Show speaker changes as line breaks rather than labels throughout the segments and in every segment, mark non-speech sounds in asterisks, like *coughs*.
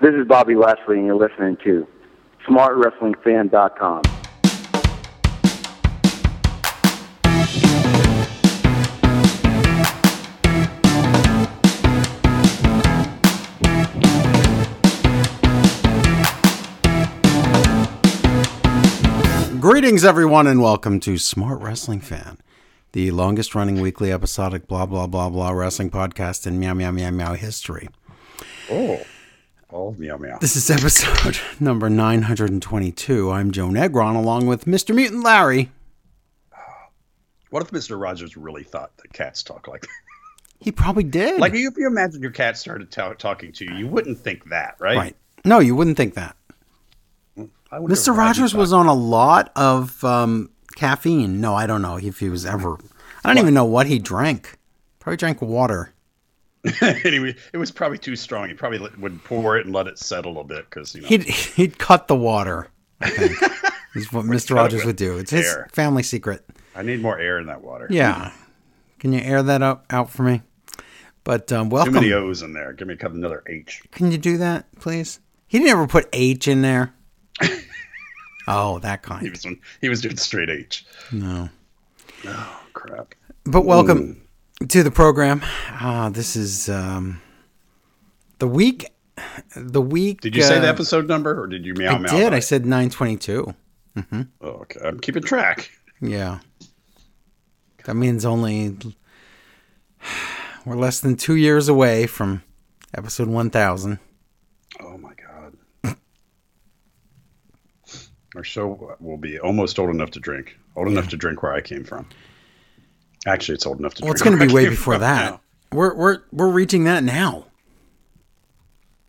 This is Bobby Lashley, and you're listening to SmartWrestlingFan.com.
Greetings, everyone, and welcome to Smart Wrestling Fan, the longest running weekly episodic blah, blah, blah, blah wrestling podcast in meow, meow, meow, meow history.
Oh. Oh, meow meow.
This is episode *laughs* number 922. I'm Joe Negron along with Mr. Mutant Larry.
What if Mr. Rogers really thought that cats talk like that?
He probably did.
Like, if you imagine your cat started ta- talking to you, you wouldn't think that, right?
right. No, you wouldn't think that.
I wonder if
Mr. Rogers was on a lot of um, caffeine. No, I don't know if he was ever. I don't even know what he drank. Probably drank water.
*laughs* anyway, it was probably too strong. He probably let, would pour it and let it settle a bit because, you know,
He'd, he'd cut the water, I
*laughs*
think, is what Mr. Rogers would do. It's his
air.
family secret.
I need more air in that water.
Yeah. Can you air that up out for me? But um,
Too
welcome.
many O's in there. Give me a couple, another H.
Can you do that, please? He didn't ever put H in
*laughs*
there. oh, that
He
kind.
was, on, he was doing straight H.
No.
Oh, crap.
But welcome to the program. Uh, this is um, the week. The week.
Did you say
uh,
the episode number or did you meow
I
meow?
did.
about
I
it?
said 922.
Oh, okay. I'm keeping track.
Yeah. That means only we're less than two years away from episode 1000.
Oh, my God. Our show will be almost old enough to drink. Old enough to drink where I came from. Actually, it's old enough to
Well, it's
drink.
going
where
to be way
I came
before
from
that.
now.
We're we're we're reaching that now.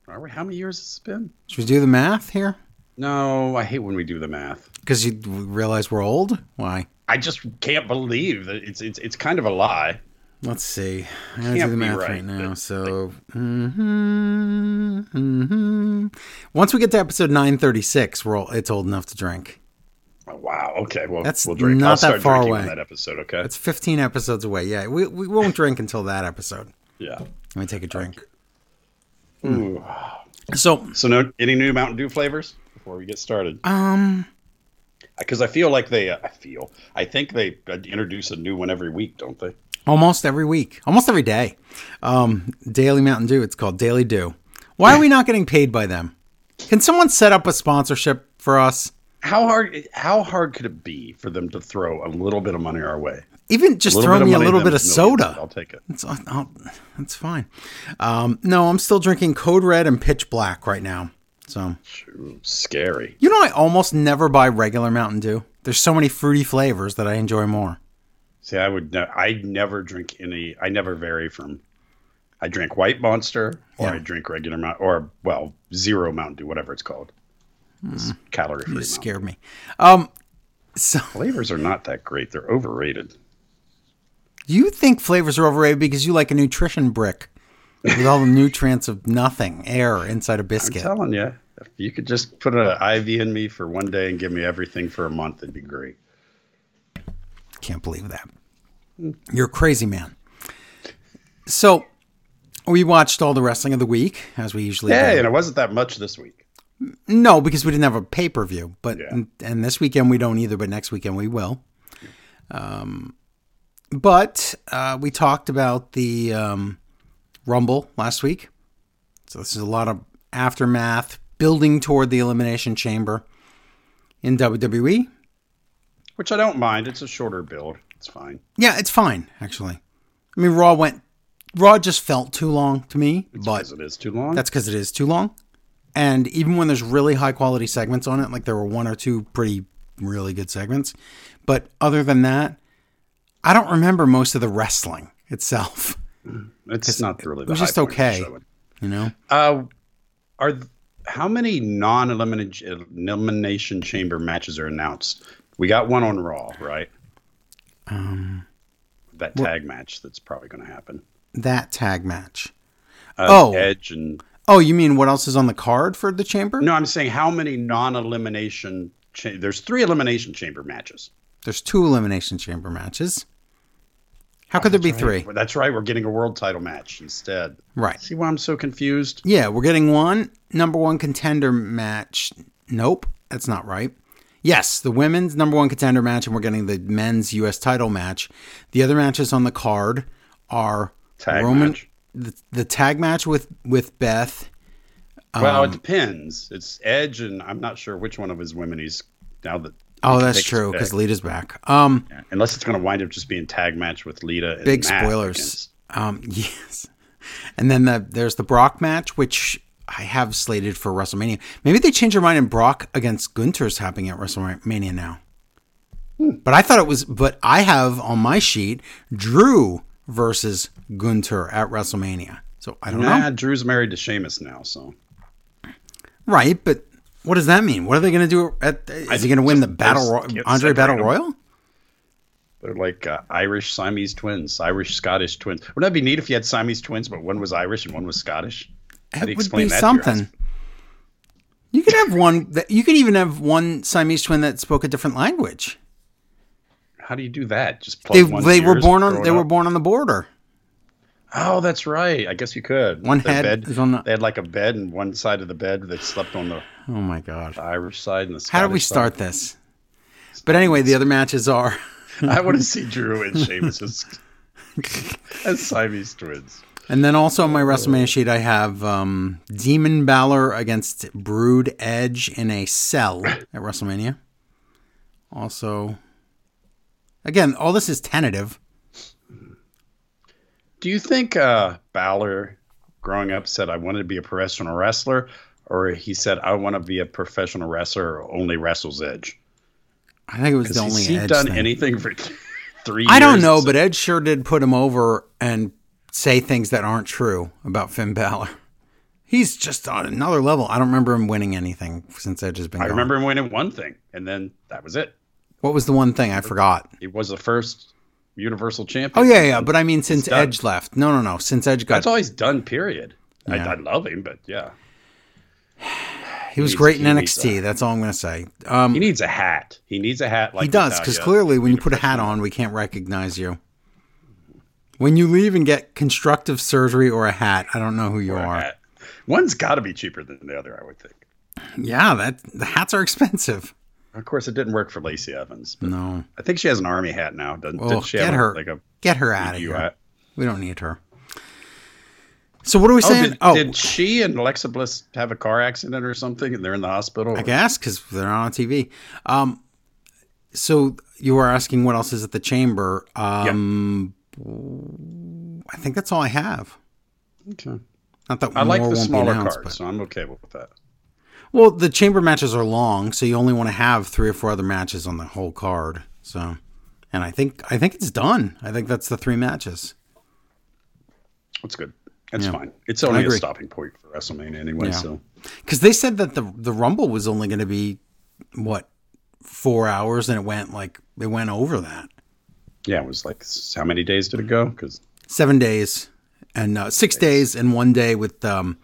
Are we, how many years has it been?
Should we do the math here?
No, I hate when we do the math.
Because you realize we're old? Why?
I just can't believe that it's it's it's kind of a lie.
Let's see. I'm gonna do
Can't
the
be
math right,
right.
now.
That's-
So, mhm, mhm. once we get to episode 936, we're all, it's old enough to drink.
Oh, wow. Okay. Well,
That's
we'll drink.
not
I'll
that
start
far
drinking on
away.
that episode. Okay.
It's 15 episodes away. Yeah, we, we won't drink until that episode.
yeah.
Let me take a drink.
Ooh.
So,
So, no, any new Mountain Dew flavors before we get started?
um,
Because I feel like they, uh, I feel, I think they uh, introduce a new one every week, don't they?
almost every week, almost every day, um, Daily Mountain Dew. It's called Daily Dew. Why are we not getting paid by them? Can someone set up a sponsorship for us?
How hard? How hard could it be for them to throw a little bit of money our way?
Even just throw
bit of
me a
money,
little
them
bit of
millions,
soda.
I'll take it.
It's, I'll, it's fine. Um, no, I'm still drinking Code Red and Pitch Black right now. So
Ooh, scary.
you know, I almost never buy regular Mountain Dew. There's so many fruity flavors that I enjoy more.
See, I would. Ne- I never drink any. I never vary from. I drink White Monster, or
Yeah.
I drink regular Mount, or well, zero Mountain Dew, whatever it's called.
Hmm.
It's Calorie free.
It
Mountain
scared me. Um, so
Flavors are not that great. They're overrated.
you think flavors are overrated because you like a nutrition brick with all the nutrients of nothing, air inside a biscuit.
Telling you, if you could just put an IV in me for one day and give me everything for a month, it'd be great.
Can't believe that.
Mm.
You're a crazy, man. So we watched all the wrestling of the week as we usually do.
Yeah, and it wasn't that much this week.
No, because we didn't have a pay per view. But
Yeah.
and, and this weekend we don't either. But next weekend we will. Um, but uh, we talked about the um, Rumble last week, so this is a lot of aftermath building toward the Elimination Chamber in E. WWE.
which I don't mind. It's a shorter build. It's fine.
Yeah, it's fine actually. I mean, Raw went Raw just felt too long to me, but
Because it is too long.
That's because it is too long. And even when there's really high quality segments on it, like there were one or two pretty, really good segments. But other than that, I don't remember most of the wrestling itself.
it's, not really.
it was
the high
just
point of the
okay.
show.
You know?
Uh, are th- how many non-elimination elimination chamber matches are announced? We got one on Raw, right? Um, that tag match that's probably going to happen.
That tag match.
Uh,
Oh.
Edge and
Oh, you mean what else is on the card for the chamber?
no, I'm saying how many non-elimination. Cha- There's three elimination chamber matches.
There's two elimination chamber matches. How could there be three?
Well, That's right. We're getting a world title match instead.
Right.
See why I'm so confused?
Yeah, we're getting one number one contender match. Nope, that's not right. Yes, the women's number one contender match, and we're getting the men's U.S. title match. The other matches on the card are
Tag
Roman,
match.
The, the tag match with with Beth.
well,
um,
it depends. It's Edge, and I'm not sure which one of his women he's now that.
Oh, that's
Big
true because
tag.
Lita's back. Um,
Unless it's going to wind up just being tag match with Lita. And
big
Matt
spoilers.
against-
Um, *laughs* yes, and then the, there's the Brock match, which I have slated for WrestleMania. Maybe they change their mind and Brock against Gunter's happening at WrestleMania now.
Hmm.
But I thought it was. But I have on my sheet Drew versus Gunter at WrestleMania. So I don't know.
Nah, Drew's married to Sheamus now, so
Right, but what does that mean? What are they going to do? At is he going to win the
just-
battle? Ro-
just get
Andre
separated
Battle
them.
Royal?
they're like uh, Irish Siamese twins, Irish Scottish twins. Wouldn't that be neat if you had Siamese twins, but one was Irish and one was Scottish? How do
It
you
would
explain
be
that to your
something.
husband?
You could have one. That, you could even have one Siamese twin that spoke a different language.
How do you do that? Just plug
They
one's
they were
ears,
born on
throw it
they were
up?
born on the border.
Oh, that's right. I guess you could.
One
Their
head
bed,
is on the-
They had like a bed, and one side of the bed they slept on the
Oh my god!
Irish side and the. Scottish
How do we start this? But anyway, the other matches are *laughs*
Side. I want to see Drew and Sheamus as, as Siamese twins.
And then also
Uh,
on my WrestleMania sheet, I have um, Demon Balor against Brood Edge in a
*laughs*
cell at WrestleMania. Also, again, all this is tentative.
Do you think uh, Balor, growing up, said I wanted to be a professional wrestler, or he said I want to be a professional wrestler who only wrestles Edge?
I think it was the
Has
only
he
Edge
done
thing.
anything for *laughs* three?
I don't
years?
know, but Edge sure did put him over and say things that aren't true about Finn Balor. *laughs* He's just on another level. I don't remember him winning anything since Edge has been.
I
gone.
remember him winning one thing, and then that was it.
what was the one thing I forgot.
He was the first Universal Champion.
Oh yeah, yeah. But I mean, since
done.
Edge left, no, no, no. Since Edge got
That's all he's done, period.
Yeah.
I, I love him, but yeah.
He was
needs-
great in
he needs
NXT. That's all I'm going to say. Um,
He needs a hat. He needs a hat like
he does because
Natalia.
clearly, when you put a hat on, we can't recognize you. When you leave and get constructive surgery or a hat, I don't know who you are.
Hat. One's got to be cheaper than the other, I would think.
Yeah, that the hats are expensive.
Of course, it didn't work for Lacey Evans. But
No,
I think she has an army hat now. Doesn't
well,
didn't she
get
have
her,
like a
get her out of
you
here.
hat?
We don't need her. So what are we
Oh,
saying?
did,
oh,
did she and Alexa Bliss have a car accident or something, and they're in the hospital?
I guess because they're not on TV. Um, so you were asking what else is at the chamber. Um, I think that's all I have.
Okay.
Not that
I like
more won't
the
be
smaller
announced,
card,
but-
so I'm okay with that.
Well, the chamber matches are long, so you only want to have three or four other matches on the whole card. So, and I think I think it's done. I think that's the three matches.
That's good. That's
Yeah.
fine. It's only a
agree.
stopping point for WrestleMania anyway.
Yeah.
So
Because they said that the the Rumble was only going to be what four hours, and it went like it went over that
yeah, it was like s- how many days did it go? Because
seven days and uh, six days and one day with um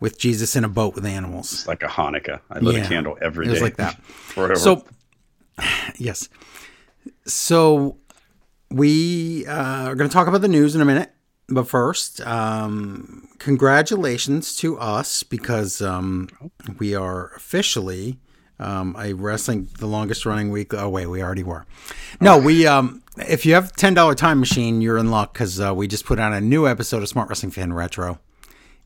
with Jesus in a boat with animals.
It's like a Hanukkah. I lit
Yeah.
a candle every
It
day.
was like
*laughs*
that.
Forever.
So, *sighs* yes. So, we uh, are going to talk about the news in a minute. But first, um, congratulations to us because um, we are officially um, a wrestling, the longest running week. Oh, wait, we already were. No, we, um, if you have $10 time machine, you're in luck because uh, we just put out a new episode of Smart Wrestling Fan Retro.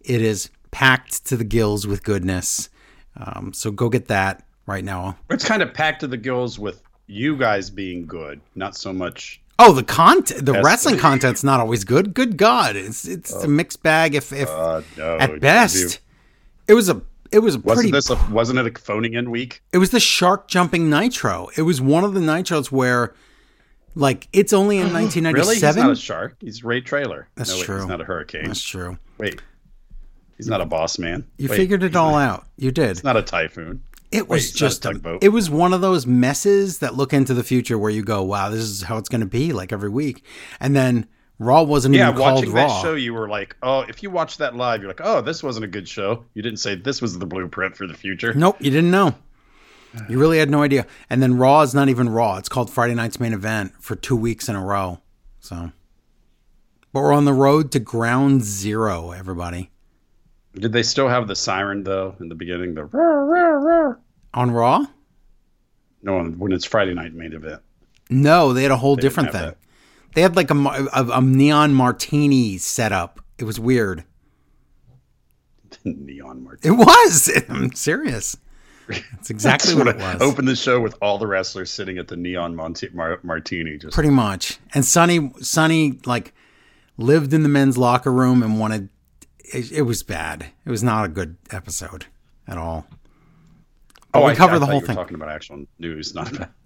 It is packed to the gills with goodness. Um, so go get that right now.
it's kind of packed to the gills with you guys being good, not so much.
Oh, the content, the
That's
wrestling
the-
content's not always good. Good God, it's it's
Oh.
a mixed bag. If if
Uh, no,
at best, it was a it was a
wasn't
pretty.
this a, wasn't it a phoning in week?
it was the shark jumping nitro. It was one of the nitros where, like, it's only in
*gasps* Really,
1997.
he's not a shark. He's Ray Trailer.
That's
no, wait,
true.
He's not a hurricane.
That's true.
Wait, he's not a boss man.
You
Wait,
figured it all out. You did.
He's not a typhoon.
It was
it's not a
just a,
tugboat.
it was one of those messes that look into the future where you go, wow, this is how it's going to be like every week, and then Raw wasn't
Yeah,
even called
watching that
Raw.
show, you were like, oh, if you watch that live, you're like, oh, this wasn't a good show. You didn't say this was the blueprint for the future.
Nope, you didn't know. You really had no idea. And then Raw is not even Raw. It's called Friday Night's Main Event for two weeks in a row. So, but we're on the road to ground zero, everybody.
Did they still have the siren though in the beginning? The "Roar, roar, roar"?
On Raw?
no, when it's Friday night main event.
No, they had a whole different
have
thing. They had like a, mar- a, a neon martini setup. It was weird.
*laughs* Neon Martin.
It was. *laughs* I'm serious. That's exactly what it was.
Open the show with all the wrestlers sitting at the neon Monti- Mar- martini. Just
Pretty much. And Sonny, Sonny, like, lived in the men's locker room and wanted. It, it was bad. It was not a good episode at all. we
Oh, I-
covered
I
the
thought
whole
you were
thing.
Talking about actual news, not about.
*laughs*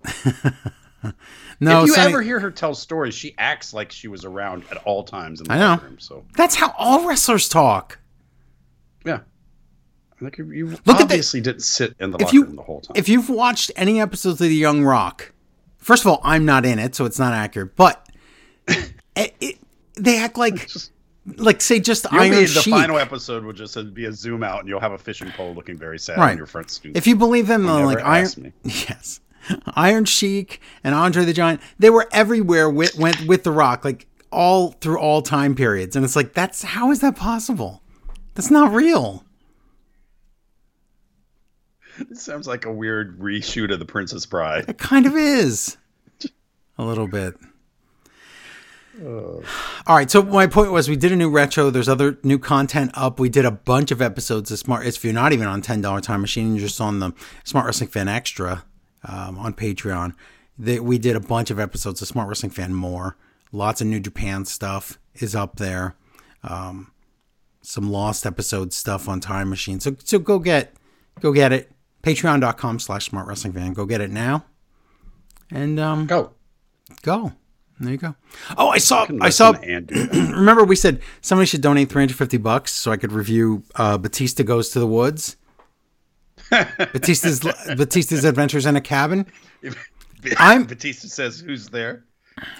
No,
if you
Sonny,
ever hear her tell stories, she acts like she was around at all times in the
I know.
locker room. So
that's how all wrestlers talk.
yeah, like you, you
at the-
obviously didn't sit in the
If
locker
you-
room the whole time.
If you've watched any episodes of The Young Rock, first of all, I'm not in it, so it's not accurate. But
*laughs*
it, it, they act like, like say, just
You'll be-
Iron
the
Sheik.
final episode will just be a zoom out, and you'll have a fishing pole looking very sad
Right.
in your front stoop.
If you believe them, though,
never
like Iron,
asked me. *laughs*
*laughs* yes, Iron Sheik and Andre the Giant, they were everywhere with went with the Rock, like all through all time periods, and it's like that's how is that possible? That's not real.
It sounds like a weird reshoot of The Princess Bride.
It kind of is. A little bit. All right. So my point was, we did a new retro. There's other new content up. We did a bunch of episodes of Smart. If you're not even on Ten Dollar Time Machine, you're just on the Smart Wrestling Fan Extra um, on Patreon. That we did a bunch of episodes of Smart Wrestling Fan more. Lots of New Japan stuff is up there. Um, some lost episode stuff on Time Machine. So so go get go get it. Patreon.com slash Smart Wrestling Fan. Go get it now. And um,
Go.
go. There you go. Oh, I saw.
Can
I saw.
listen and do that.
Remember, we said somebody should donate 350 bucks so I could review uh, Batista goes to the woods.
*laughs*
Batista's Batista's adventures in a cabin. I'm-
*laughs* Batista says, "Who's there?"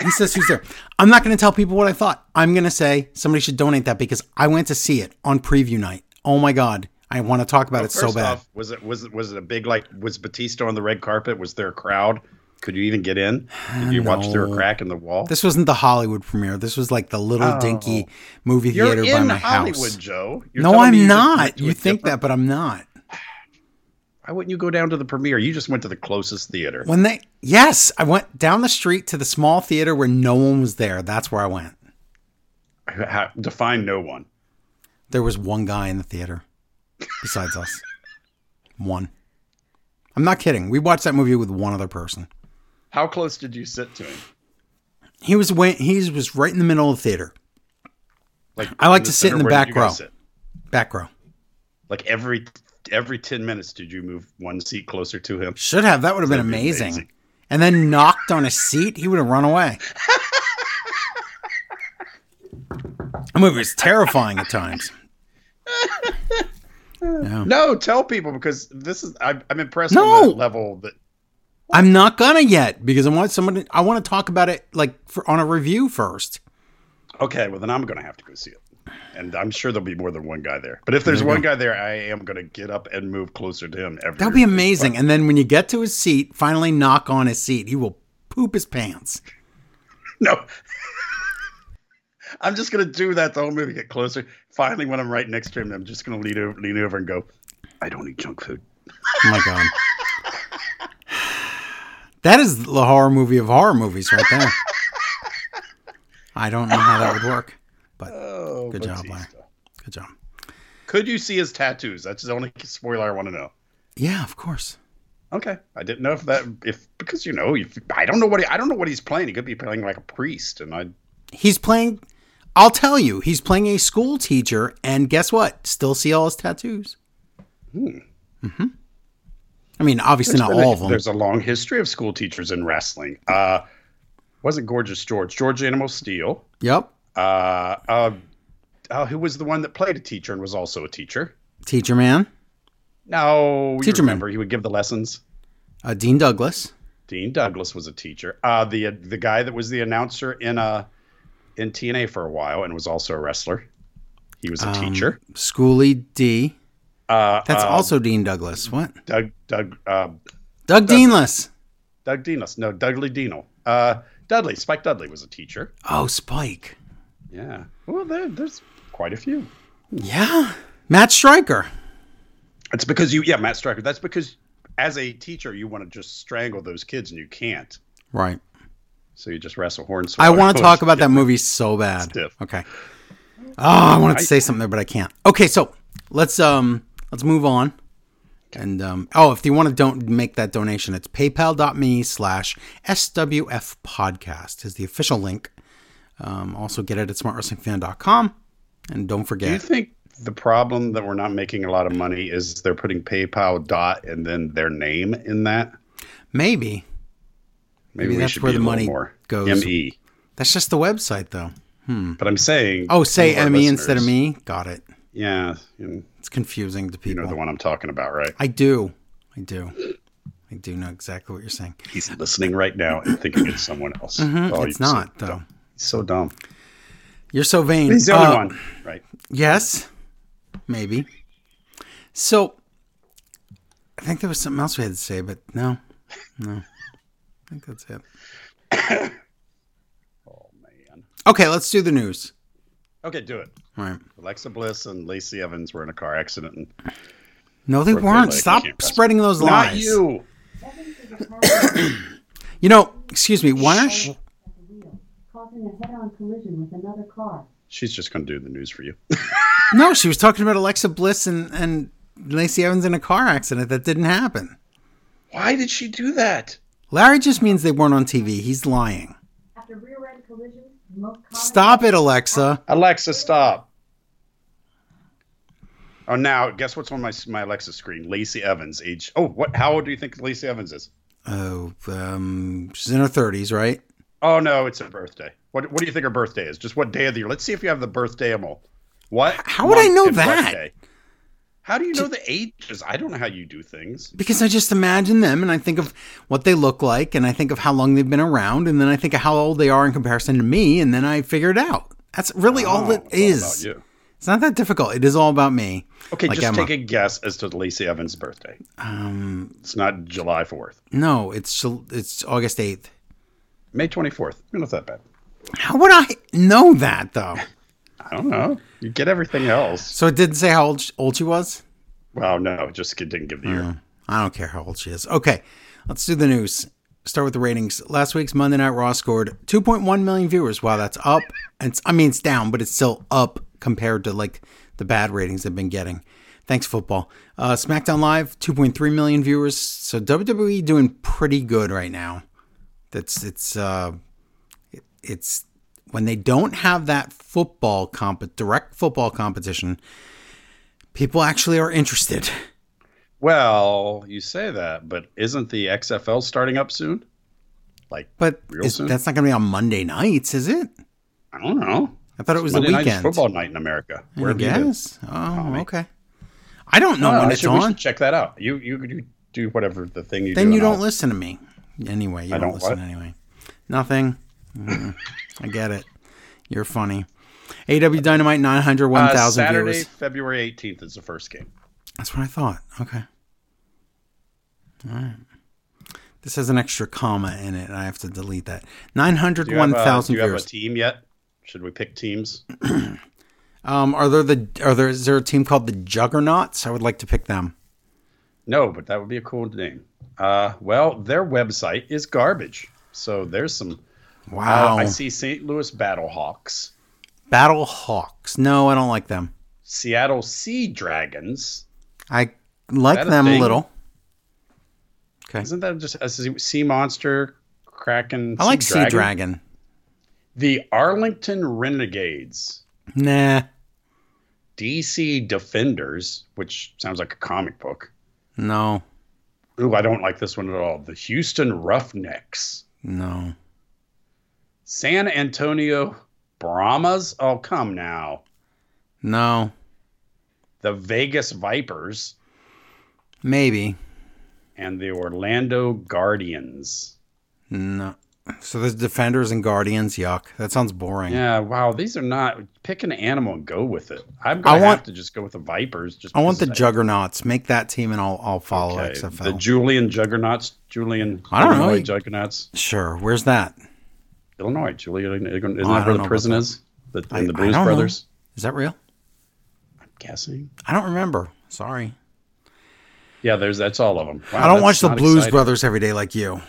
He says who's there. I'm not going to tell people what I thought. I'm going to say somebody should donate that because I went to see it on preview night. Oh my god, I want to talk about it so
First
bad.
off, was it was it was it a big like was Batista on the red carpet? Was there a crowd? Could you even get in? Did you
*sighs*
watch through a crack in the wall?
this wasn't the Hollywood premiere. This was like the little dinky movie
Oh. You're
theater by
in
my
Hollywood,
house.
Joe. You're
No,
telling me
I'm
you just went
not.
to
You
a
think
different-
that, but I'm not.
Why wouldn't you go down to the premiere? You just went to the closest theater.
When they yes, I went down the street to the small theater where no one was there. That's where I went.
Ha- Define no one.
There was one guy in the theater besides us. One. I'm not kidding. We watched that movie with one other person.
How close did you sit to him?
He was went, he was right in the middle of the theater,
Like
I like
the
to sit in
center?
the
Where did
back
you guys
row.
sit?
back row.
Like every every ten minutes, did you move one seat closer to him?
Should have. That would have been
That'd be
amazing.
amazing.
And then knocked on a seat, he would have run
*laughs*
away. the movie was terrifying at times. Yeah.
No, tell people because this is I'm, I'm impressed
No.
with the level that
I'm not gonna yet because I want someone. I want to talk about it like for, on a review first.
Okay, well then I'm gonna have to go see it, and I'm sure there'll be more than one guy there. But if there's one guy there, I am gonna get up and move closer to him. Every
That would be amazing. And then when you get to his seat, finally knock on his seat. He will poop his pants.
*laughs* no. I'm just gonna do that the whole movie. Get closer. Finally, when I'm right next to him, I'm just gonna lean over, lean over and go. I don't eat junk food.
Oh my god. *laughs* That is the horror movie of horror movies right there. I don't know how that would work, but
Oh,
Good job,
Batista.
good job.
Could you see his tattoos? That's the only spoiler I want to know.
Yeah, of course.
Okay, I didn't know if that if because you know if, I don't know what he, I don't know what he's playing. He could be playing like a priest, and I
He's playing. I'll tell you, he's playing a school teacher, and guess what? Still see all his tattoos. Hmm. hmm I mean, obviously not all of them.
There's a long history of school teachers in wrestling. Uh, wasn't Gorgeous George? George Animal Steel.
Yep.
Uh, uh, uh, who was the one that played a teacher and was also a teacher?
Teacher man,
No, you
Teacher man.
remember he would give the lessons.
uh, Dean Douglas.
Dean Douglas was a teacher. Uh, the the guy that was the announcer in uh in TNA for a while and was also a wrestler. He
Um,
was a teacher.
Schooly D.
Uh,
That's
uh,
also Dean Douglas. What?
Doug Doug uh,
Doug Deanless.
Doug Dinos. No, Dudley Dino. Uh, Dudley Spike Dudley was a teacher.
Oh, Spike.
Yeah. Well, there, there's quite a few.
Yeah. Matt Stryker.
It's because you, yeah, Matt Stryker. That's because as a teacher, you want to just strangle those kids and you can't.
Right.
So you just wrestle horns.
I want to *laughs* talk about that movie so bad.
stiff.
Okay. Oh, I wanted to say something there, but I can't. Okay, so let's um let's move on. And um oh, if you want to don't make that donation, it's paypal.me slash SWF podcast is the official link. Um, also get it at smartwrestlingfan.com. And don't
Do you
forget
think the problem that we're not making a lot of money is they're putting PayPal dot and then their name in that?
maybe. Maybe
Maybe, we
that's
should
where
be
the
a little
money
more
goes.
M-E.
That's just the website though.
But I'm saying.
Oh, say
some of our
ME instead of
listeners-
me. Got it.
Yeah, you
It's confusing to people.
know the one I'm talking about, right?
I do. I do. I do know exactly what you're saying.
He's listening right now and thinking it's someone else. oh,
Mm-hmm. it's
you're so
not, though. Uh,
dumb. He's so dumb.
You're so vain.
He's the only
Uh,
one, right?
Yes, maybe. So, I think there was something else we had to say, but no, no. I think that's it.
*coughs* Oh man.
Okay, let's do the news.
Okay, do it.
All right.
Alexa Bliss and Lacey Evans were in a car accident. And
No, they
Brooke
weren't.
Ridley, I
Stop
can't press-
spreading those lies.
Not you.
You know, excuse me. Why aren't
Shh.
at the wheel, causing a head-on collision with another car.
She's just going to do the news for you. *laughs*
No, she was talking about Alexa Bliss and and Lacey Evans in a car accident that didn't happen.
Why did she do that?
Larry just means they weren't on TV. He's lying.
After rear-end collisions, the most common
Stop it, Alexa.
Alexa, stop. Oh, now guess what's on my my Alexa screen? Lacey Evans, age. Oh, what? How old do you think Lacey Evans is?
Oh, um, she's in her thirties, right?
Oh no, it's her birthday. What What do you think her birthday is? Just what day of the year? Let's see if you have the birthday animal. What?
how would I
month,
know
and what
that?
day? How do you know the ages? I don't know how you do things.
Because I just imagine them and I think of what they look like and I think of how long they've been around and then I think of how old they are in comparison to me and then I figure it out. That's really all
Oh,
it
it's all
is.
about you.
It's not that difficult. It is all about me.
Okay,
Like
just
Emma.
take a guess as to Lacey Evans' birthday.
Um,
It's not July fourth,
no, it's it's August 8th.
May twenty fourth. Not that bad.
How would I know that though?
I don't know. You get everything else.
So it didn't say how old, old she was?
Well, no, it just didn't give the year.
I don't care how old she is. Okay, let's do the news. Start with the ratings. Last week's Monday Night Raw scored 2.1 million viewers. Wow, that's up. And it's, I mean, it's down, but it's still up compared to like the bad ratings they've been getting. Thanks, football. Uh, SmackDown Live 2.3 million viewers. So WWE doing pretty good right now. That's it's uh, it- it's when they don't have that football comp direct football competition, people actually are interested. *laughs*
Well, you say that, but isn't the XFL starting up soon? Like,
But
Real
is,
soon?
that's not going to be on Monday nights, is it?
I don't know.
I thought it was
Monday
the
night's
weekend.
football night in America.
I
Where
guess. Oh, okay. I don't know when
Oh, I
it's
should, we should
on.
check that out. You you you do whatever the thing you do.
Then you
and
don't
I'll-
listen to me. Anyway, you
I
don't,
don't
listen
what?
anyway. Nothing. Mm, I get it. You're funny. AW Dynamite 900,
Uh,
1,000
Saturday,
viewers.
February eighteenth is the first game.
That's what I thought. Okay. All right. This has an extra comma in it, and I have to delete that. 900,
Do you have, uh,
1,000
do you have
viewers.
a team yet? Should we pick teams?
Um, are there the are there is there a team called the Juggernauts? I would like to pick them.
No, but that would be a cool name. Uh, well, their website is garbage. So there's some. Uh,
Wow,
I see St. Louis Battlehawks,
Battle Hawks. No, I don't like them.
Seattle Sea Dragons.
I like
That a
them a
thing?
little. Okay,
Isn't that just a sea- sea monster, kraken?
I like Sea Dragon.
The Arlington Renegades,
Nah,
DC Defenders, which sounds like a comic book.
no,
Ooh, I don't like this one at all. The Houston Roughnecks,
no.
San Antonio Brahmas. Oh, come now.
No,
The Vegas Vipers
maybe
and the Orlando Guardians.
no. So there's Defenders and Guardians. Yuck, that sounds boring.
Yeah, wow, these are not pick an animal and go with it. I'm gonna
I want-
have to just go with the Vipers. Just
I want the
because
Juggernauts. Make that team, and I'll I'll follow
Okay,
XFL.
The Julian Juggernauts, Julian
I don't know.
Illinois Juggernauts,
sure. Where's that?
Illinois. Julian, isn't
I
that
don't
where
know
the prison
about
is? The,
I-
and the
I
Blues
don't know.
Brothers.
Is that real?
guessing.
I don't remember. Sorry.
Yeah, there's that's all of them. Wow,
I don't
Oh, that's
watch the
not
Blues
exciting.
Brothers every day like you.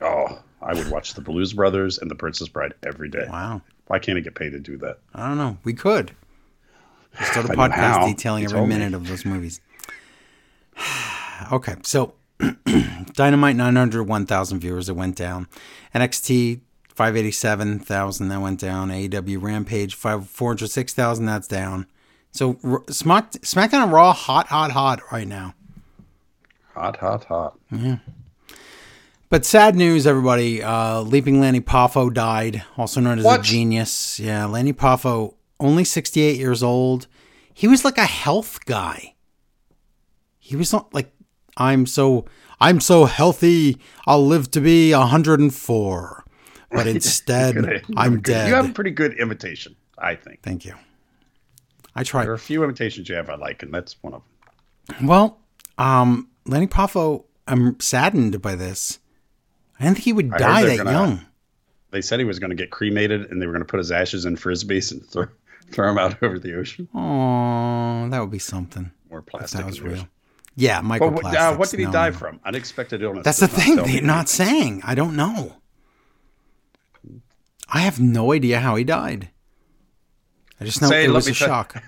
Oh, I would watch the Blues Brothers and the Princess Bride every day.
Wow.
Why can't I get paid to do that?
I don't know. We could. We start a
If I knew
podcast
how,
detailing
you
every
told me.
minute of those movies. *sighs* okay, so *clears throat* Dynamite 900, 1,000 viewers, it went down. NXT, 587,000, that went down. AEW Rampage, five- 406,000, that's down. So R- Smack, SmackDown and Raw, hot, hot, hot right now.
Hot, hot, hot.
But sad news, everybody. Uh, Leaping Lanny Poffo died, also known as a
What?
genius. Yeah, Lanny Poffo, only 68 years old. He was like a health guy. He was not like, I'm so, I'm so healthy. I'll live to be 104.
*laughs*
But instead,
Good.
*laughs* I'm
Good. You have a
dead.
pretty good imitation, I think.
Thank you. I tried.
There are a few imitations you have I like, and that's one of them.
Well, um, Lenny Poffo, I'm saddened by this. I didn't think he would
heard
die
they're
that
gonna-
young.
They said he was going to get cremated, and they were going to put his ashes in frisbees and throw *laughs* throw him out over the ocean.
Oh, that would be something.
More
If
plastic.
that was
in the
real.
ocean.
Yeah,
But
microplastics.
what, uh, what did he
No,
die
no.
from? Unexpected illness.
That's the
does not
thing.
tell me
They're not
anything.
saying. I don't know. I have no idea how he died. I just know
Say,
it
let
was
me
a
tell-
shock.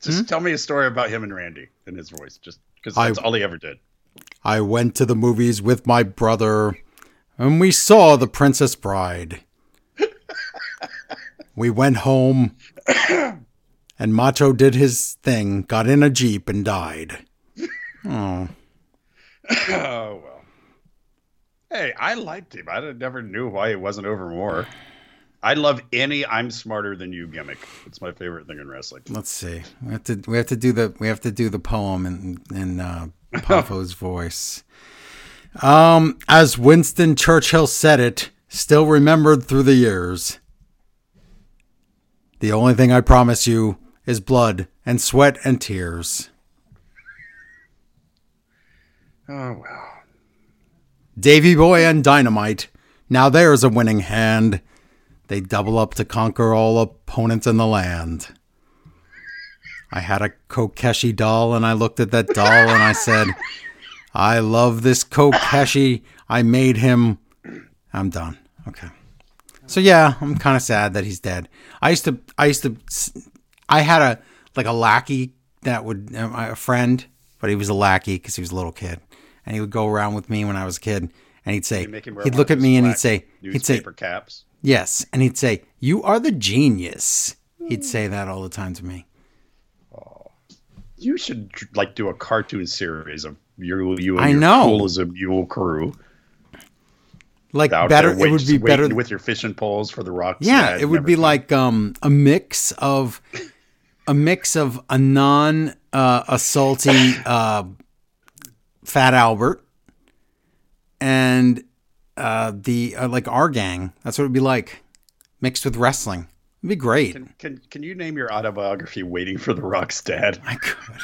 Just tell me a story about him and Randy in his voice, just because
Hmm? I-
that's all he ever did. *clears throat*
I went to the movies with my brother, and we saw The Princess
*laughs*
Bride. we went home, and Macho did his thing, got in a jeep, and died. Oh,
Oh well. Hey, I liked him. I d- never knew why he wasn't over more. I love any "I'm smarter than you" gimmick. It's my favorite thing in wrestling.
Let's see. We have to we have to do the we have to do the poem in in uh,
*laughs*
Poffo's voice. Um, as Winston Churchill said it, still remembered through the years. The only thing I promise you is blood and sweat and tears.
Oh well.
Davy Boy and Dynamite. Now there's a winning hand. They double up to conquer all opponents in the land. I had a Kokeshi doll and I looked at that doll and I said, I love this Kokeshi. I made him. I'm done. Okay. So yeah, I'm kind of sad that he's dead. I used to, I used to, I had a like a lackey that would um, a friend, but he was a lackey because he was a little kid, and he would go around with me when I was a kid, and he'd say,
They make him wear
he'd
one
look
of
at
those
me and he'd
black
say, he'd say,
newspaper caps.
yes, and he'd say, you are the genius. He'd say that all the time to me.
You should like do a cartoon series of you, you, and
I
your
know.
cool as a mule crew
Like
out
better,
there wait,
it would be
waiting
better.
with your fishing poles for the rocks.
Yeah, it would be like um, a mix of a mix of a non uh, assaulty uh, Fat Albert and uh, the uh, like our gang. That's what it'd be like, mixed with wrestling. It'd be great.
Can, can can you name your autobiography "Waiting for the Rock's Dad"?
I could.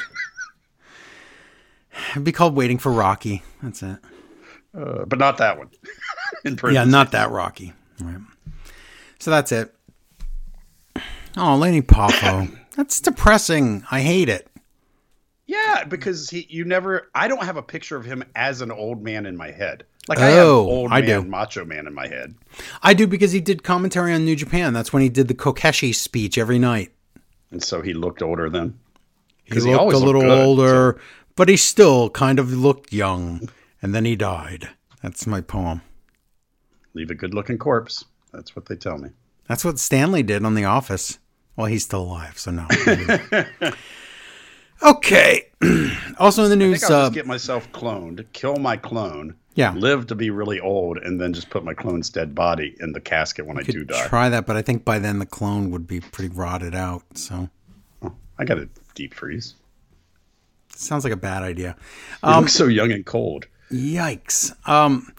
It'd be called "Waiting for Rocky." That's it.
Uh, but not that one. *laughs* In
Yeah,
parentheses.
not that Rocky. Right. So that's it. Oh, Laney
*coughs*
Poffo. That's depressing. I hate it.
Yeah, because he you never I don't have a picture of him as an old man in my head. Like I have
Oh,
old
I
man
do.
macho man in my head.
I do because he did commentary on New Japan. That's when he did the Kokeshi speech every night.
And so he looked older then.
He
'Cause
looked a
always
little
good, so-
older, but he still kind of looked young. And then he died. That's my poem.
Leave a good looking corpse. That's what they tell me.
That's what Stanley did on The Office. Well, he's still alive, so
*laughs*
no. okay. *clears throat* also in the
I
news,
think I'll
uh,
just get myself cloned, kill my clone,
Yeah.
live to be really old, and then just put my clone's dead body in the casket when I do
could
die.
try that, but I think by then the clone would be pretty rotted out. So
I got a deep freeze.
sounds like a bad idea.
You
Um,
look so young and cold.
Yikes. Um,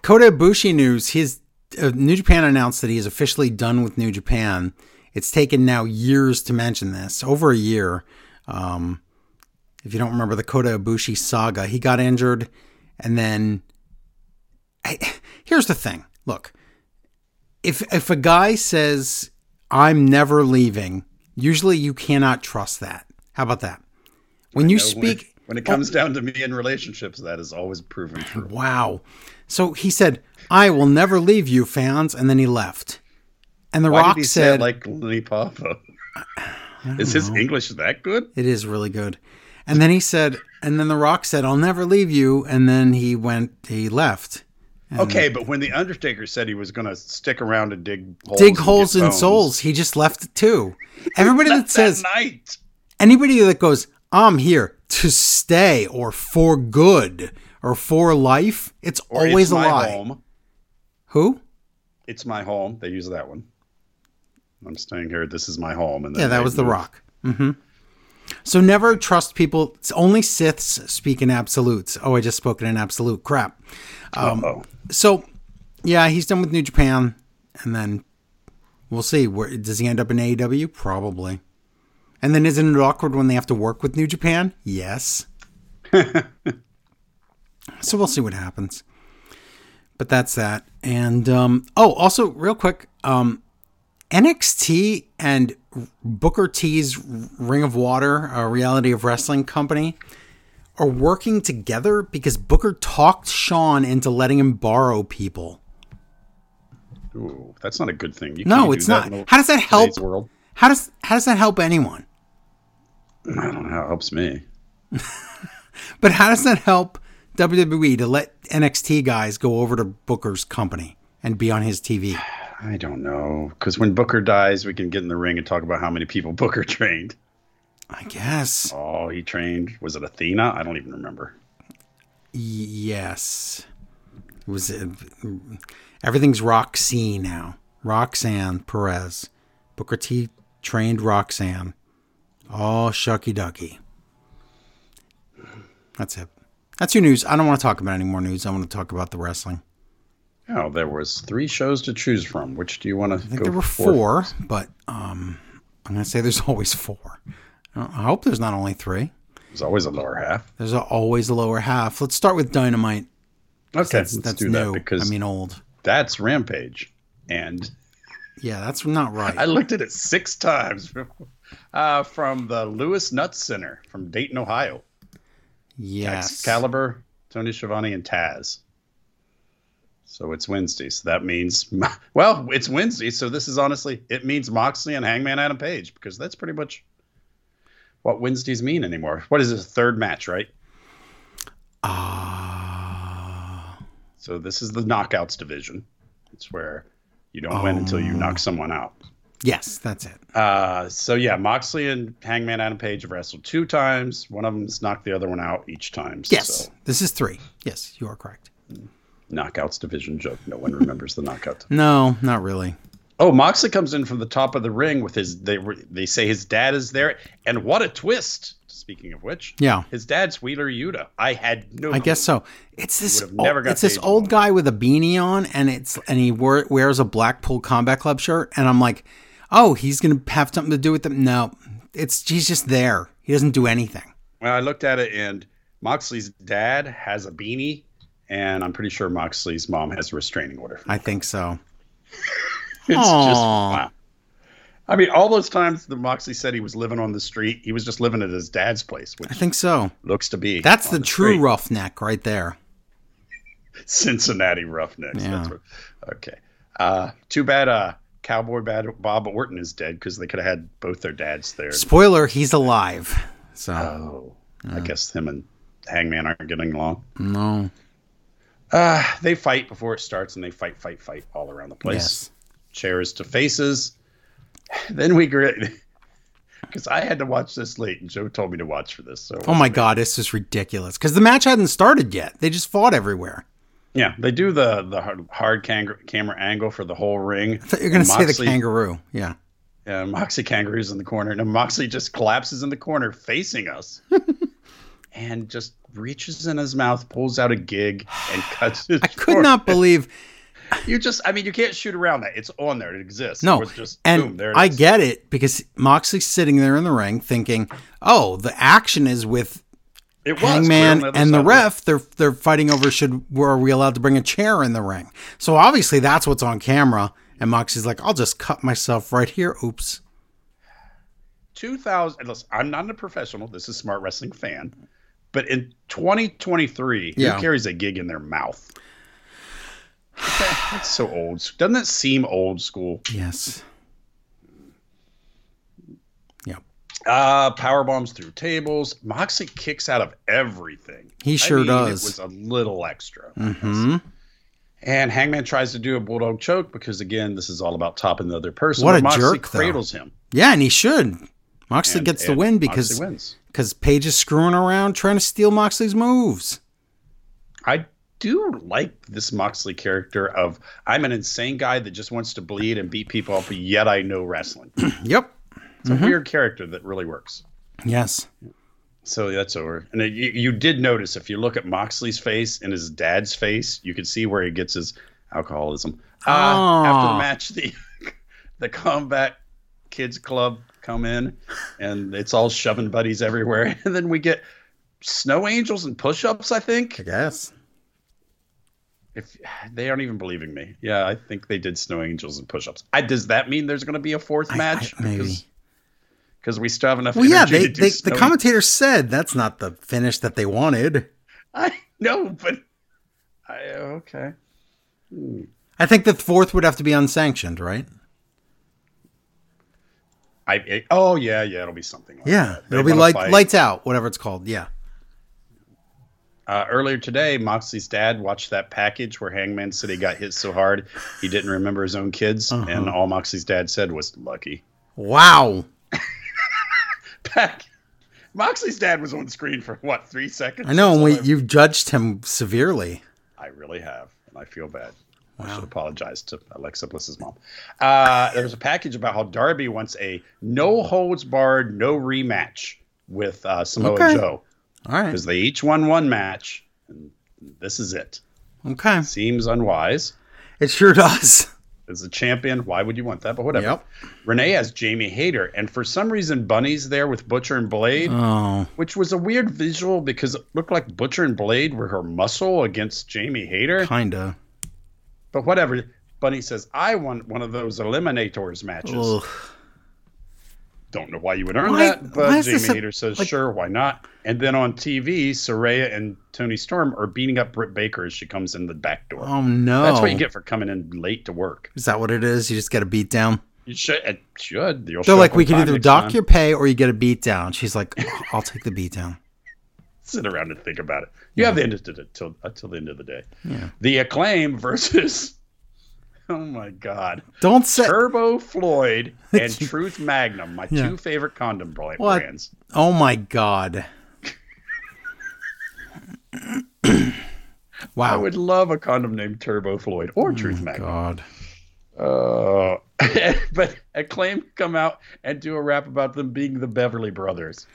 Kota Ibushi news. His uh, New Japan announced that he is officially done with New Japan. It's taken now years to mention this, over a year. Um, if you don't remember the Kota Ibushi saga, he got injured, and then I, here's the thing. Look, if if a guy says I'm never leaving, usually you cannot trust that. How about that? When you
know,
speak,
when, when it comes down to me in relationships, that is always proven true.
Wow. So he said, I will never leave you, fans. And then he left. And The
Why
Rock
did he say
said,
it like Lenny Papa? Is his English that good?
It is really good. And then he said, and then The Rock said, I'll never leave you. And then he went, he left.
Okay, but when the Undertaker said he was going to stick around and dig holes,
Dig
and get
holes in
bones,
souls. He just left it
*laughs*
too. Everybody
not
that says,
night.
anybody that goes, I'm here to stay or for good or for life, it's
Or
always
it's
a
my
lie.
Home.
Who?
It's my home. They use that one. I'm staying here. This is my home. And then
Yeah, that
they
was The
move.
Rock. hmm So never trust people. It's only Siths speak in absolutes. Oh, I just spoke in an absolute crap. Um,
Uh-oh.
So, yeah, he's done with New Japan, and then we'll see. Where does he end up in AEW? Probably. And then isn't it awkward when they have to work with New Japan? Yes. so we'll see what happens. But that's that. And um, oh, also real quick, um, NXT and Booker T's Ring of Water, a reality of wrestling company, are working together because Booker talked Sean into letting him borrow people.
Ooh, that's not a good thing. You can't
No,
do
it's
that
not.
in the-
How does that help?
today's World. *clears throat*
How does how does that help anyone?
I don't know how it helps me.
But how does that help WWE to let NXT guys go over to Booker's company and be on his TV?
I don't know. Because when Booker dies, we can get in the ring and talk about how many people *laughs* Booker trained.
I guess.
Oh, he trained. Was it Athena? I don't even remember.
Yes. It was uh, everything's Roxy now. Roxanne Perez. Booker T trained Roxanne. Oh, shucky ducky. That's it. That's your news. I don't want to talk about any more news. I want to talk about the wrestling.
Oh, there was three shows to choose from. Which do you want to
I
go
think there were
for?
four, but um, I'm gonna say there's *laughs* always four. I I hope there's not only three.
There's always a lower half.
There's a, always a lower half. Let's start with Dynamite.
Okay,
That's,
let's
that's
do
new.
that because
I mean old.
that's Rampage. And
Yeah, that's not right.
I looked at it six times uh, from the Lewis Nutt Center from Dayton, Ohio.
yes.
Excalibur, Tony Schiavone, and Taz. So it's Wednesday. So that means, *laughs* well, it's Wednesday. So this is honestly, it means Moxley and Hangman Adam Page because that's pretty much what Wednesdays mean anymore. What is this? Third match, right?
Ah.
So this is the knockouts division. It's where you don't win until you
Ah.
knock someone out.
yes, that's it.
Uh, so yeah, Moxley and Hangman Adam Page have wrestled two times. One of them's knocked the other one out each time.
Yes,
So
this is three. Yes, you are correct.
knockouts division joke. No one remembers the knockout.
No, not really.
Oh, Moxley comes in from the top of the ring with his. They were- they say his dad is there, and what a twist! Speaking of which,
Yeah.
his dad's Wheeler Yuta. I had no.
I guess so. It's this.
would have never
ol-
got
it's this
Paige
old
Gold.
guy with a beanie on, and it's and he wear, wears a Blackpool Combat Club shirt, and I'm like, oh, he's gonna have something to do with them. No, it's he's just there. He doesn't do anything.
Well, I looked at it, and Moxley's dad has a beanie, and I'm pretty sure Moxley's mom has a restraining order.
I think so.
It's just
Aw.
wow. I mean, all those times that Moxley said he was living on the street, he was just living at his dad's place,
I
which
think so.
looks to be
That's
on
the, true
street.
roughneck right there.
*laughs* Cincinnati Roughnecks. That's
Yeah.
what, okay. Uh, too bad uh, Cowboy Bad Bob Orton is dead because they could have had both their dads there.
Spoiler: He's alive. So
Oh, I guess him and Hangman aren't getting along.
no.
Uh, they fight before it starts, and they fight, fight, fight all around the place.
Yes.
chairs to faces. *sighs* Then we *laughs* grit because I had to watch this late, and Joe told me to watch for this. So
Oh my god, this is ridiculous. Because the match hadn't started yet. They just fought everywhere. *laughs*
yeah, they do the the hard, hard kang- camera angle for the whole ring.
I thought you were gonna say the
Moxley-
kangaroo. Yeah.
Yeah, Moxie kangaroos in the corner, and Moxie just collapses in the corner facing
*laughs*
us, and just reaches in his mouth, pulls out a gig,
*sighs*
and cuts it.
I could not believe
You just, I mean, you can't shoot around that. It's on there. It exists.
No,
It was just
and
boom. There it
I
is.
get it because Moxley's sitting there in the ring thinking, "Oh, the action is with
it was
Hangman
clear on other
and the
side.
ref. They're they're fighting over should were we allowed to bring a chair in the ring? So obviously that's what's on camera." And Moxley's like, "I'll just cut myself right here. Oops."
2000, listen, I'm not a professional. This is smart wrestling fan. But in 2023,
Yeah.
who carries a gig in their mouth? *sighs* That's so old. Doesn't it seem old school?
Yes.
Uh, power bombs through tables. Moxley kicks out of everything.
He sure does.
It was a little extra.
hmm
And Hangman tries to do a bulldog choke because again, this is all about topping the other person.
What
But
a
Moxley
jerk, though.
Cradles him.
Yeah, and he should. Moxley
And-
gets the
and
win because
Moxley wins.
because Paige is screwing around trying to steal Moxley's moves. *clears throat*
I do like this Moxley character of I'm an insane guy that just wants to bleed and beat people up, yet I know wrestling. It's
Yep.
a weird character that really works.
Yes.
So that's over. And you, you did notice if you look at Moxley's face and his dad's face, you can see where he gets his alcoholism. Uh, after
Ah.
the match, the *laughs* the combat kids club come in, and it's all shoving buddies everywhere. *laughs* And then we get snow angels and push ups. I think
guess.
if *sighs* they aren't even believing me. Yeah, I think they did snow angels and push ups. Does that mean there's going to be a fourth
I-
match?
I- maybe.
Because we still have enough.
Well, yeah,
energy
they,
to do
they the
snow-
commentator said that's not the finish that they wanted.
*laughs* I know, but I okay.
I think the fourth would have to be unsanctioned, right?
I it- oh yeah yeah it'll be something like
Yeah,
that. They
it'll be
wanna
light,
fight.
lights out, whatever it's called. Yeah.
Uh, earlier today, Moxley's dad watched that package where Hangman said he got hit so hard he didn't remember his own kids,
Uh-huh.
and all Moxley's dad said was "lucky." *laughs*
Wow.
Pack. Moxley's dad was on screen for what three seconds?
I know,
That's
and we,
all I-
you've judged him severely.
I really have, and I feel bad. I
Wow.
should apologize to Alexa Bliss's mom. Uh, there was a package about how Darby wants a no holds barred, no rematch with uh, Samoa
Okay.
Joe
All right.
because they each won one match, and this is it.
Okay.
Seems unwise.
It sure does.
As a champion, why would you want that? But whatever.
Yep.
Renee has Jamie Hayter, and for some reason, Bunny's there with Butcher and Blade,
Oh.
which was a weird visual because it looked like Butcher and Blade were her muscle against Jamie Hayter.
Kinda.
But whatever. Bunny says, I want one of those eliminators matches.
Ugh.
Don't know why you would earn
Why-
that,
why
but
is this
Jamie
a-
Hayter says,
like-
sure, why not? And then on TV, Soraya and Tony Storm are beating up Britt Baker as she comes in the back door.
Oh no.
That's what you get for coming in late to work.
Is that what it is? You just get a beat down.
You should. It should. You'll
They're
show
like,
up
we
on
can
time
either
next
dock
time."
your pay or you get a beat down. She's like, "Oh, I'll take the beat down.
sit around and think about it. You have the end of the till until the end of the day.
Yeah.
The acclaim versus *laughs* oh my god,
Don't say. *laughs*
Turbo Floyd and Truth Magnum, my
Yeah.
two favorite condom bra-
What?
brands.
Oh my *clears throat* god.
I
wow.
would love a condom named Turbo Floyd or Truth Magnum.
god.
Oh, *laughs* but acclaim come out and do a rap about them being the Beverly Brothers.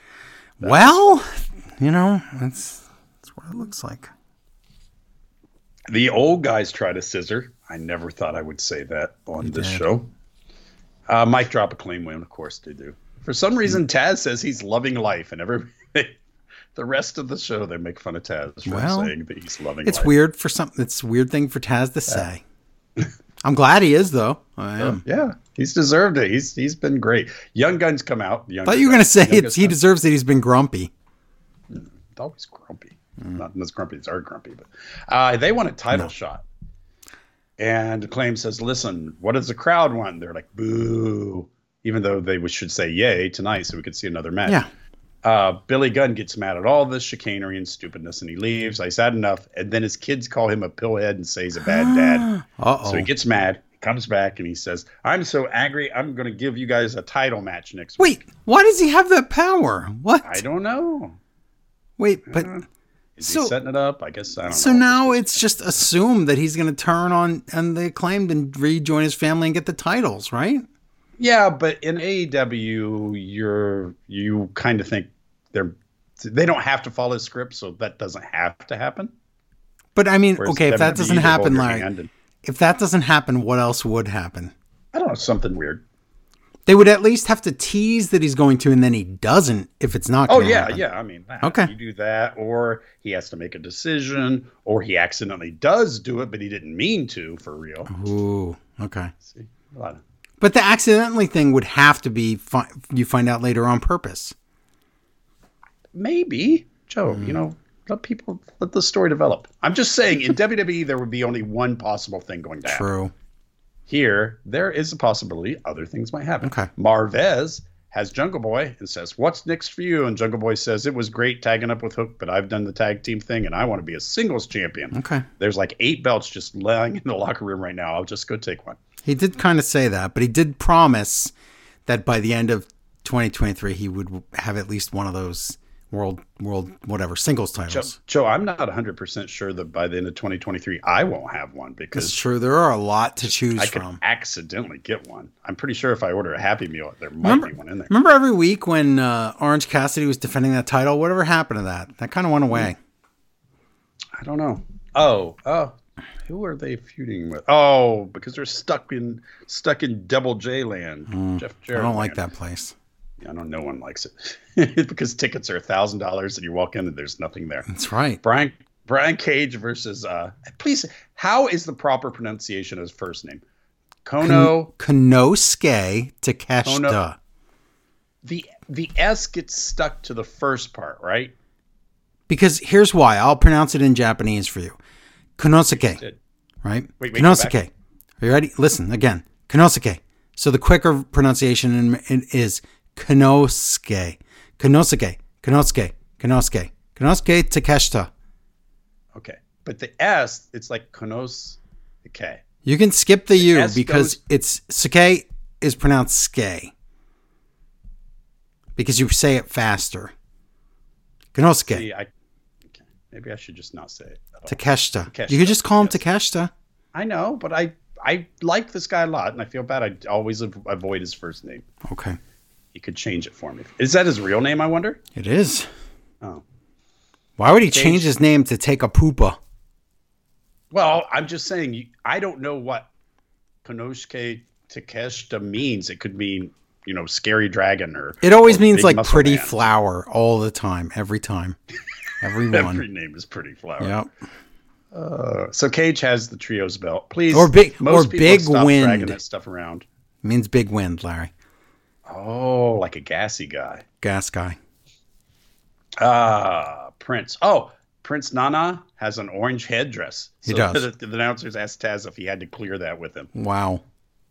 well, you know, that's that's what it looks like.
The old guys try to scissor. I never thought I would say that on this
did.
show. Uh, Mike drop a clean win, of course they do. For some
Hmm.
reason, Taz says he's loving life, and every *laughs* the rest of the show they make fun of Taz for
Well,
saying that he's loving.
It's
life.
weird for some. It's a weird thing for Taz to say. I'm glad he is though. I am.
Yeah, he's deserved it. He's he's been great. Young Guns come out. Young
Thought you were gonna say it's,
Youngest
he
Guns-
deserves that he's been grumpy.
It's always grumpy.
Mm.
Not as grumpy as our grumpy, but uh, they want a title shot. And Claim says, "Listen, what does the crowd want?" And they're like, "Boo!" Even though they was- should say "Yay" tonight, so we could see another match.
Yeah.
Uh, Billy Gunn gets mad at all this chicanery and stupidness, and he leaves. I had enough. And then his kids call him a pillhead and say he's a bad
*gasps*
dad.
Uh oh.
So he gets mad, comes back, and he says, "I'm so angry. I'm going to give you guys a title match next week."
Wait, why does he have that power? What?
I don't know.
Wait, but
Is
So-
he setting it up? I guess I don't
so
know.
now it's just assumed that he's going to turn on on the acclaimed and rejoin his family and get the titles, right?
Yeah, but in AEW, you're you kind of think they're they don't have to follow script, so that doesn't have to happen.
But I mean,
Whereas E
okay, if that
WWE,
doesn't
they hold
happen,
your
Larry,
hand and-
if that doesn't happen, what else would happen?
I don't know something weird.
They would at least have to tease that he's going to, and then he doesn't. If it's not,
Oh
gonna
yeah,
happen.
yeah. I mean, that-
Okay.
you do that, or he has to make a decision, or he accidentally does do it, but he didn't mean to for real.
Ooh, okay.
See, a lot of
But the accidentally thing would have to be fi- you find out later on purpose.
Maybe Joe.
Mm.
You know, let people let the story develop. I'm just saying, in *laughs* WWE, there would be only one possible thing going down.
True.
Here, there is a possibility other things might happen.
Okay.
Marvez has Jungle Boy and says, What's next for you? And Jungle Boy says, It was great tagging up with Hook, but I've done the tag team thing and I want to be a singles champion.
Okay.
There's like eight belts just lying in the locker room right now. I'll just go take one.
He did kind of say that, but he did promise that by the end of 2023 he would w- have at least one of those world world whatever singles
Joe,
titles.
Joe, I'm not 100% sure that by the end of 2023, I won't have one
It's
because
true. There are a lot to choose
I could
from.
accidentally get one. I'm pretty sure if I order a Happy Meal, there might
Remember-
be one in there.
Remember every week when uh, Orange Cassidy was defending that title? Whatever happened to that? That kind of went away.
I don't know. Oh, oh, who are they feuding with? Oh, because they're stuck in stuck in Double J land. Jeff
Hmm. I
Jarrett.
don't like
land.
that place.
I know no one likes it *laughs* because tickets are thousand dollars and you walk in and there's nothing there.
That's right.
Brian Brian Cage versus uh, please. How is the proper pronunciation of his first name? Kono.
Konosuke Takeshita.
Oh, no. the the S gets stuck to the first part, right?
Because here's why. I'll pronounce it in Japanese for you. Konosuke,
Did-
right?
Wait, wait, go back.
Konosuke. Are you ready? Listen again. Konosuke. So the quicker pronunciation in, in, is Konosuke. Konosuke. Konosuke. Konosuke. Konosuke Takeshita.
Okay, but the S, it's like Konos. Okay,
You can skip the U
S
because
goes-
it's Suke is pronounced Ske. Because you say it faster. Konosuke.
see, I okay. maybe I should just not say it. at all.
Takeshita.
uh, Takeshita,
You could just call him
yes.
Takeshita.
I know, but I I like this guy a lot, and I feel bad. I always av- avoid his first name.
Okay.
He could change it for me. Is that his real name? I wonder.
It is.
Oh,
Why would he
Change-
change his name to take a poopa?
well, I'm just saying. you- I don't know what Konosuke Takeshita means. It could mean you know scary dragon or
It always
or
means
big
like
muscle
pretty
man.
flower all the time, every
*laughs*
time, every
Every
one.
name is pretty flower.
Yep.
So Cage has the trios belt. Please,
Or big-
most
or
people
big
stop dragging
wind.
that stuff around.
means big wind, Larry.
Oh, like a gassy guy.
Gas guy.
Ah, Prince. Oh, Prince Nana has an orange headdress.
He
So *laughs*
does.
The, the announcers asked Taz if he had to clear that with him.
Wow.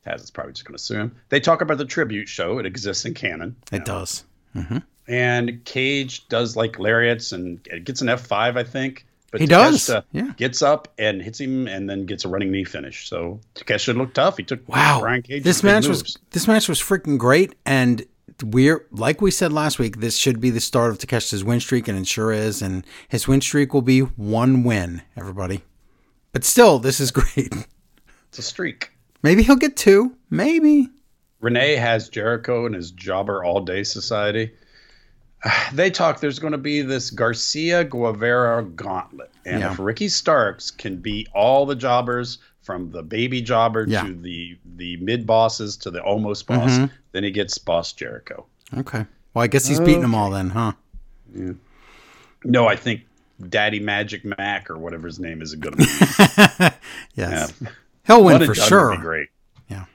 Taz is probably just going to sue him. They talk about the tribute show. It exists in canon.
It does. Mm-hmm.
And Cage does like lariats and it gets an F5, I think. But
He does,
Takeshita
yeah.
Gets up and hits him and then gets a running knee finish. So Takeshita looked tough. He took
Wow.
Brian Cage.
this match was this match was freaking great and we're like we said last week, this should be the start of Takeshita's win streak, and it sure is. And his win streak will be one win, everybody. But still, this is *laughs* great.
It's a streak.
Maybe he'll get two. Maybe.
Renee has Jericho and his Jobber All Day Society. *sighs* They talk. There's going to be this Garcia Guevara gauntlet, and
Yeah.
if Ricky Starks can beat all the jobbers from the baby jobber
Yeah. Mm-hmm.
to the the mid bosses to the almost boss, then he gets Boss Jericho.
Okay. Well, I guess he's beating them all then, huh?
No, I think Daddy Magic Mac or whatever his name is going to be.
*laughs* Yes. He'll
One
win
and
for
done
sure.
Would be great.
Yeah.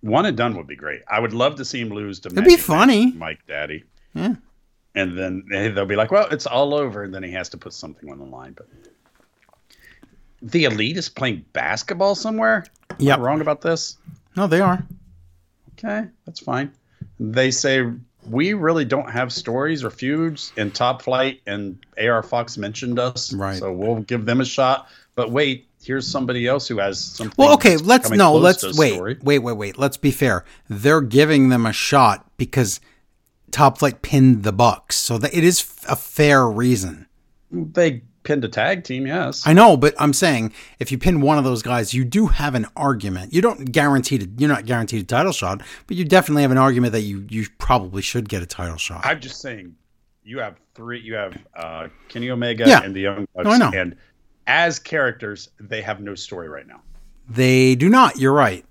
One and done would be great. I would love to see him lose to.
It'd
Magic
be
Mac
funny.
Mike Daddy.
Yeah.
And then they- they'll be like, well, it's all over. And then he has to put something on the line. But the elite is playing basketball somewhere. Am I
Yep.
Wrong about this?
No, they are.
Okay. That's fine. They say, we really don't have stories or feuds in Top Flight, and AR Fox mentioned us.
Right.
So we'll give them a shot. But wait, here's somebody else who has something.
Well, okay,
that's
let's
coming
no,
close
let's
to a
wait.
story.
Wait, wait, wait. Let's be fair. They're giving them a shot because Top Flight pinned the Bucks. So that it is f- a fair reason.
They pinned a tag team, yes.
I know, but I'm saying if you pin one of those guys, you do have an argument. You don't guarantee to, you're not guaranteed a title shot, but you definitely have an argument that you you probably should get a title shot.
I'm just saying, you have three. You have uh, Kenny Omega
Yeah.
and the Young Bucks,
No, I know.
and as characters, they have no story right now.
they do not. You're right.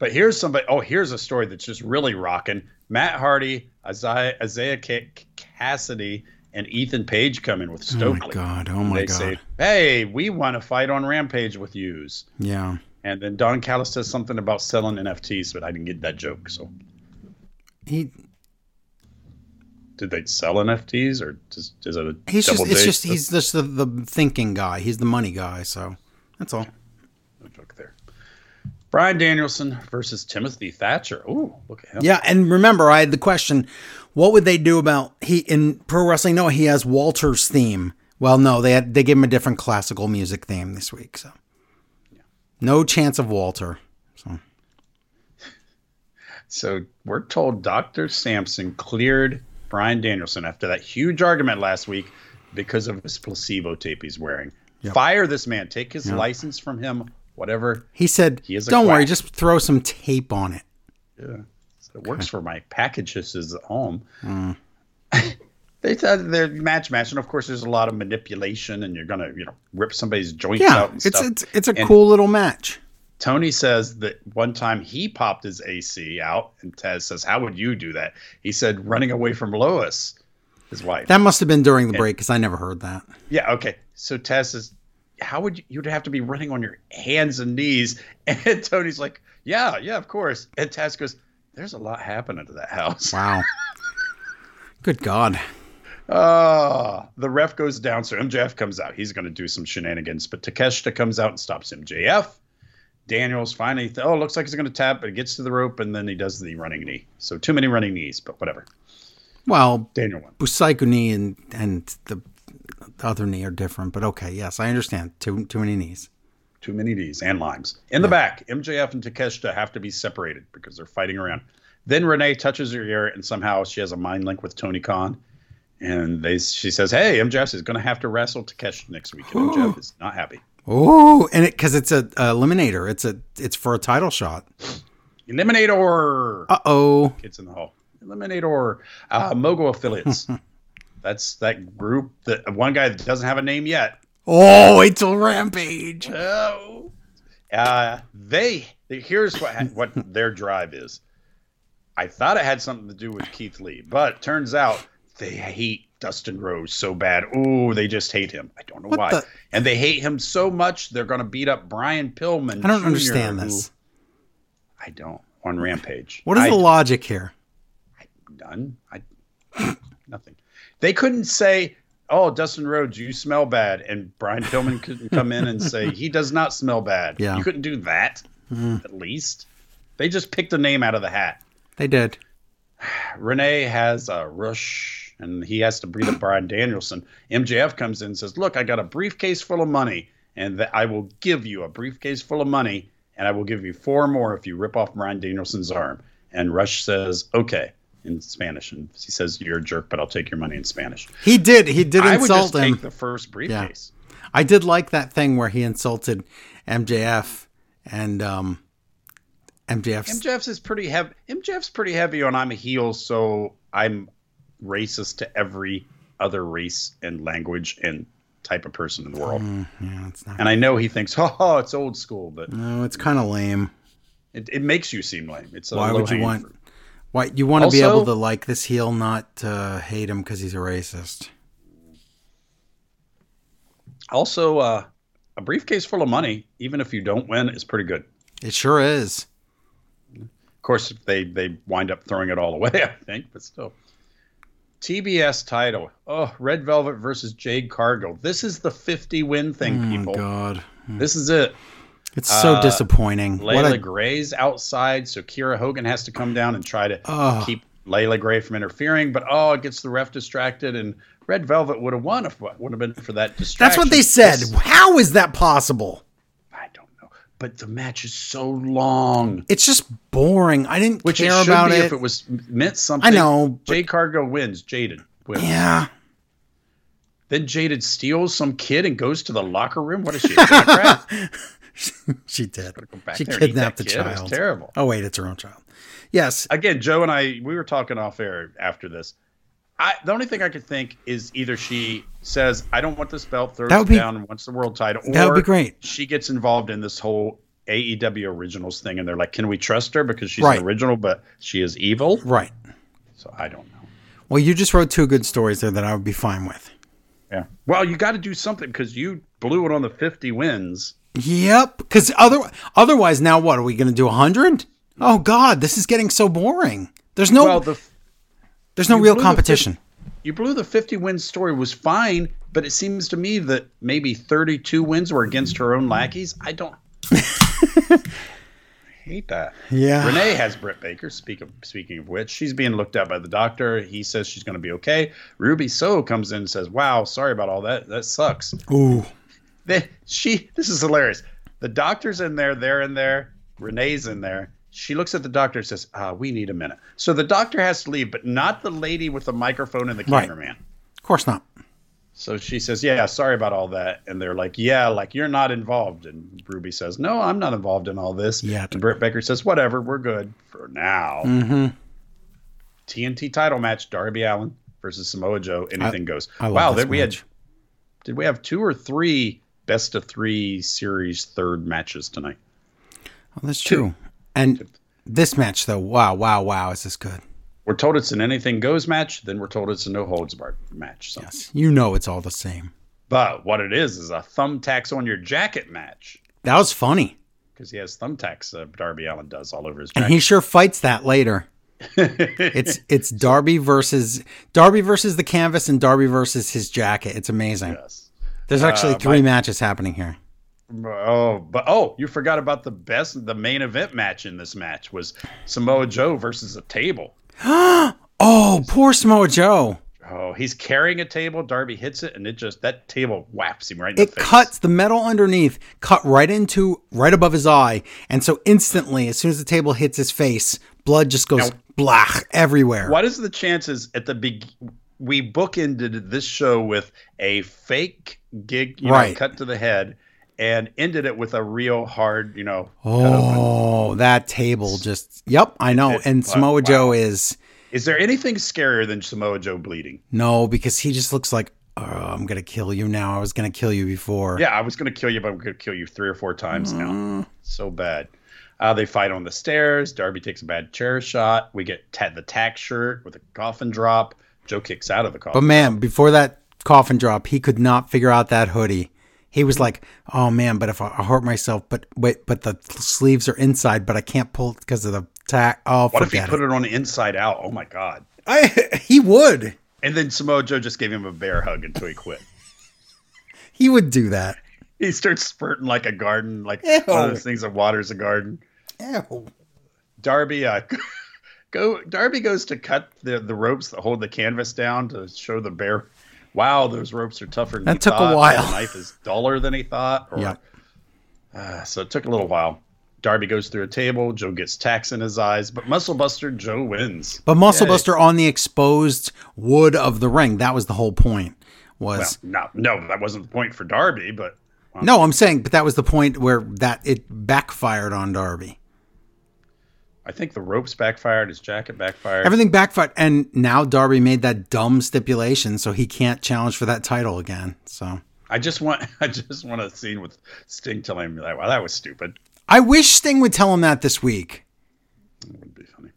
But here's somebody. Oh, here's a story that's just really rocking. Matt Hardy, Isaiah, Isaiah Ca- Cassidy, and Ethan Page come in with
Oh my
Stokely.
god. Oh my
they
god.
say, "Hey, we want to fight on Rampage with yous."
yeah.
And then Don Callis says something about selling NFTs, but I didn't get that joke. So
He
did they sell NFTs or just is it a
he's
double
just it's
date?
just he's just the, the thinking guy. He's the money guy. So that's all.
No joke there. Brian Danielson versus Timothy Thatcher. Ooh, look at him.
Yeah, and remember, I had the question: What would they do about he in pro wrestling? No, he has Walter's theme. Well, no, they had, they gave him a different classical music theme this week, so no chance of Walter. So
So we're told Dr. Sampson cleared Brian Danielson after that huge argument last week because of his placebo tape he's wearing. Fire this man. Take his license from him. Whatever.
he said,
He is a
"Don't worry,
quack."
just throw some tape on it."
So it works for my packages is at home.
Mm.
*laughs* they said they're match match, and of course there's a lot of manipulation, and you're gonna you know rip somebody's joints out.
Yeah,
And
it's
stuff.
it's it's a
And-
cool little match.
Tony says that one time he popped his AC out, and Taz says, "How would you do that?" He said, "Running away from Lois, his wife."
That must have been during the break because I never heard that.
yeah, okay. So Taz says, "How would you? You'd have to be running on your hands and knees." *laughs* And Tony's like, "Yeah, yeah, of course." And Taz goes, "There's a lot happening to that house."
Wow. Good God.
*laughs* Ah, the ref goes down, so MJF comes out. He's going to do some shenanigans, but Takeshita comes out and stops MJF. Daniels finally, th- oh, looks like he's going to tap, but he gets to the rope, and then he does the running knee. So too many running knees, but whatever.
Well,
Daniel won.
Busaiku knee and and the other knee are different, but okay, yes, I understand. Too too many knees.
Too many knees and limes. In the back, MJF and Takeshita have to be separated because they're fighting around. Then Renee touches her ear, and somehow she has a mind link with Tony Khan. And they, she says, hey, MJF is going to have to wrestle Takeshita next week. And MJF is not happy.
Oh, and it because it's a, a eliminator. It's a it's for a title shot.
Eliminator!
Uh oh.
Kids in the Hall, Eliminator, uh, Mogo Affiliates. That's that group that one guy that doesn't have a name yet.
Oh, wait till Rampage.
Oh, *laughs* uh, they here's what ha-
*laughs*
what their drive is. I thought it had something to do with Keith Lee, but turns out they hate Dustin Rose so bad. Oh, they just hate him. I don't know why,
the-
and they hate him so much they're going to beat up Brian Pillman.
I don't
Jr.,
understand
who-
this.
I don't on Rampage.
What is
I
the logic here?
None. I nothing. They couldn't say, "Oh, Dustin Rhodes, you smell bad," and Brian Pillman couldn't come in and say he does not smell bad.
Yeah.
you couldn't do that. At least they just picked a name out of the hat.
They did.
Renee has a rush, and he has to breathe up Brian Danielson. MJF comes in and says, "Look, I got a briefcase full of money, and that I will give you a briefcase full of money, and I will give you four more if you rip off Brian Danielson's arm." And Rush says, "Okay." In Spanish, and he says, "You're a jerk, but I'll take your money in Spanish."
He did. He did
I would
insult
just
him.
take the first briefcase.
I did like that thing where he insulted MJF and um MJF's
MJF's is pretty heavy. MJF's pretty heavy on I'm a heel, so I'm racist to every other race and language and type of person in the world.
Mm, yeah, it's not
And I know he thinks, *laughs* oh, it's old school, but
No, it's kinda lame.
it, it makes you seem lame. It's a
Why would you
low-hanging
want
fruit.
why you want to be
Also-
able to like this heel, not uh, hate him because he's a racist?
Also, uh, a briefcase full of money, even if you don't win, is pretty good.
It sure is.
Of course, they they wind up throwing it all *laughs* away, I think, but still. TBS title. Oh, Red Velvet versus Jade Cargill. This is the 50 win thing, people.
Oh God.
This is it.
It's so disappointing. What
Uh, Layla
a-
Gray's outside, so Kira Hogan has to come down and try to
Ugh.
keep Layla Gray from interfering. But oh, it gets the ref distracted, and Red Velvet would have won if it would have been for that distraction.
That's what they said.
This-
How is that possible?
I don't know, but the match is so long,
It's just boring. I didn't
which
care
it should
about
be
it.
if it was meant something.
I know, but
Jade Cargo wins. Jaded wins.
yeah, *laughs*
Then Jaded steals some kid and goes to the locker room. What is she? a jackrabbit?
*laughs* she did.
Go back
She
there and eat
kidnapped the
that kid. It was
child.
terrible.
Oh wait, it's her own child. Yes,
again, Joe and I, we were talking off air after this. I, the only thing I could think is either she says, "I don't want this belt," throws
That would
it
be-
down and wants the world title,
that would be
or
great.
She gets involved in this whole AEW originals thing, and they're like, "Can we trust her because she's
Right.
an original, but she is evil?"
Right.
So I don't know.
Well, you just wrote two good stories there that I would be fine with.
Yeah. Well, you got to do something because you blew it on the fifty wins.
Yep. Because other, otherwise, now what? Are we going to do 100? Oh, God, this is getting so boring. There's no,
Well, the
there's no
you
real
blew the fif-
competition.
you blew the 50 win story was fine, but it seems to me that maybe 32 wins were against her own lackeys.
*laughs*
I don't I hate that.
Yeah.
Renee has Britt Baker. Speak of, speaking of which, she's being looked at by the doctor. He says she's going to be okay. Ruby So comes in and says, "Wow, sorry about all that. That sucks."
Ooh.
They, she. This is hilarious. The doctor's in there. They're in there. Renee's in there. She looks at the doctor and says, "Ah, we need a minute." So the doctor has to leave, but not the lady with the microphone and the
Right.
cameraman.
Of course not.
So she says, "Yeah, sorry about all that." And they're like, "Yeah, like you're not involved." And Ruby says, "No, I'm not involved in all this."
Yeah. Mm-hmm.
And Britt Baker says, "Whatever, we're good for now." TNT title match: Darby Allen versus Samoa Joe. Anything goes.
I love
wow,
this
that we had
match.
did we have two or three best of three series third matches tonight?
Well, Oh, that's true. And this match, though, wow, wow, wow, is this good?
We're told it's an anything goes match, then we're told it's a no holds barred match. So.
Yes. You know it's all the same.
But what it is is a thumbtacks on your jacket match
That was funny.
because he has thumbtacks. Uh, Darby Allen does all over his
And
jacket.
he sure fights that later.
*laughs*
it's it's Darby versus Darby versus the canvas and Darby versus his jacket. It's amazing.
Yes.
There's
Uh,
actually three matches happening here. *gasps*
Oh, but oh, you forgot about the best, the main event match in this match was Samoa Joe versus a table.
Oh, poor Samoa Joe.
Oh, he's carrying a table. Darby hits it, and it just that table whaps him right in
It
the face.
cuts the metal underneath, cut right into right above his eye, and so instantly, as soon as the table hits his face, blood just goes
Now-
blach everywhere.
What is the chances at the big? We bookended this show with a fake gig, you know,
Right.
cut to the head, and ended it with a real hard, you know. cut open.
Oh, that table just. Yep, I know.
It-
And
wow,
Samoa
wow.
Joe is
Is there anything scarier than Samoa Joe bleeding?
no because he just looks like oh, I'm gonna kill you now. I was gonna kill you before.
Yeah, I was going to kill you, but I'm going to kill you three or four
Mm.
times now. So bad. Uh, they fight on the stairs. Darby takes a bad chair shot. We get ta- the tack shirt with a coffin drop. Joe kicks out of the
But
coffin.
man, before that coffin drop, he could not figure out that hoodie. He was like, "Oh man, but if I, I hurt myself, but wait, but the sleeves are inside, but I can't pull it because of the tack." Oh,
what if he
forget
put it on the inside out? Oh my god!
I, *laughs* he would.
And then Samoa Joe just gave him a bear hug until he quit. *laughs*
He would do that.
he starts spurting like a garden, like
Ew.
one of those things that waters a garden.
Ew.
Darby uh, *laughs* go Darby goes to cut the, the ropes that hold the canvas down to show the bear. Wow, those ropes are tougher than
That
he
took a
thought, or
while.
The knife is duller than he thought. Or,
Yep.
uh, so it took a little while. Darby goes through a table. Joe gets tacks in his eyes, but Muscle Buster Joe wins.
But Muscle
Yay.
Buster on the exposed wood of the ring. That was the whole point. Was
Well, no, no, that wasn't the point for Darby, but
No, I'm saying, but that was the point where that it backfired on Darby.
I think the ropes backfired. His jacket backfired.
Everything backfired, and now Darby made that dumb stipulation, so he can't challenge for that title again. So
I just want, *laughs* I just want a scene with Sting telling him that. Wow, that was stupid.
I wish Sting would tell him that this week.
Would be funny.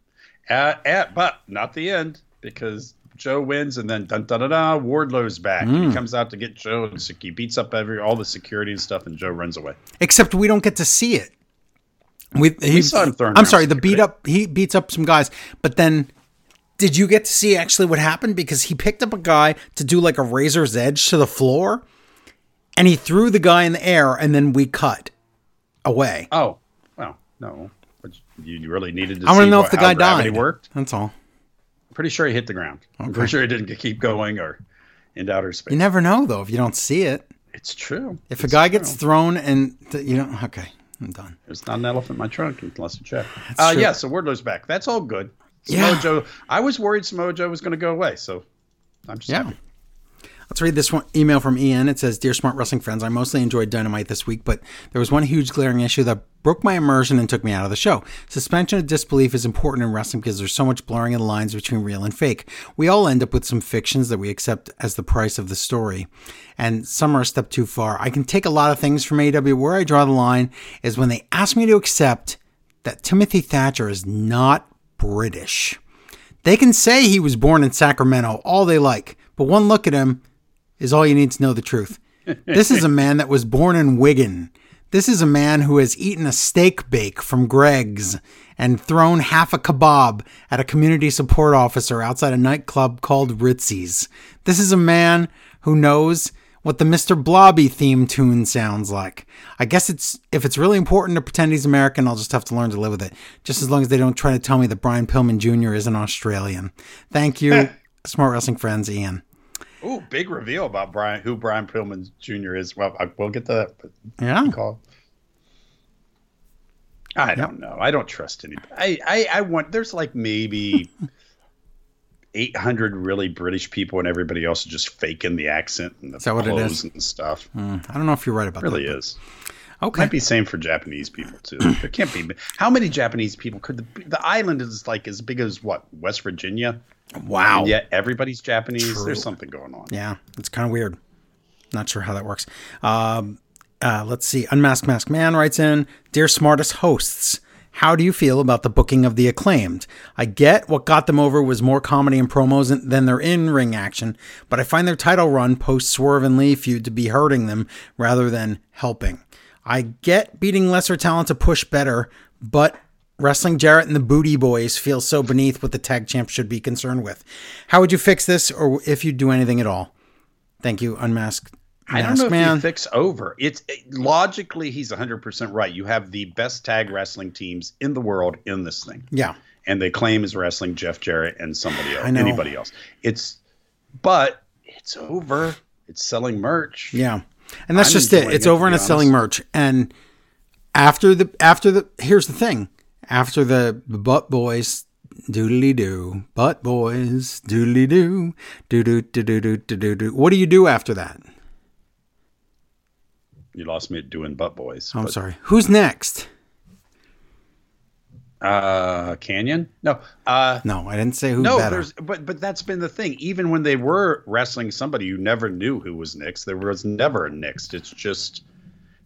Uh, uh, but not the end because Joe wins and then dun dun dun dun. Wardlow's back. He
Mm.
comes out to get Joe and sec- he beats up every all the security and stuff, and Joe runs away.
Except we don't get to see it. We, he-
saw him throwing
I'm
around
sorry, the
security.
beat up. He beats up some guys, but then did you get to see actually what happened? Because he picked up a guy to do like a razor's edge to the floor, and he threw the guy in the air, and then we cut away.
Oh, well, no, but you really needed to.
I want
see
to know
what-
if the
how
guy
gravity
died.
Worked.
That's all.
Pretty sure he hit the ground. I'm pretty sure he didn't get- keep going or into outer space.
You never know though if you don't see it.
it's true.
If a
It's
guy
true.
gets thrown and th- you don't, okay, I'm done.
There's not an elephant in my trunk unless you check. Uh,
true.
yeah, so Wardlow's back. That's all good.
Yeah.
Samoa Joe. I was worried Samoa Joe was going to go away, so I'm just happy.
Let's read this one email from Ian. It says, "Dear Smart Wrestling friends, I mostly enjoyed Dynamite this week, but there was one huge glaring issue that broke my immersion and took me out of the show. Suspension of disbelief is important in wrestling because there's so much blurring of the lines between real and fake. We all end up with some fictions that we accept as the price of the story, and some are a step too far. I can take a lot of things from AW. Where I draw the line is when they ask me to accept that Timothy Thatcher is not British." They can say he was born in Sacramento all they like, but one look at him is all you need to know the truth. This is a man that was born in Wigan. This is a man who has eaten a steak bake from Greg's and thrown half a kebab at a community support officer outside a nightclub called Ritzy's. This is a man who knows what the Mr. Blobby theme tune sounds like. I guess it's if it's really important to pretend he's American, I'll just have to learn to live with it. Just as long as they don't try to tell me that Brian Pillman Jr. is an Australian. Thank
Eh.
you, Smart Wrestling Friends, Ian.
Ooh, big reveal about Brian, who Brian Pillman Jr. is. Well, I, we'll get to that. But
Yeah.
call. I don't know. I don't trust anybody. I, I, I want, there's
*laughs*
like maybe 800 really British people, and everybody else is just faking the accent and the
that what it is?
clothes and stuff.
Mm, I don't know if you're right about
really
that.
is.
Okay.
Might be same for Japanese people
*clears throat*
too. There can't be. How many Japanese people could the the island is like as big as what West Virginia?
Wow.
And yet everybody's Japanese.
True.
There's something going on.
Yeah, it's kind of weird. Not sure how that works. Um, uh, let's see. Unmasked Mask Man writes in Dear Smartest Hosts, how do you feel about the booking of the acclaimed? I get what got them over was more comedy and promos in- than their in ring action, but I find their title run post Swerve and Lee feud to be hurting them rather than helping. I get beating lesser talent to push better, but Wrestling Jarrett and the Booty Boys feel so beneath what the tag champ should be concerned with. How would you fix this, or if you do anything at all? Thank you, Unmasked
I don't
Masked
know if
Man.
you fix over. It's it- logically he's 100% right. You have the best tag wrestling teams in the world in this thing.
yeah,
And they claim is wrestling Jeff Jarrett and somebody else,
know.
anybody else. It's but it's over. It's selling merch.
yeah, and that's
I'm
just it.
enjoying
It's
it,
over
to
and
be
it's selling merch. And after the after the here's the thing: after the Butt Boys doodly doo, Butt Boys doodly doo, doo doo doo doo doo doo doo doo. What do you do after that?
You lost me at doing butt boys.
I'm
but,
sorry. Who's next?
Uh Canyon? No. Uh
No, I didn't say who
No,
better.
there's but but that's been the thing. Even when they were wrestling somebody, you never knew who was next. There was never a next. It's just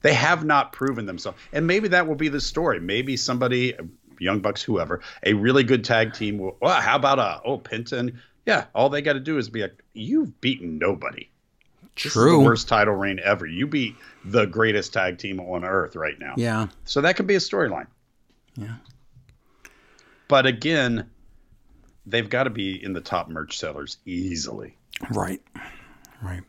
they have not proven themselves. And maybe that will be the story. Maybe somebody, Young Bucks, whoever, a really good tag team will well, how about uh oh Penton? Yeah, all they gotta do is be like, You've beaten nobody. This is the
True.
worst title reign ever. You beat the greatest tag team on earth right now.
Yeah.
So that could be a storyline.
Yeah.
But again, they've got to be in the top merch sellers easily.
Right. Right.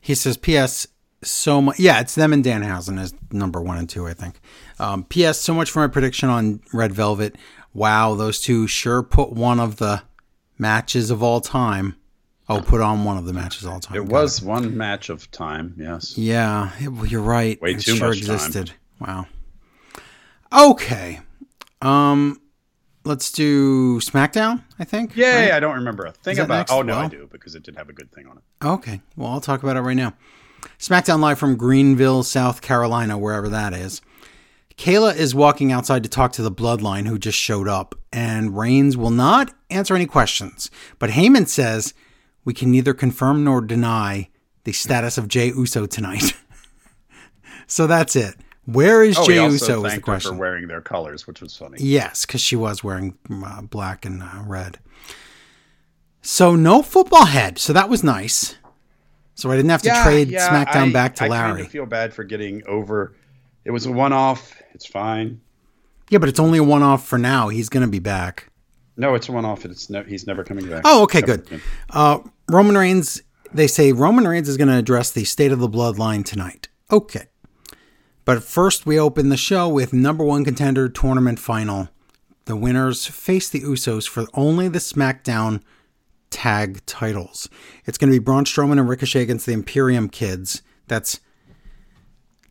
He says, P.S. So much. Yeah, it's them and Danhausen is number one and two, I think. Um, P.S. So much for my prediction on Red Velvet. Wow, those two sure put one of the matches of all time. Oh, put on one of the matches of all time.
It
Got
was one match of time, yes.
Yeah, it- well, you're right.
Way
it
too
sure
much time.
existed. Wow. Okay. Um, let's do SmackDown. I think.
Yay,
right?
I don't remember a thing
that
about
next?
Oh no, I
Well-
do because it did have a good thing on it.
Okay. Well, I'll talk about it right now. SmackDown Live from Greenville, South Carolina, wherever that is. Kayla is walking outside to talk to the bloodline who just showed up, and Reigns will not answer any questions. But Heyman says, We can neither confirm nor deny the status of Jay Uso tonight. *laughs* so that's it. Where is
Oh,
Jay
we also
Uso? Is the
thanked her for
question.
wearing their colors, which was funny.
Yes, because she was wearing uh, black and uh, red. So no football head. So that was nice. So I didn't have to trade
yeah,
SmackDown
I-
back to
I kinda
Larry.
feel bad for getting over. It was a one-off. It's fine.
yeah, but it's only a one-off for now. He's going to be back.
No, it's a one-off. and It's no, he's never coming back.
Oh, okay, good.
again.
Uh, Roman Reigns. They say Roman Reigns is going to address the state of the bloodline tonight. Okay. But first, we open the show with number one contender tournament final. The winners face the Usos for only the SmackDown tag titles. It's going to be Braun Strowman and Ricochet against the Imperium kids. That's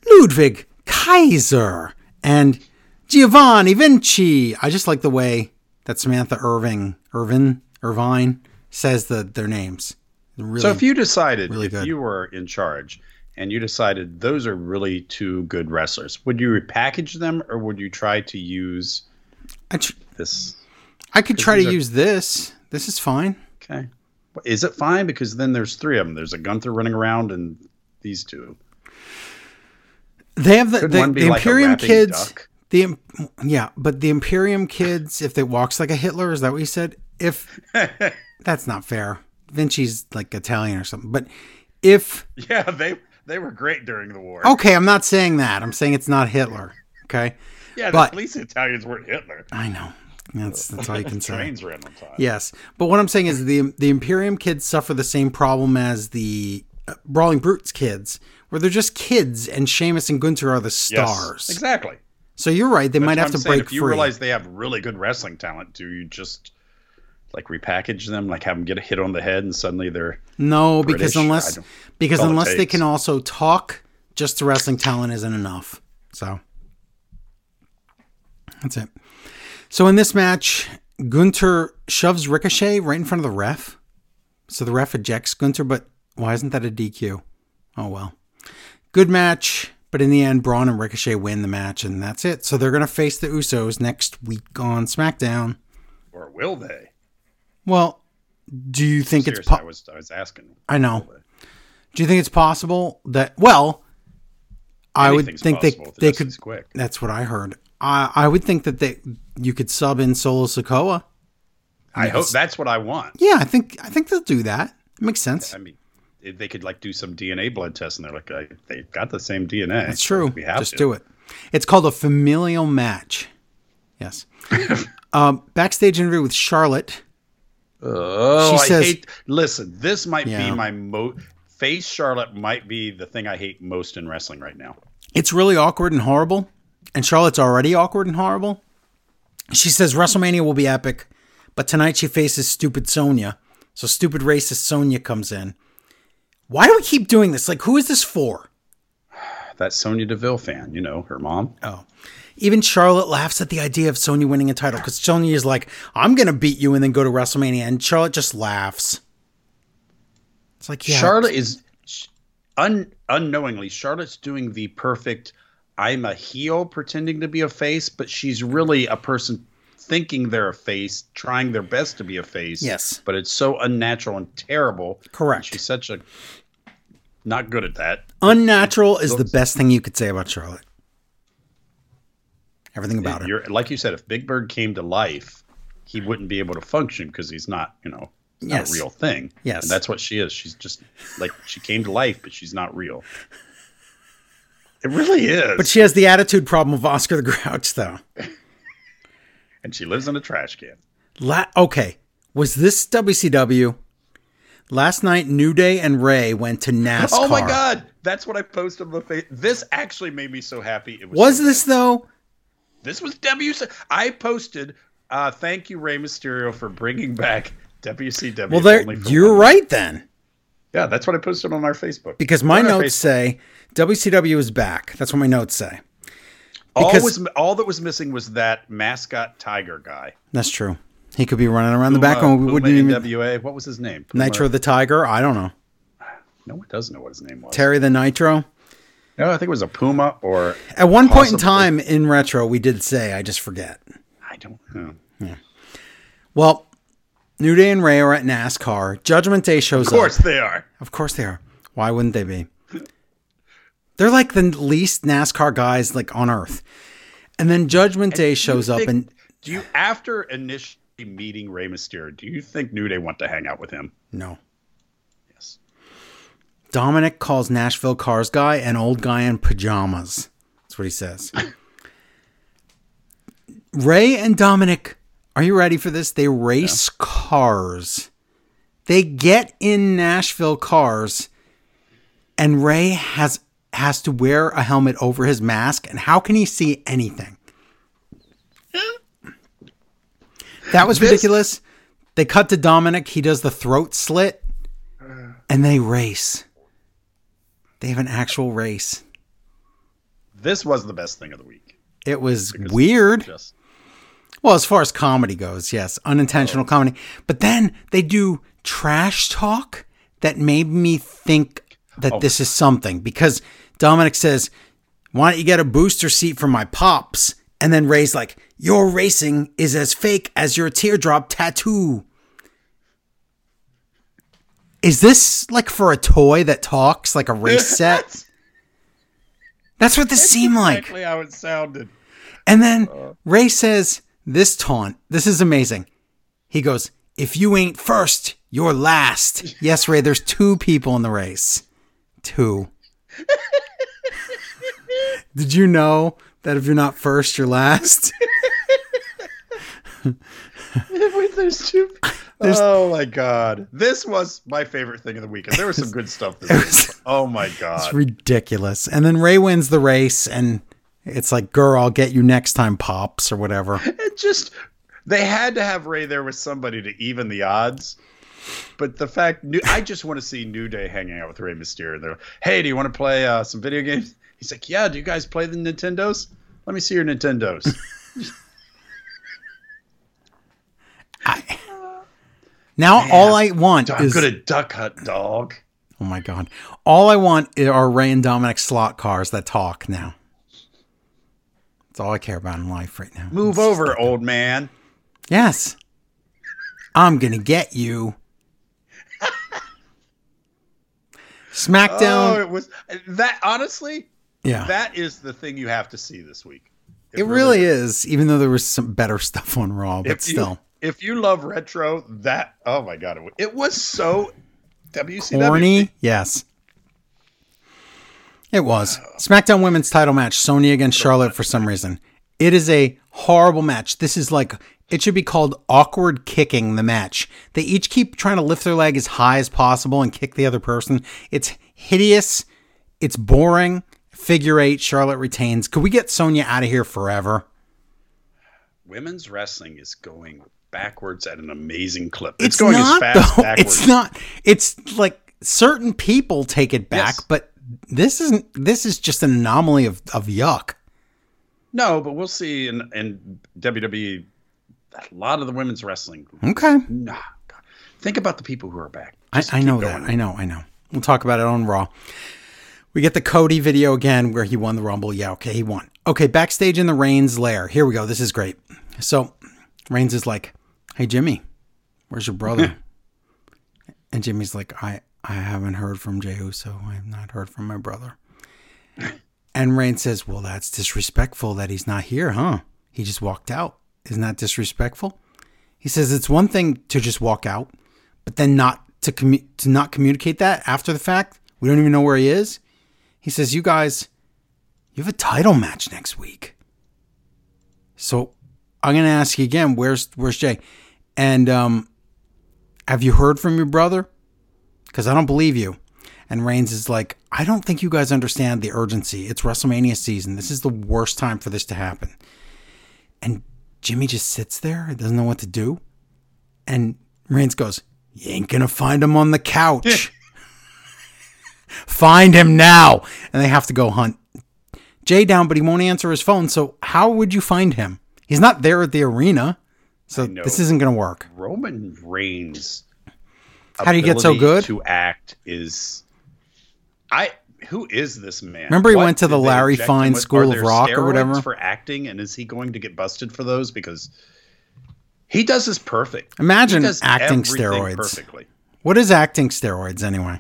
Ludwig Kaiser and Giovanni Vinci. I just like the way that Samantha Irving, Irvin, Irvine says the, their names. Really,
So if you decided
really
if
good.
you were in charge and you decided those are really two good wrestlers, would you repackage them or would you try to use
I, tr-
this?
I could try
these
to
are-
use this. This is fine.
Okay. Is it fine? Because then there's three of them. There's a Gunther running around and these two.
They have the,
Could
the,
one be
the
like a
Imperium
rapping
kids.
duck? *laughs*
The im- yeah, but the Imperium kids, if they walks like a Hitler, is that what you said?
*laughs*
If that's not fair, Vinci's like Italian or something. But if
Yeah, they They were great during the war.
Okay, I'm not saying that. I'm saying it's not Hitler. Okay,
yeah,
but-
the police Italians weren't Hitler.
I know. That's that's all you can say.
Trains ran on time.
Yes, but what I'm saying is the the Imperium kids suffer the same problem as the uh, Brawling Brutes kids, where they're just kids, and Seamus and Gunter are the
Yes,
stars.
exactly.
So you're right; they might have to break
If you
free.
realize they have really good wrestling talent, do you just like repackage them, like have them get a hit on the head, and suddenly they're
no, because
British, I
unless
don't-
because
all it
unless they
takes.
can also talk, just the wrestling talent isn't enough. So that's it. So in this match, Gunter shoves Ricochet right in front of the ref. So the ref ejects Gunter, but why isn't that a DQ? Oh well. Good match, but in the end, Braun and Ricochet win the match, and that's it. So they're gonna face the Usos next week on SmackDown.
or will they?
Well, do you think it's
Seriously,
po-
I was I was asking.
I know. Do you think it's possible that? Well, I would
Anything's
think
possible
they
if the
they
justice
could.
is quick.
That's what I heard. I I would think that they you could sub in Solo Sokoa.
I hope that's what I want.
Yeah, I think I think they'll do that. It makes sense.
I mean, if they could like do some DNA blood test, and they're like, I, they've got the same DNA.
That's true.
We have
Just
to.
do it. It's called a familial match.
*laughs*
Yes. um, backstage interview with Charlotte.
Oh,
She
I
says-
hate. Listen, this might
Yeah.
be my mo. Face Charlotte might be the thing I hate most in wrestling right now.
It's really awkward and horrible. And Charlotte's already awkward and horrible. She says WrestleMania will be epic, but tonight she faces stupid Sonya. So stupid racist Sonya comes in. Why do we keep doing this? Like, who is this for?
That Sonya Deville fan, you know, her mom.
Oh. Even Charlotte laughs at the idea of Sonya winning a title because Sonya is like, I'm going to beat you and then go to WrestleMania. And Charlotte just laughs. It's like, yeah.
Charlotte is sh- un, unknowingly Charlotte's doing the perfect I'm a heel pretending to be a face, but she's really a person thinking they're a face, trying their best to be a face.
Yes.
But it's so unnatural and terrible.
Correct.
She's such a not good at that.
Unnatural is the best thing you could say about Charlotte. Everything about her.
You're like you said, if Big Bird came to life, he wouldn't be able to function because he's not, you know, not
Yes.
a real thing.
Yes.
And that's what she is. She's just like she came to life, but she's not real. It really is.
But she has the attitude problem of Oscar the Grouch, though.
and she lives in a trash can.
La- okay, was this WCW? Last night, New Day and Ray went to NASCAR.
Oh my god, that's what I posted on the face. This actually made me so happy. It was,
Was
so-
this though?
This was WC. I posted. Uh, thank you, Rey Mysterio, for bringing back WCW.
Well, there
only for
you're
one-
right then,
Yeah, that's what I posted on our Facebook.
because my
On our
notes say WCW is back. That's what my notes say.
all
because-
was all that was missing was that mascot tiger guy.
That's true. He could be running around the back,
Puma-
and we wouldn't
Puma
even
NWA. What was his name? Puma-
Nitro the Tiger. I don't know.
No one does know what his name was.
Terry the Nitro.
no, I think it was a Puma or
At one point in
Possibly.
time in retro, we did say. I just forget.
I don't know.
Well, New Day and Ray are at NASCAR. Judgment Day shows
Of course
up.
they are.
Of course they are. Why wouldn't they be? They're like the least NASCAR guys like on earth. And then Judgment Day shows up
think-
and
Do you after initially meeting Rey Mysterio, do you think New Day want to hang out with him?
no.
Yes.
Dominic calls Nashville Cars guy an old guy in pajamas. That's what he says. Ray and Dominic, are you ready for this? They race cars. They get in Nashville cars, and Ray has has to wear a helmet over his mask. And how can he see anything? That was ridiculous. They cut to Dominic. He does the throat slit, and they race. They have an actual race.
This was the best thing of the week.
It was weird.
Just
Well, as far as comedy goes, yes, unintentional comedy. But then they do trash talk that made me think that this is something because Dominic says, Why don't you get a booster seat for my pops? And then Ray's like, Your racing is as fake as your teardrop tattoo. Is this like for a toy that talks like a race set? That's what this seemed like.
exactly how it sounded. *laughs*
And then
Uh.
Ray says this taunt. This is amazing. He goes, "If you ain't
*laughs* *laughs*
first, you're last." yes, Ray. There's two people in the race. Two. Did you know that if you're not first, you're last? *laughs*
Wait, there's two.
*laughs* There's-
oh my god, this was my favorite thing of the weekend. There was some good stuff this
*laughs* was-
*laughs* week. Oh my
It's
god,
ridiculous. And then Ray wins the race, and it's like, girl, I'll get you next time, pops, or
*laughs*
whatever.
it just they had to have Ray there with somebody to even the odds. But the fact, New, I just want to see New Day hanging out with Ray Mysterio. They're like, hey, do you want to play uh, some video games? He's like, yeah. Do you guys play the Nintendos? Let me see your Nintendos.
*laughs* I, now all I want
I'm
is
good at Duck Hunt, dog.
oh my god, all I want are Ray and Dominic slot cars that talk now. That's all I care about in life right now.
Move
It's just
over,
like-
old man.
Yes, I'm gonna get you.
*laughs* Oh,
SmackDown.
it was that. Honestly,
yeah.
that is the thing you have to see this week.
It really is, even though there was some better stuff on Raw, but
If you-
still.
If you love retro, that oh my god, it wa- it was so WCW.
Corny? Yes. It was. SmackDown women's title match, Sonya against Charlotte for some reason. It is a horrible match. This is like it should be called awkward kicking the match. They each keep trying to lift their leg as high as possible and kick the other person. It's hideous. It's boring. Figure eight, Charlotte retains. Could we get Sonya out of here forever?
Women's wrestling is going backwards at an amazing clip.
it's,
It's, going
not,
as fast
though. *laughs*
backwards.
It's not. It's like certain people take it back,
Yes.
but this isn't. This is just an anomaly of of yuck.
no, but we'll see in in WWE a lot of the women's wrestling.
Okay,
Nah, God. Think about the people who are back.
I, I know that. I know. I know. We'll talk about it on Raw. We get the Cody video again where he won the Rumble. Yeah, okay, he won. Okay, backstage in the Reigns lair. Here we go. This is great. So Reigns is like, "Hey Jimmy, where's your brother?" and Jimmy's like, "I I haven't heard from Jey Uso. I've not heard from my brother." And Reigns says, "Well, that's disrespectful that he's not here, huh? He just walked out. Isn't that disrespectful?" He says, "It's one thing to just walk out, but then not to commu- to not communicate that after the fact. We don't even know where he is." He says, "You guys, you have a title match next week, so I'm going to ask you again. Where's where's Jay? And um, have you heard from your brother? Because I don't believe you." And Reigns is like, I don't think you guys understand the urgency. It's WrestleMania season. This is the worst time for this to happen. And Jimmy just sits there, and doesn't know what to do. And Reigns goes, You ain't gonna find him on the couch. *laughs* find him now. And they have to go hunt Jay down, but he won't answer his phone. So how would you find him? He's not there at the arena. So
know.
this isn't gonna work.
Roman Reigns.
How do you get so
ability
good?
To act is, I who is this man?
Remember he
What
went to
did
the
they
Larry
inject him
Fine
with?
School
Are
of
there
Rock or
steroids
whatever?
for acting, and is he going to get busted for those? Because he does this perfect.
Imagine
He does
acting
everything
steroids.
perfectly.
What is acting steroids anyway?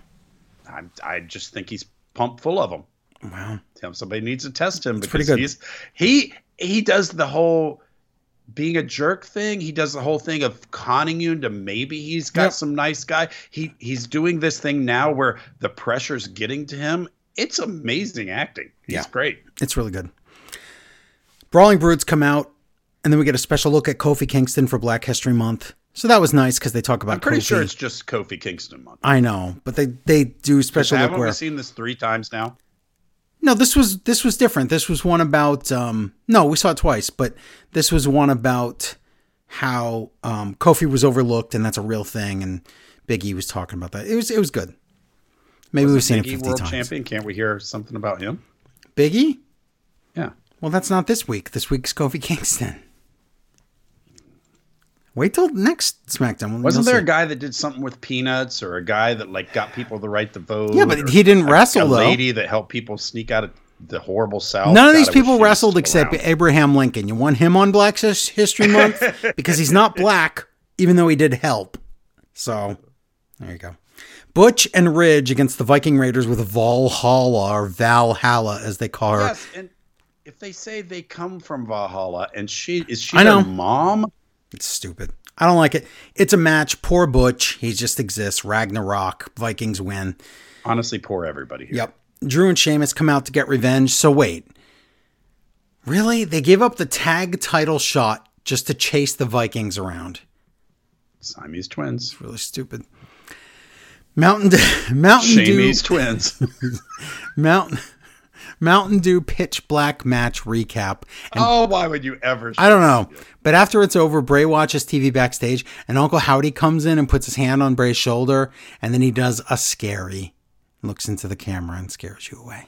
I, I just think he's pumped full of them.
Wow.
Tell him somebody needs to test him
pretty
because
good.
he's he he does the whole being a jerk thing. He does the whole thing of conning you into maybe he's got
Yep.
some nice guy. He he's doing this thing now where the pressure's getting to him. It's amazing acting. He's
Yeah.
great.
It's really good. Brawling Broods come out, and then we get a special look at Kofi Kingston for Black History Month. So that was nice because they talk about.
I'm pretty
Kofi.
sure it's just Kofi Kingston month.
I know, but they they do special look
Haven't
where.
we seen this three times now?
No, this was this was different. This was one about. Um, no, we saw it twice, but this was one about how um, Kofi was overlooked, and that's a real thing. And Big E was talking about that. It was it was good. Maybe we've seen it
Big E
fifty
world
times.
champion. Can't we hear something about him?
Big E.
Yeah.
Well, that's not this week. This week's Kofi Kingston. Wait till next SmackDown. We'll-
Wasn't
we'll
there a
see.
guy that did something with peanuts or a guy that like got people the right to vote?
Yeah, but
or
he didn't wrestle
a
though.
lady that helped people sneak out of the horrible south.
None of
God,
these
I wish
people
she was
wrestled
still
except
around.
Abraham Lincoln. You want him on Black His- History
*laughs*
Month because he's not black, even though he did help. So there you go. Butch and Ridge against the Viking Raiders with Valhalla or Valhalla as they call her.
Yes, and if they say they come from Valhalla, and she is she
I know.
their mom?
It's stupid. I don't like it. It's a match. Poor Butch. He just exists. Ragnarok. Vikings win.
Honestly, poor everybody. Here.
Yep. Drew and Sheamus come out to get revenge. So wait, Really? They gave up the tag title shot just to chase the Vikings around.
Siamese twins.
Really stupid. Mountain Dew, *laughs* Mountain Dew, *laughs*
Siamese twins.
Mountain, *laughs* Mountain Dew pitch black match recap. And
oh, why would you ever?
I don't know. But after it's over, Bray watches TV backstage and Uncle Howdy comes in and puts his hand on Bray's shoulder and then he does a scary. Looks into the camera and scares you away.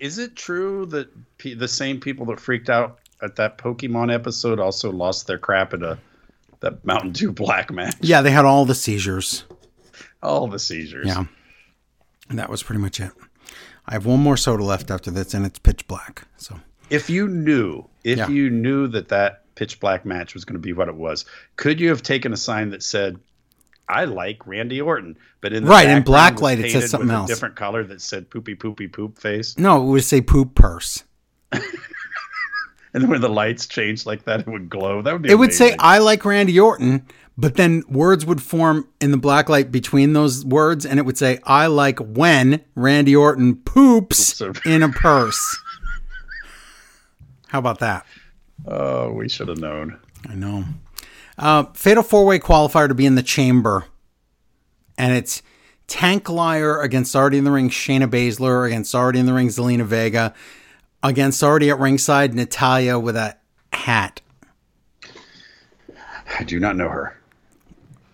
Is it true that pe the same people that freaked out at that Pokemon episode also lost their crap at a that Mountain Dew Black match?
Yeah, they had all the seizures.
All the seizures.
Yeah. And that was pretty much it. I have one more soda left after this and it's pitch black. So
If you knew, if
Yeah.
you knew that that pitch black match was going to be what it was, could you have taken a sign that said, "I like Randy Orton," but in the
Right, in
background
black
was
light it says
painted
something
with
else.
a different color that said "poopy poopy poop face," *laughs*
no, it would say poop purse.
and then when the lights changed like that, it would glow. That would be.
It would say
amazing.
I like Randy Orton, but then words would form in the black light between those words and it would say I like when Randy Orton poops
Oops.
in a purse. How about that?
"Oh, we should have known."
I know. Uh, fatal four way qualifier to be in the chamber. And it's Tank Liar against already in the ring Shayna Baszler, against already in the ring Zelina Vega, against already at ringside Natalia with a hat.
I do not know her.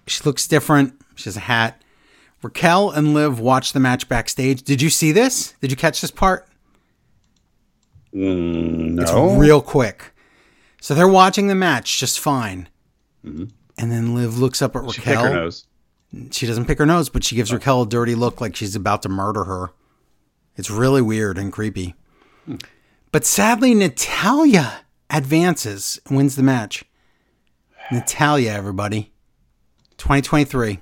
She looks different. She has a hat. Raquel and Liv watch the match backstage. Did you see this? Did you catch this part?
Mm, no.
real quick. So they're watching the match just fine. And then Liv looks up at Raquel.
She pick her nose.
she doesn't pick her nose, but she gives Raquel a dirty look like she's about to murder her. It's really weird and creepy.
Hmm.
But sadly, Natalia advances and wins the match. Natalia, everybody. 2023.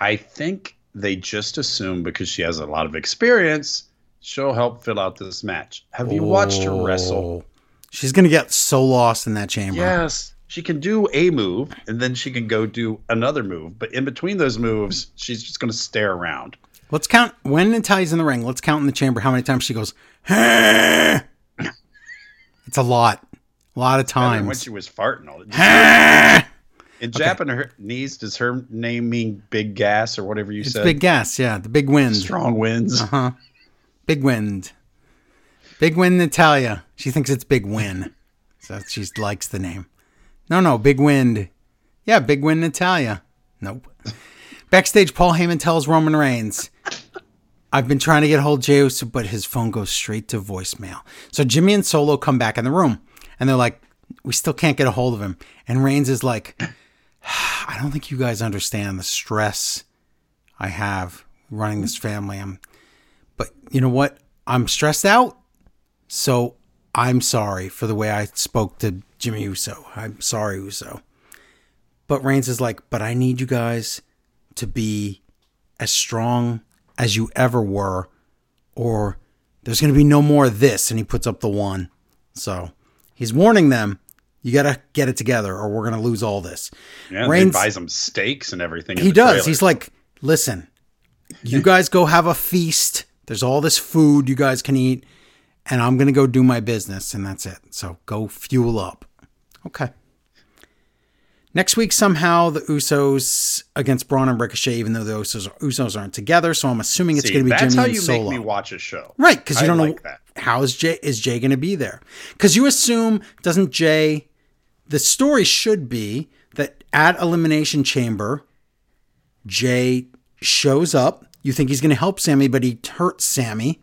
I think they just assume because she has a lot of experience, she'll help fill out this match. Have you watched her
Oh.
wrestle?
She's going to get so lost in that chamber.
Yes. She can do a move and then she can go do another move. But in between those moves, she's just going to stare around.
Let's count when Natalia's in the ring. Let's count in the chamber how many times she goes, "Huh." it's a lot. A lot of
And when
times.
she
*laughs*
was farting all the In Japan, her knees, does her name mean big gas or whatever you
It's
said?
big Uh-huh. gas. Yeah. The big wind.
Strong winds.
Big wind. Big win, Natalia. She thinks it's Big Win. So she likes the name. No, no, Big Wind. Yeah, Big Win, Natalia. Nope. Backstage, Paul Heyman tells Roman Reigns, I've been trying to get hold of Jey Uso, but his phone goes straight to voicemail. So Jimmy and Solo come back in the room and they're like, we still can't get a hold of him. And Reigns is like, I don't think you guys understand the stress I have running this family. I'm but you know what? I'm stressed out. So I'm sorry for the way I spoke to Jimmy Uso. I'm sorry, Uso. But Reigns is like, but I need you guys to be as strong as you ever were, or there's going to be no more of this. And he puts up the one. So he's warning them, you got to get it together, or we're going to lose all this.
Yeah,
Reigns-
they buys them steaks and everything. in
He
the
does.
trailer.
He's like, listen, you guys go have a feast. There's all this food you guys can eat, and I'm gonna go do my business, and that's it. So go fuel up. Okay. Next week, somehow the Usos against Braun and Ricochet, even though the Usos, Usos aren't together, so I'm assuming it's
See,
gonna be
that's
Jimmy
how
and
you
Solo.
make me watch a show.
Right, because you
I
don't
like
know
that.
how is Jay is Jay going to be there? Because you assume doesn't Jay? The story should be that at Elimination Chamber, Jay shows up. You think he's going to help Sammy, but he hurts Sammy,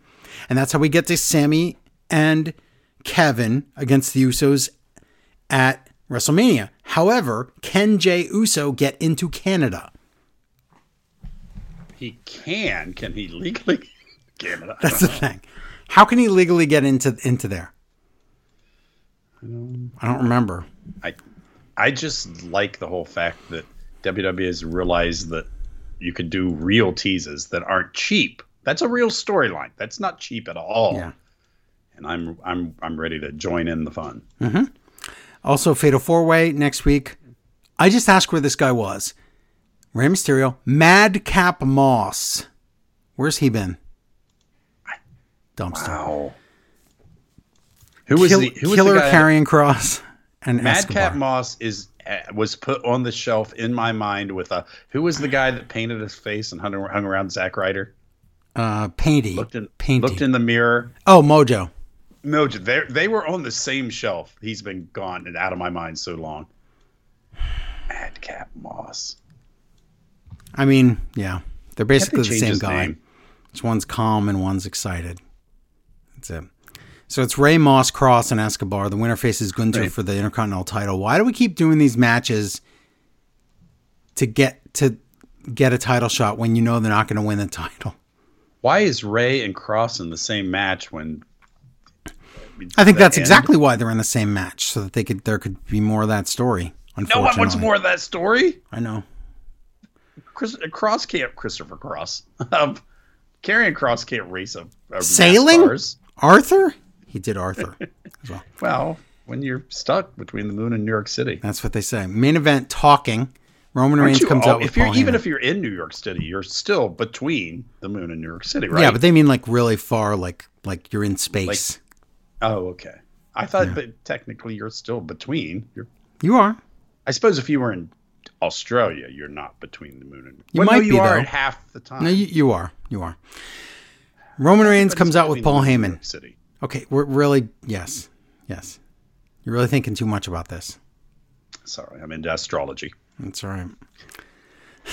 and that's how we get to Sammy and Kevin against the Usos at WrestleMania. However, can Jay Uso get into Canada?
He can. Can he legally? *laughs* Damn it. I
That's the thing. How can he legally get into into there? I don't remember.
I I just like the whole fact that WWE has realized that you could do real teases that aren't cheap. That's a real storyline. That's not cheap at all.
Yeah.
And I'm I'm I'm ready to join in the fun.
Also, Fatal Four Way next week. I just asked where this guy was. Rey Mysterio, Madcap Moss. Where's he been? Dumpster.
Wow. Who was
Oh. Kill-
the who was
Killer
the guy?
Carrion Cross and Escobar.
Madcap Moss is uh, was put on the shelf in my mind with a who was the guy that painted his face and hung, hung around Zack Ryder?
uh, Painty.
Looked in
Painty.
looked in the mirror.
oh, Mojo.
No, they they were on the same shelf. He's been gone and out of my mind so long. Madcap Moss.
I mean, yeah, they're
Can't they
basically the
change
same
his
guy.
name?
It's one's calm and one's excited. That's it. So it's Ray Moss, Cross, and Escobar. The winner faces Gunter
Right.
for the Intercontinental title. Why do we keep doing these matches to get to get a title shot when you know they're not going to win the title?
Why is Ray and Cross in the same match when?
I think
the
that's
end?
exactly why they're in the same match, so that they could there could be more of that story.
No
Unfortunately,
one wants more of that story.
I know.
Chris, Cross can't Christopher Cross. Um, Carrying Cross can't race a, a
Sailing?
NASCARs.
Arthur, he did
*laughs*
Arthur.
Well, when you're stuck between the moon and New York City,
that's what they say. Main event talking. Roman
Aren't
Reigns
you
comes
all-
out with
if you're
Paul
even
Heyman.
if you're in New York City, you're still between the moon and New York City, right?
Yeah, but they mean like really far, like like you're in space.
oh, okay. I thought, but technically, you're still between. You're,
you are.
I suppose if you were in Australia, you're not between the moon and.
You
well, no,
might
you
be,
are
though.
at half the time.
No, you, you are. You are. Roman Reigns
But
comes
it's
out with
between
Paul
the moon and New
Heyman.
York City.
Okay, we're really yes, yes. You're really thinking too much about this.
Sorry, I'm into astrology.
That's all right.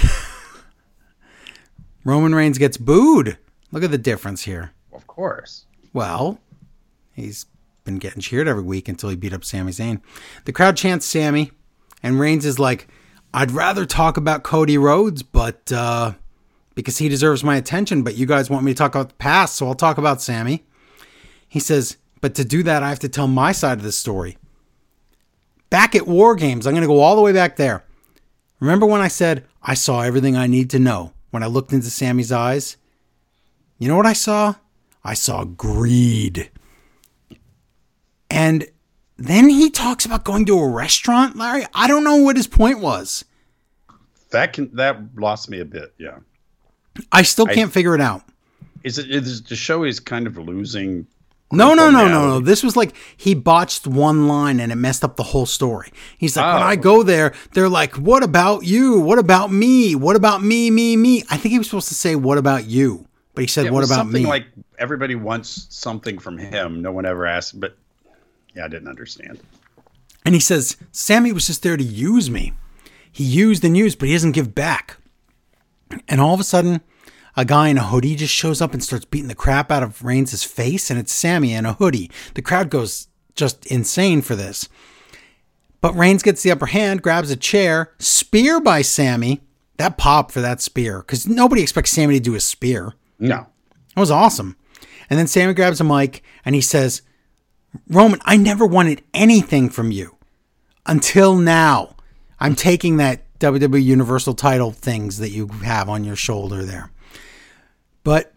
*laughs* Roman Reigns gets booed. Look at the difference here.
Of course.
Well, he's been getting cheered every week until he beat up Sami Zayn. The crowd chants Sammy, and Reigns is like, I'd rather talk about Cody Rhodes, but uh, because he deserves my attention, but you guys want me to talk about the past, so I'll talk about Sammy. He says, But to do that, I have to tell my side of the story. Back at War Games, I'm going to go all the way back there. Remember when I said, I saw everything I need to know when I looked into Sammy's eyes? You know what I saw? I saw greed. And then he talks about going to a restaurant, Larry. I don't know what his point was.
That can that lost me a bit. Yeah.
I still can't figure it out.
Is it is the show is kind of losing?
No, no,
on
no, no,
reality.
no. This was like he botched one line and it messed up the whole story. He's like, when
Oh.
I go there, they're like, what about you? What about me? What about me, me, me? I think he was supposed to say, what about you? But he said,
It
what
was
about
something
me?
Like everybody wants something from him. No one ever asked, but yeah, I didn't understand.
And he says, Sammy was just there to use me. He used and used, but he doesn't give back. And all of a sudden, a guy in a hoodie just shows up and starts beating the crap out of Reigns' face, and it's Sammy in a hoodie. The crowd goes just insane for this. But Reigns gets the upper hand, grabs a chair, spear by Sammy. That pop for that spear, because nobody expects Sammy to do a spear.
No,
That was awesome. And then Sammy grabs a mic and he says, Roman, I never wanted anything from you until now. I'm taking that WWE Universal title things that you have on your shoulder there. But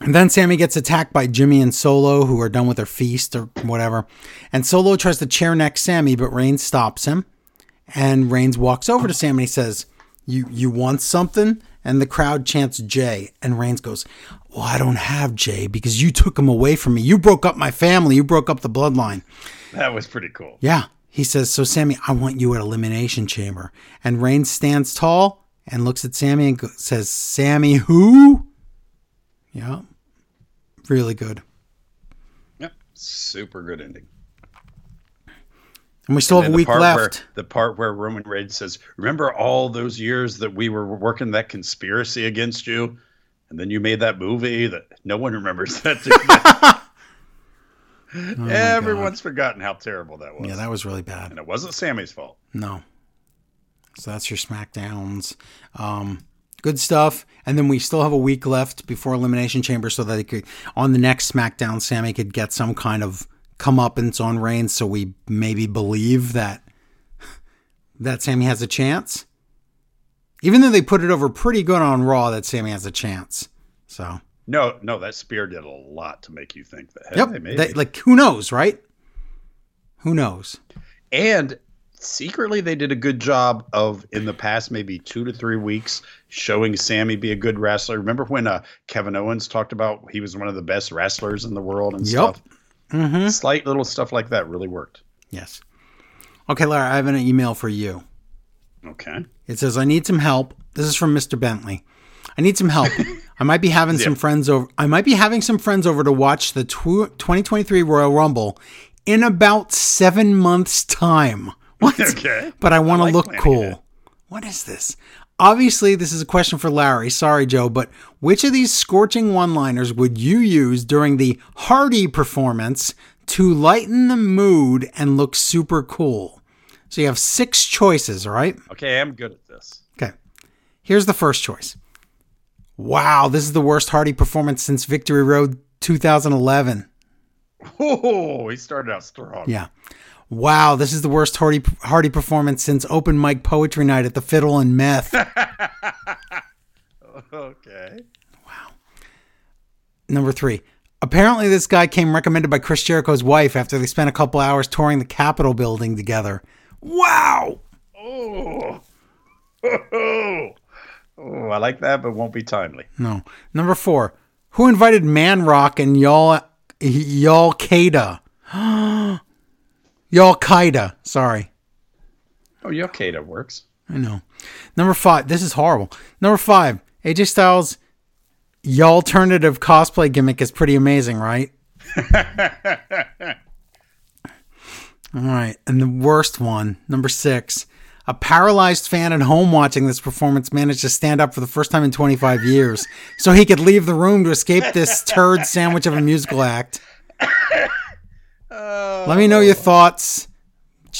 and then Sammy gets attacked by Jimmy and Solo, who are done with their feast or whatever. And Solo tries to chair neck Sammy, but Reigns stops him. And Reigns walks over to Sam and he says, "You you want something?" And the crowd chants Jay. And Reigns goes, "Well, I don't have Jay because you took him away from me. You broke up my family. You broke up the bloodline."
that was pretty cool.
Yeah, he says, "So Sammy, I want you at Elimination Chamber." And Reigns stands tall and looks at Sammy and go- says, "Sammy, who?" Yeah, really good.
Yep, super good ending.
And we still have a
And the
week
part
left.
Where, the part where Roman Reigns says, "Remember all those years that we were working that conspiracy against you, and then you made that movie that no one remembers *laughs* that."
*laughs*
Everyone's forgotten how terrible that was,
Oh yeah, that was really bad.
and it wasn't Sammy's fault.
No. So that's your SmackDowns. Um, good stuff. And then we still have a week left before Elimination Chamber so that they could, on the next SmackDown, Sammy could get some kind of comeuppance on Reigns so we maybe believe that that Sammy has a chance. Even though they put it over pretty good on Raw that Sammy has a chance. So,
No, no, that spear did a lot to make you think that. Hey,
yep.
maybe.
They, like, who knows, right? Who knows?
And secretly, they did a good job of in the past maybe two to three weeks showing Sammy be a good wrestler. Remember when uh, Kevin Owens talked about he was one of the best wrestlers in the world and
Yep.
stuff?
Mm-hmm.
Slight little stuff like that really worked.
Yes. Okay, Laura, I have an email for you.
Okay.
It says, I need some help. This is from Mr. Bentley. I need some help. I might be having some friends over. I might be having some friends over to watch the tw- 2023 Royal Rumble in about seven months' time. What?
*laughs* Okay.
But I want to
like
look
planning
cool.
ahead.
What is this? Obviously, this is a question for Larry. Sorry, Joe, but which of these scorching one liners would you use during the Hardy performance to lighten the mood and look super cool? So you have six choices, all right?
Okay, I'm good at this.
Okay. Here's the first choice. Wow, this is the worst Hardy performance since Victory Road 2011.
Oh, he started out strong.
Yeah. Wow, this is the worst Hardy Hardy performance since open mic poetry night at the Fiddle and Meth.
Okay.
Number 3. Apparently this guy came recommended by Chris Jericho's wife after they spent a couple hours touring the Capitol building together. Wow.
Oh. *laughs* Oh, I like that, but won't be timely.
No. Number 4. Who invited Man Rock and Y'all Y'all Qaeda? *gasps* Y'all Qaeda, sorry.
Oh, your Kata works.
I know. Number five. This is horrible. Number five. AJ Styles' y'all alternative cosplay gimmick is pretty amazing, right? All right. And the worst one, number six. A paralyzed fan at home watching this performance managed to stand up for the first time in 25 years so he could leave the room to escape this turd sandwich of a musical act. Let me know your thoughts.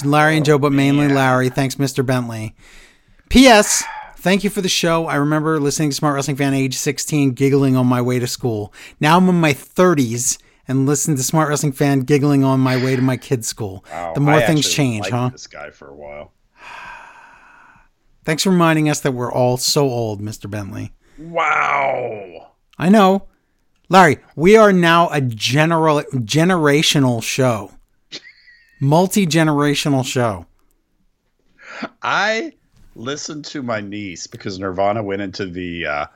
Larry and Joe, but mainly Larry. Thanks, Mr. Bentley. P.S. Thank you for the show. I remember listening to Smart Wrestling Fan age 16, giggling on my way to school. Now I'm in my 30s and listen to Smart Wrestling Fan giggling on my way to my kids' school.
Wow,
the more
I
things
actually
change,
liked
huh?
This guy for a while.
Thanks for reminding us that we're all so old, Mr. Bentley.
Wow.
I know. Larry, we are now a general generational show. Multi-generational show.
I listened to my niece because Nirvana went into the. Uh,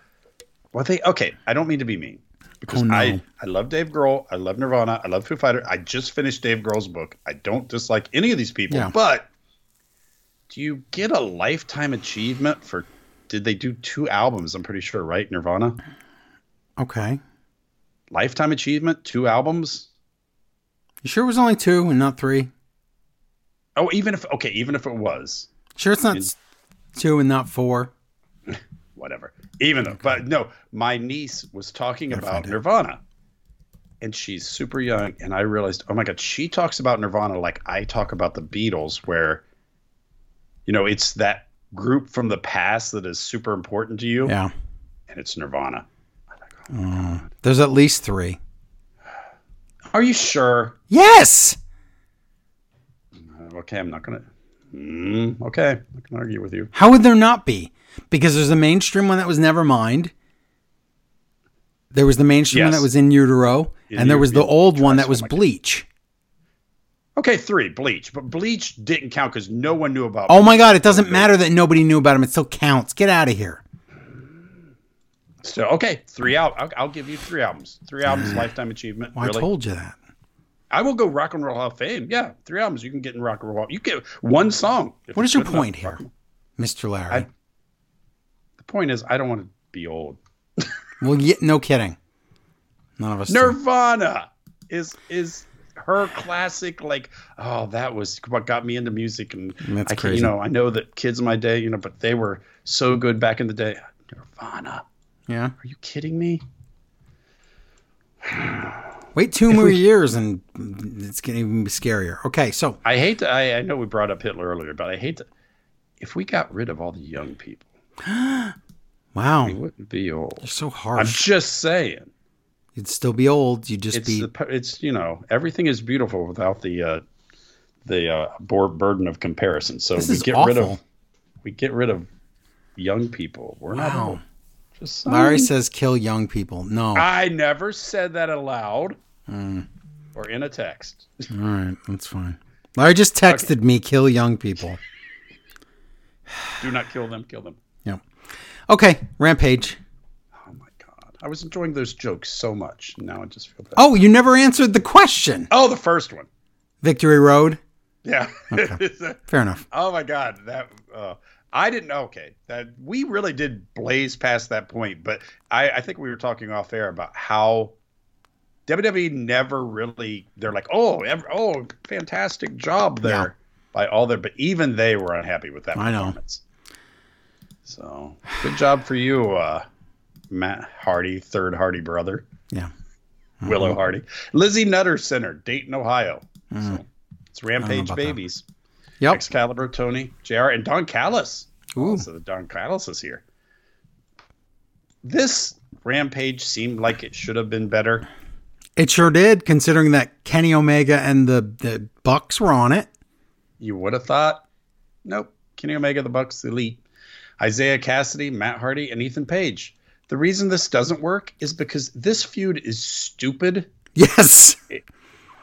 well, they okay. I don't mean to be mean because
Oh, no.
I I love Dave Grohl. I love Nirvana. I love Foo Fighter. I just finished Dave Grohl's book. I don't dislike any of these people,
Yeah.
but do you get a lifetime achievement for? Did they do two albums? I'm pretty sure, right? Nirvana
Okay.
lifetime achievement, two albums.
You sure it was only two and not three?
Oh, even if okay, even if it was,
Sure it's not
In-
s- two and not four.
whatever. Even though, but no, my niece was talking about
find it.
Nirvana, and she's super young, and I realized, oh my god, she talks about Nirvana like I talk about the Beatles, where, you know, it's that group from the past that is super important to you,
Yeah.
and it's Nirvana.
There's at least three.
Are you sure?
Yes.
Uh, okay, I'm not gonna. Mm, okay, I'm not gonna argue with you.
How would there not be? Because there's the mainstream one that was Nevermind. There was the mainstream one
Yes.
that was In Utero,
In
and there was the
Utero,
old one that
Trust, oh
was
my God.
Bleach.
Okay, three Bleach, but Bleach didn't count because no one knew about.
Oh my God! It doesn't matter that nobody knew about him; it still counts. Get out of here.
So okay, three out. I'll, I'll give you three albums. Three
*sighs*
albums, lifetime achievement.
Well,
really?
I told you that.
I will go Rock and Roll Hall of Fame. Yeah, three albums you can get in Rock and Roll. Hall. You get one song. if
What
it's
is your
good enough.
point here, Mister Larry?
I- The point is, I don't want to be old.
well, yeah, no kidding. None of us. do.
Nirvana is is her classic. Like, oh, that was what got me into music, and
That's
I can,
crazy.
You know, I know that kids in my day, you know, but they were so good back in the day. Nirvana.
Yeah.
Are you kidding me?
Wait two
*laughs*
more years, and it's gonna even be scarier. Okay, so
I hate to. I, I know we brought up Hitler earlier, but I hate to. If we got rid of all the young people,
wow,
we
you're
wouldn't be old.
so
I'm
harsh.
just saying.
You'd still be old. You'd just
It's
be
the, p- it's you know everything is beautiful without the uh, the uh, bor- burden of comparison. So
This
we
is
get rid
awful.
of we get rid of young people. We're not
Wow.
old. Just saying.
Larry says kill young people. No.
I never said that aloud
Hmm.
or in a text. *laughs*
All right, that's fine. Larry just texted me kill young people.
Do not kill them. Kill them.
Yep. Okay, Rampage.
Oh my god! I was enjoying those jokes so much. Now I just feel bad.
Oh, you never answered the question.
Oh, the first one.
Victory Road.
Yeah. *laughs*
Fair enough.
oh my God, that uh, I didn't. Okay, that we really did blaze past that point, but I, I think we were talking off air about how WWE never really. They're like, oh, ev- oh, fantastic job there
Yeah.
by all their, but even they were unhappy with that
I know.
performance. So good job for you, uh, Matt Hardy, third Hardy brother.
Yeah. Uh-huh.
Willow Hardy. Lizzie Nutter Center, Dayton, Ohio.
Mm.
So it's Rampage
about that.
Babies.
Yep.
Excalibur, Tony, JR, and Don Callis.
Oh. Ooh.
So Don Callis is here. This rampage seemed like it should have been better.
It sure did, considering that Kenny Omega and the, the Bucks were on it. *laughs*
You would have thought. Nope. Kenny Omega, the Bucks, the Elite, Isaiah Cassidy, Matt Hardy, and Ethan Page. The reason this doesn't work is because this feud is stupid.
Yes.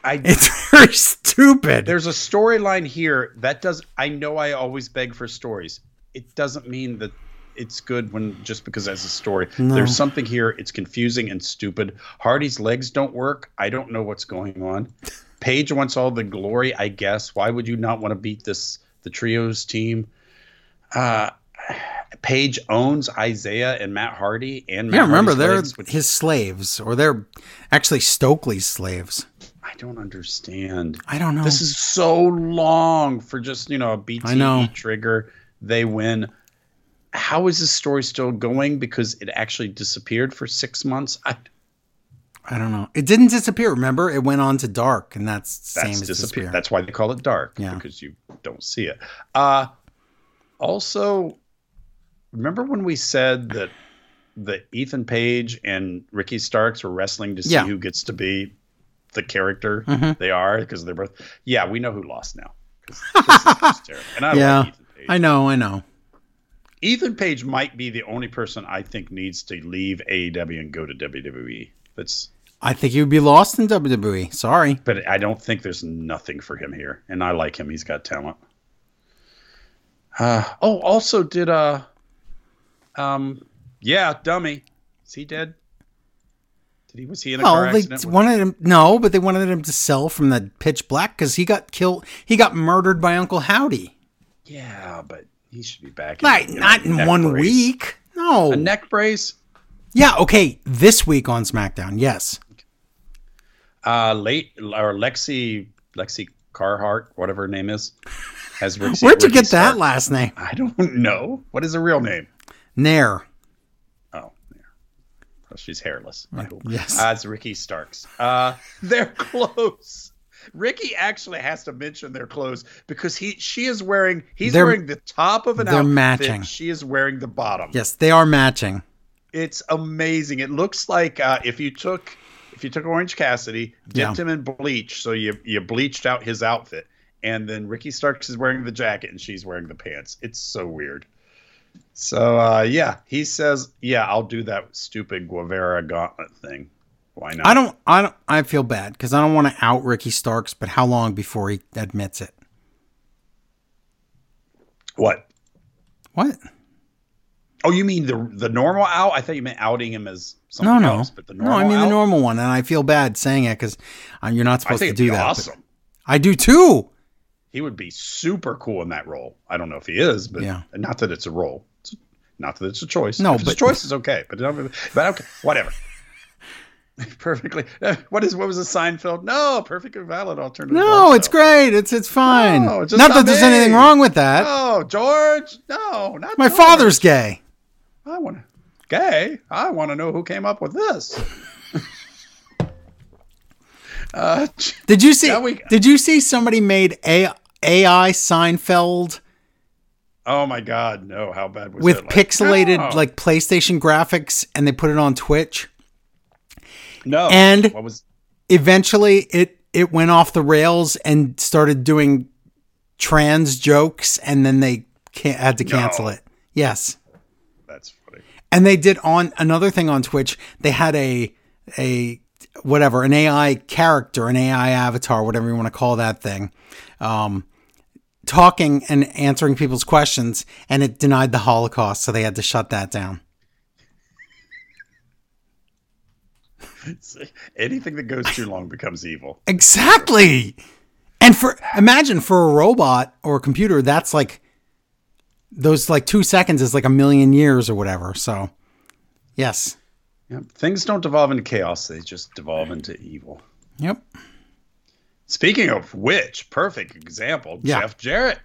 I
It's very stupid.
there's a storyline here that does i know i always beg for stories it doesn't mean that it's good when just because as a story
No.
there's something here it's confusing and stupid hardy's legs don't work i don't know what's going on paige wants all the glory i guess why would you not want to beat this the trios team uh Paige owns Isaiah and Matt Hardy and Matt
yeah, remember
Hardy's
they're
legs, which
his slaves, or they're actually Stokely's slaves.
I don't understand.
I don't know.
This is so long for just, you know, a BTE
Oh. I know.
trigger. They win. How is this story still going? Because it actually disappeared for six months. I,
I don't know. It didn't disappear. Remember, it went on to dark, and that's, same
that's
as
disappear.
disappear.
That's why they call it dark
Yeah.
because you don't see it. Uh, also, remember when we said that the Ethan Page and Ricky Starks were wrestling to see
Yeah.
who gets to be the character
Mhm.
they are because they're both. Yeah, we know who lost now. 'Cause
*laughs*
this is just terrible. And I
Yeah.
love Ethan Page.
I know, I know.
Ethan Page might be the only person I think needs to leave AEW and go to WWE. That's
I think you'd be lost in WWE. Sorry.
but I don't think there's nothing for him here. And I like him. He's got talent. Uh, oh, also did uh um yeah, dummy. Is he dead? Did he was he in a car
Well, they
accident?
wanted him. No, but they wanted him to sell from the pitch black because he got killed. He got murdered by Uncle Howdy.
yeah, but he should be back. in,
Like,
you know,
not in
neck
one
brace.
week. No.
A neck brace?
yeah. Okay. This week on SmackDown. Yes.
Uh, late or Lexi Lexi Carhart, whatever her name is, has Ricky,
*laughs* Where'd you
Ricky
get that
Stark.
last name?
I don't *laughs* know. What is her real name?
Nair.
Oh, there. Well, she's hairless. I hope.
Yes.
Uh, it's Ricky Starks. Uh, *laughs* they're close. Ricky actually has to mention their clothes because he she is wearing he's
They're-
wearing the top of an
they're
outfit.
matching.
She is wearing the bottom.
Yes, they are matching.
It's amazing. It looks like uh, if you took if you took Orange Cassidy, dipped
Yeah.
him in bleach, so you you bleached out his outfit, and then Ricky Starks is wearing the jacket and she's wearing the pants. It's so weird. So uh, yeah, he says, "Yeah, I'll do that stupid Guevara gauntlet thing. Why not?"
I don't. I don't. I feel bad because I don't want to out Ricky Starks, but how long before he admits it?
What?
What?
Oh, you mean the the normal out? I thought you meant outing him as
No,
something
no.
else, but the
no,
normal.
I mean
out?
the normal one, and I feel bad saying it because you're not
I
supposed
think
to
it'd be
do that. but-
awesome.
I do too.
he would be super cool in that role. I don't know if he is, but
Yeah.
not that it's a role. It's- not that it's a choice.
No,
If it's
but-
a choice is okay. But don't- but okay,
*laughs*
whatever. Perfectly. *laughs* What is what was a Seinfeld? No, perfectly valid alternative.
No,
lifestyle.
it's great. It's it's fine.
No, just
not that
not
there's
me.
anything wrong with that.
No, George. No, not
My
George.
father's gay.
I want to gay. I want to know who came up
*laughs*
with this. uh, *laughs*
Did you see?
Yeah, we-
did you see somebody made a AI Seinfeld
oh my God, no! How bad was
with
that? Like,
pixelated
no,
like PlayStation graphics, and they put it on Twitch?
no?
and-
what was
eventually it it went off the rails and started doing trans jokes and then they can had to cancel it yes
that's funny.
and they did on another thing on twitch they had a a whatever an ai character an ai avatar whatever you want to call that thing um talking and answering people's questions and it denied the holocaust so they had to shut that down
*laughs* Anything that goes too long becomes evil.
Exactly. And for imagine for a robot or a computer, that's like those like two seconds is like a million years or whatever. So, yes.
Yep. Things don't devolve into chaos, they just devolve into evil.
Yep.
Speaking of which, perfect example,
Yeah.
Jeff Jarrett.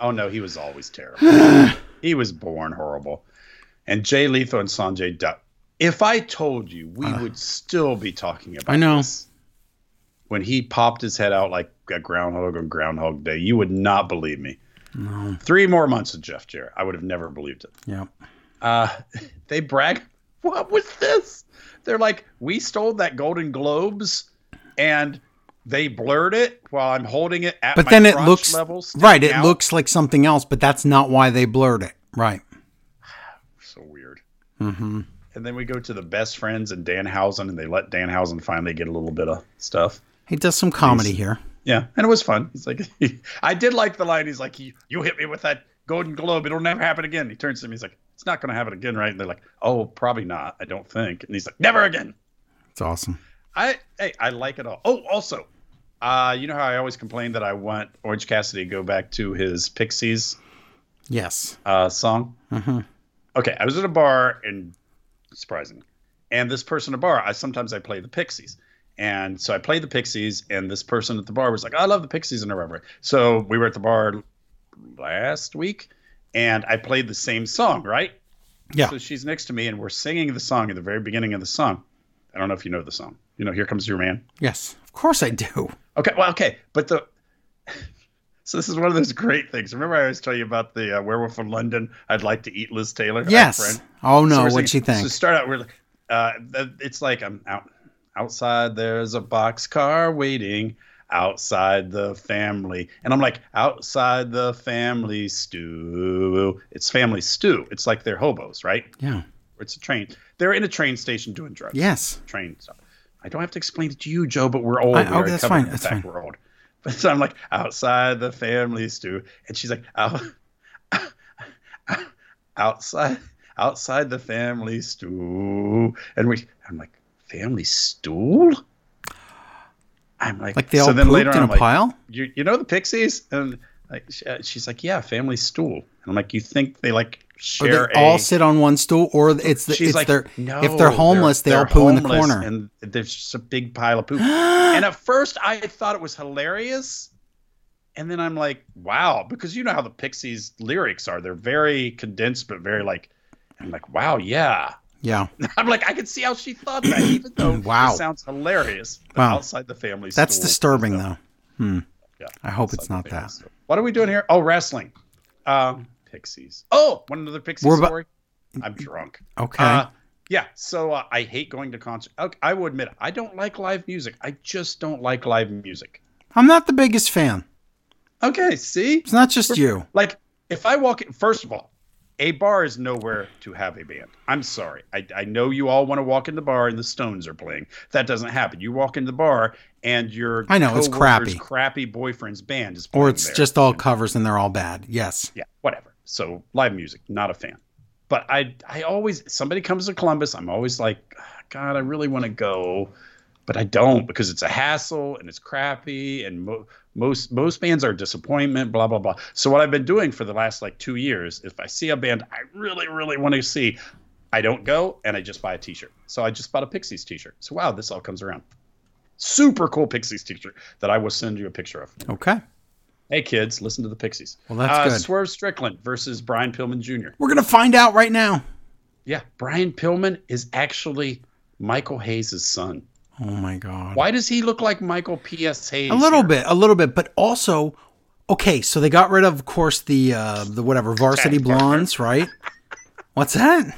Oh no, he was always terrible.
*sighs*
he was born horrible. And Jay Lethal and Sanjay Dutt. If I told you, we would still be talking about
I know.
this. When he popped his head out like a groundhog on Groundhog Day, you would not believe me. Three more months of Jeff Jarrett. I would have never believed it.
Yep.
Uh, they brag, what was this? They're like, we stole that Golden Globes and they blurred it while I'm holding it at
But
my
then it
crotch
looks
level, sticking
right. It
out.
looks like something else, but that's not why they blurred it. Right.
so weird.
Mm-hmm.
And then we go to the best friends and Danhausen, and they let Danhausen finally get a little bit of stuff.
He does some comedy
He's-
here.
Yeah, and it was fun. He's like, *laughs* I did like the line. He's like, you, you hit me with that Golden Globe. It'll never happen again. He turns to me. He's like, it's not going to happen again, right? And they're like, oh, probably not. I don't think. And he's like, never again.
It's awesome.
I hey, I like it all. Oh, also, uh, you know how I always complain that I want Orange Cassidy to go back to his Pixies
Yes.
uh, song.
hmm
Okay, I was at a bar and surprising, and this person at a bar. I sometimes I play the Pixies, and so I played the Pixies, and this person at the bar was like, "I love the Pixies," and whatever. So we were at the bar last week, and I played the same song, right?
Yeah.
So she's next to me, and we're singing the song at the very beginning of the song. I don't know if you know the song. You know, "Here Comes Your Man."
Yes. Of course I do.
Okay, well, okay, but the *laughs* so this is one of those great things. Remember, I always tell you about the uh, Werewolf in London. I'd like to eat Liz Taylor. our
Yes.
friend.
Oh
So
no.
we're
What'd she
singing-
think?
So start out. We're like, uh, th- it's like I'm out outside. There's a box car waiting outside the family, and I'm like outside the family stew. It's family stew. It's like they're hobos, right?
yeah.
It's a train. They're in a train station doing drugs
Yes.
train stuff. I don't have to explain it to you, Joe, but we're old.
I-
We
oh,
already
that's
covered
fine,
the
that's
fact
fine.
We're old. *laughs* But so I'm like outside the family stew, and she's like out, *laughs* outside outside the family stew, and we. I'm like family stool. I'm like
Like they
so
all
then
pooped
later
in
on,
a
I'm like,
pile.
you, you know the Pixies? And like she- uh, she's like, yeah, family stool. And I'm like, you think they like
Or
share
they all
a-
sit on one stool, or it's the,
She's
it's
like,
their
no,
if they're homeless, they all
they're
poo in the
homeless,
corner.
and there's just a big
*gasps*
pile of poop. and at first, I thought it was hilarious, and then I'm like, wow, because you know how the Pixies lyrics are—they're very condensed, but very like. I'm like, wow, yeah. *laughs*
yeah.
I'm like, I can see how she thought that,
*clears throat*
even though
Wow.
it sounds hilarious. but
Wow.
outside the family.
That's
stool
disturbing,
stuff.
though. Hmm.
Yeah.
I hope it's
Outside
not
the family
that.
stool. What are we doing here? Oh, wrestling. Um, Pixies. Oh, one another Pixies
We're about-
story. I'm drunk.
Okay.
Uh, yeah. So uh, I hate going to concert. Okay, I will admit, I don't like live music. I just don't like live music.
I'm not the biggest fan.
Okay. See,
It's not just you.
like if I walk, in, first of all, a bar is nowhere to have a band. I'm sorry. I, I know you all want to walk in the bar and the Stones are playing. That doesn't happen. You walk in the bar and your
I know, it's
coworker's
crappy.
Crappy boyfriend's band is playing
Or it's
there.
just all covers and they're all bad. Yes.
yeah, whatever. So live music, not a fan. But I I always somebody comes to Columbus, I'm always like, "Ah, God, I really want to go, but I don't because it's a hassle and it's crappy and mo- most most bands are a disappointment, blah blah blah. So what I've been doing for the last like two years, if I see a band I really really want to see, I don't go and I just buy a T-shirt. So I just bought a Pixies T-shirt. So wow, this all comes around. Super cool Pixies T-shirt that I will send you a picture of.
Okay.
Hey kids, listen to the Pixies. Uh,
Well, that's good.
Swerve Strickland versus Brian Pillman Jr.
We're gonna find out right now.
Yeah, Brian Pillman is actually Michael Hayes' son.
Oh my god.
Why does he look like Michael P.S. Hayes?
A little
here?
bit. A little bit. But also, okay. So they got rid of, of course, the uh, the whatever varsity
Tag partner.
blondes,
*laughs*
right? What's that?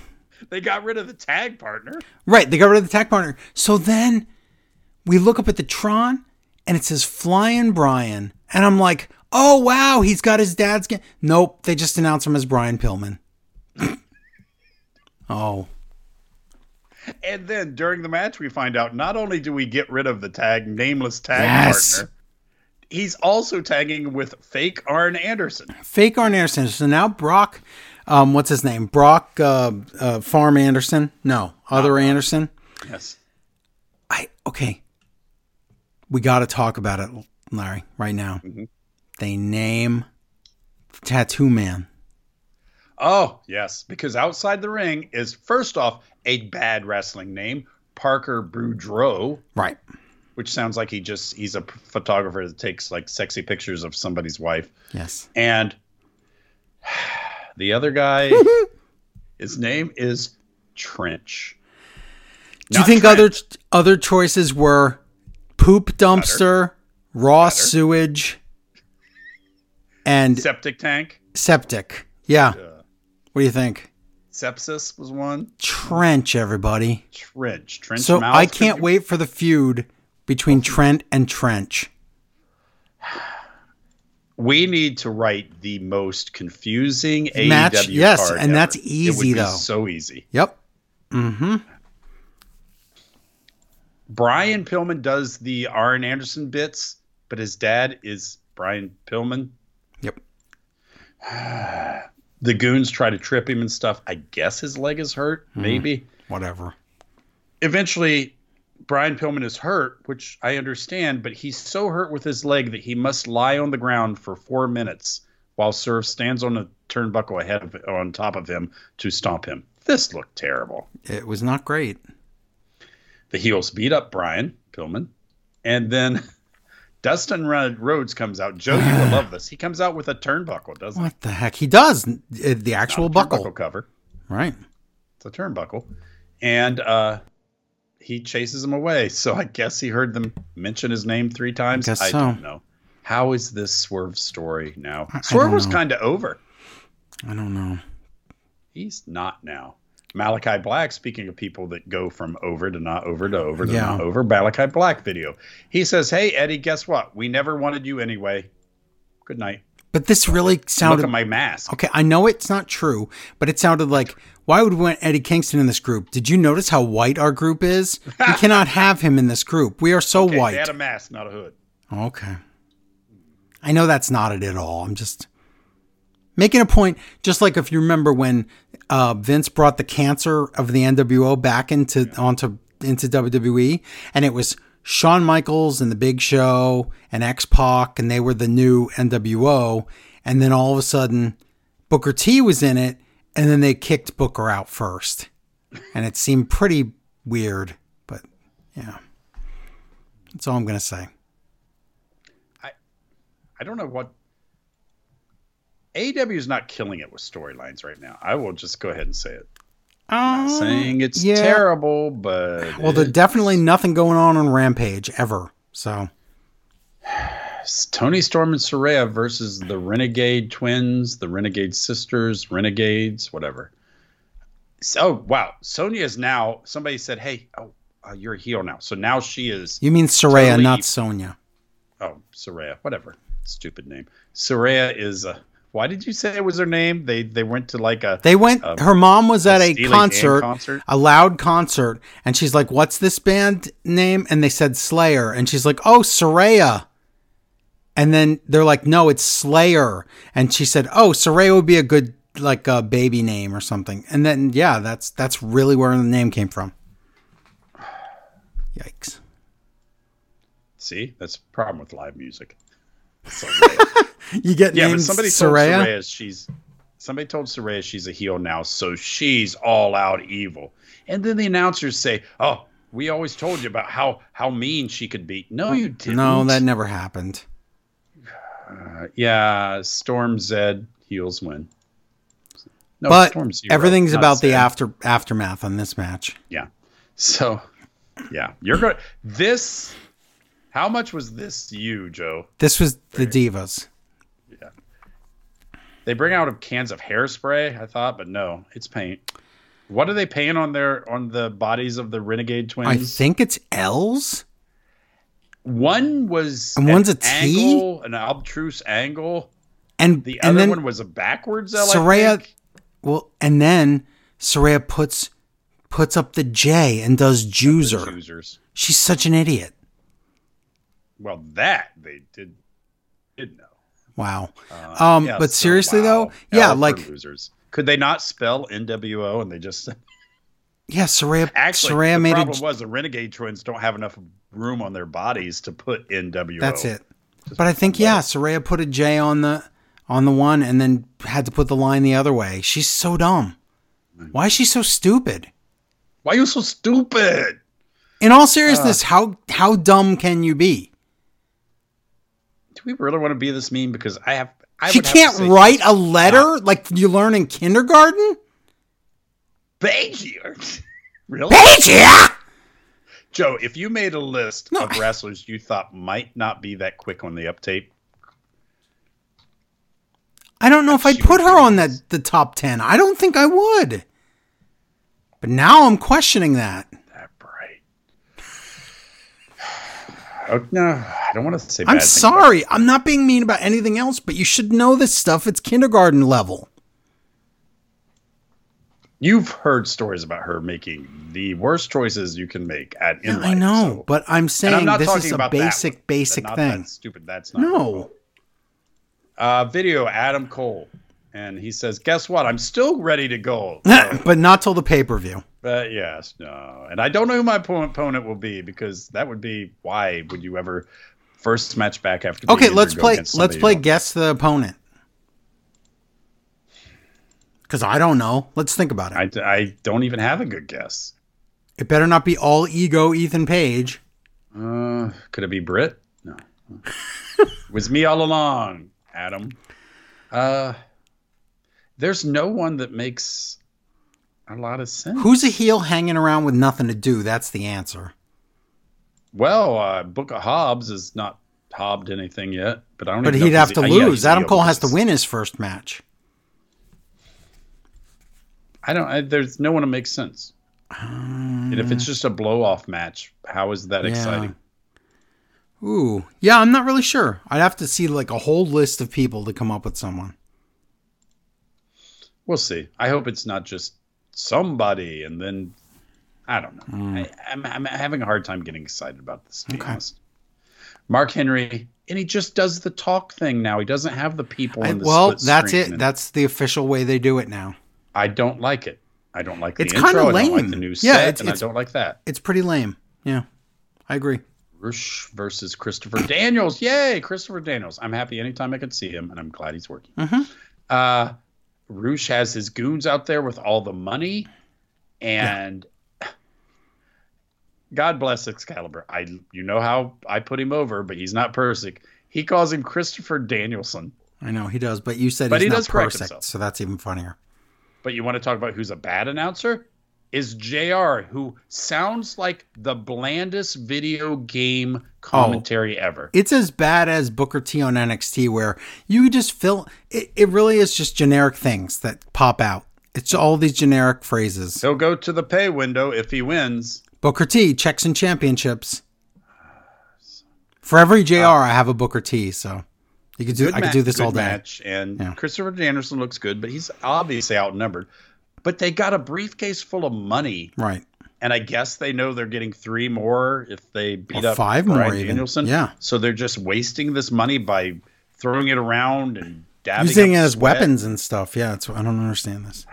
They got rid of the tag partner.
Right, they got rid of the tech partner. So then we look up at the Tron and it says Flying Brian. And I'm like, oh, wow, he's got his dad's. Ga-. Nope, they just announced him as Brian Pillman. *laughs* oh,
And then during the match, we find out not only do we get rid of the tag, nameless tag
Yes.
partner, he's also tagging with fake Arn Anderson.
fake Arn Anderson. So now Brock, um, what's his name? Brock uh, uh, Farm Anderson? No, other Anderson.
Yes.
I okay. We got to talk about it, Larry, right now.
Mhm.
They name the Tattoo Man.
Oh, yes, because outside the ring is first off a bad wrestling name, Parker Boudreaux,
Right.
which sounds like he just he's a p- photographer that takes like sexy pictures of somebody's wife.
Yes.
And *sighs* the
*laughs*
other guy, his name is Trench.
Do you
Not
think
Trent.
other other choices were poop dumpster, raw sewage, and
septic tank?
septic? Yeah.
Uh,
What do you think?
sepsis was one.
Trench, everybody.
Trench. Trench.
so
mouth
I
could
can't
be-
wait for the feud between Trent and Trench.
We need to write the most confusing
Match,
AEW
yes,
card
and
ever.
that's
It would
easy,
be
though.
So easy.
Yep. Mm-hmm.
Brian Pillman does the Arn Anderson bits, but his dad is Brian Pillman.
Yep.
The goons try to trip him and stuff. I guess his leg is hurt,
Hmm.
maybe.
Whatever.
eventually Brian Pillman is hurt, which I understand, but he's so hurt with his leg that he must lie on the ground for four minutes while Surf stands on a turnbuckle ahead of on top of him to stomp him. This looked terrible.
It was not great.
The heels beat up Brian Pillman, and then *laughs* Dustin Rod- Rhodes comes out. Joe, you will love this. He comes out with a turnbuckle, doesn't he?
What the heck? He does uh, the actual buckle,
Turnbuckle cover.
right?
It's a turnbuckle, and uh, he chases him away. *laughs* So I guess he heard them mention his name three times. I,
guess so.
don't know. How is this Swerve story now?
I- I
Swerve
don't
was
know.
kind of over.
I don't know.
He's not now. Malachi Black, speaking of people that go from over to not over to over to
Yeah.
not over, Malachi Black video. He says, Hey, Eddie, guess what? We never wanted you anyway. Good night.
But this really
Look at
sounded
my mask.
okay. I know it's not true, but it sounded like why would we want Eddie Kingston in this group? Did you notice how white our group is? we cannot have him in this group. We are so
Okay,
white.
They had a mask, not a hood.
Okay. I know that's not it at all. I'm just making a point. Just like if you remember when uh, Vince brought the cancer of the NWO back into onto into WWE, and it was Shawn Michaels and The Big Show and X Pac, and they were the new NWO. And then all of a sudden, Booker T was in it, and then they kicked Booker out first, and it seemed pretty weird. But yeah, that's all I'm gonna say.
I don't know what AEW is not killing it with storylines right now. I will just go ahead and say it.
Um,
Saying it's
yeah.
terrible, but
Well, there's definitely nothing going on on Rampage ever. So
it's Tony Storm and Soraya versus the Renegade Twins, the Renegade Sisters, Renegades, whatever. So wow, Sonya is now. Somebody said, "Hey, oh, uh, you're a heel now." So now she is.
you mean Soraya,
Totally.
not Sonya?
Oh, Soraya, whatever, stupid name. Soraya is. Uh, why did you say it was her name? They they went to like a
They went.
Um,
her mom was at a
Steely Dan
concert,
concert?
a loud concert, and she's like, "What's this band name?" And they said Slayer, and she's like, "Oh, Soraya." And then they're like, "No, it's Slayer," and she said, "Oh, Soraya would be a good like uh, baby name or something." And then yeah, that's that's really where the name came from. *sighs* Yikes!
See, that's the problem with live music. Soraya.
You get
yeah, but
named
somebody
Soraya.
told Soraya she's somebody told Soraya she's a heel now, so she's all out evil. And then the announcers say, "Oh, we always told you about how how mean she could be." No, you didn't.
No, that never happened.
Uh, yeah, Storm Zed heels win. No,
but
Storm Zero,
everything's
not
about the
Zed.
after aftermath on this match.
Yeah. So, yeah, you're going. This. How much was this you, Joe?
This was the divas.
They bring out cans of hairspray, I thought, but no, it's paint. What are they painting on their on the bodies of the renegade twins?
I think it's L's.
one was
And one's
an
a T?
angle, an obtruse angle.
And
The
and
other
then
one was a backwards L. I
Soraya-
think.
well and then Soraya puts puts up the J and does Juicer.
Choosers.
She's such an idiot.
Well, that they did did know.
Wow. um
Uh, Yeah,
but
so,
seriously
wow.
though, yeah,
L for
like
losers. Could they not spell NWO and they just *laughs*
Yeah, Soraya.
Actually,
Soraya
the
made
problem
it.
was the Renegade Twins don't have enough room on their bodies to put NWO.
That's it. But I think yeah, Soraya put a J on the on the one and then had to put the line the other way. She's so dumb. Why is she so stupid?
Why are you so stupid?
In all seriousness,
Uh,
how how dumb can you be?
Do we really want to be this mean? Because I have. I
she
would have to
can't
say
write a letter like you learn in kindergarten.
Begier. *laughs* really?
Page yeah.
Joe, if you made a list
No,
of
I-
wrestlers you thought might not be that quick on the uptape,
I don't know if I'd
She would
put her
do
on
this.
that the top ten. I don't think I would. But now I'm questioning that.
that bright. *sighs* Oh, no, I don't want to say.
I'm
bad things about
sorry. I'm not being mean about anything else, but you should know this stuff. It's kindergarten level.
You've heard stories about her making the worst choices you can make at in
Yeah, I
life,
know,
so-
but I'm
and I'm
saying
not
this
talking
is a
about that one,
basic,
but
basic
not
thing.
That stupid. That's not
No,
Uh, video Adam Cole, and he says, "Guess what? I'm still ready to
*laughs*
go." So,
*laughs* but not till the pay per view.
but yes, no, and I don't know who my po- opponent will be because that would be why would you ever first match back after? being
Okay,
injured
let's
go
play.
against somebody
Let's
you
play.
don't-
Guess the opponent. Because I don't know. Let's think about it.
I, I don't even have a good guess.
It better not be all ego, Ethan Page.
Uh, could it be Brit? No.
*laughs*
It was me all along, Adam. Uh, there's no one that makes a lot of sense.
Who's a heel hanging around with nothing to do? That's the answer.
Well, uh, Book of Hobbs is not hobbed anything yet, but I don't.
But
even know
he'd
if
have
he's-
to
uh, yeah,
lose.
he'd be
Adam
able
Cole has to
lose.
win his first match.
I don't. I, there's no one that makes sense. and if it's just a blow off match, how is that
Ah. Yeah.
exciting?
Ooh, yeah, I'm not really sure. I'd have to see like a whole list of people to come up with someone.
We'll see. I hope it's not just somebody, and then I don't know. I, I'm, I'm having a hard time getting excited about this. To be
Hmm. Okay.
honest, Mark Henry, and he just does the talk thing now. He doesn't have the people.
I-
in the
well,
split
that's
screen,
it.
and
That's the official way they do it now.
I don't like it. I don't like the
It's
intro.
kinda
I don't like
lame.
the new
Yeah,
set,
it's-
and
it's-
I don't like that.
It's pretty lame. Yeah, I agree.
Rush versus Christopher Daniels. Yay, Christopher Daniels. I'm happy anytime I can see him, and I'm glad he's working.
Mhm.
Uh, Roosh has his goons out there with all the money, and God bless Excalibur. I, you know how I put him over, but he's not perfect. He calls him Christopher Danielson.
I know he does, but you said
But
he's
he
not
does correct
perfect,
himself.
so that's even funnier.
But you want to talk about who's a bad announcer? Is JR, who sounds like the blandest video game commentary ever.
It's as bad as Booker T on NXT, where you just fill. It, it really is just generic things that pop out. It's all these generic phrases.
He'll go to the pay window if he wins.
Booker T checks and championships. For every JR, I have a Booker T, so you could do.
Uh, Good
I could
ma-
do this
good
all day.
Match, and
Yeah.
Christopher Anderson looks good, but he's obviously outnumbered. But they got a briefcase full of money,
Right.
and I guess they know they're getting three more if they beat
Or
up
five
Brian
more even.
Danielson.
Yeah.
so they're just wasting this money by throwing it around and dabbing
Using it
up
as
sweat.
weapons and stuff. Yeah, it's, I don't understand this.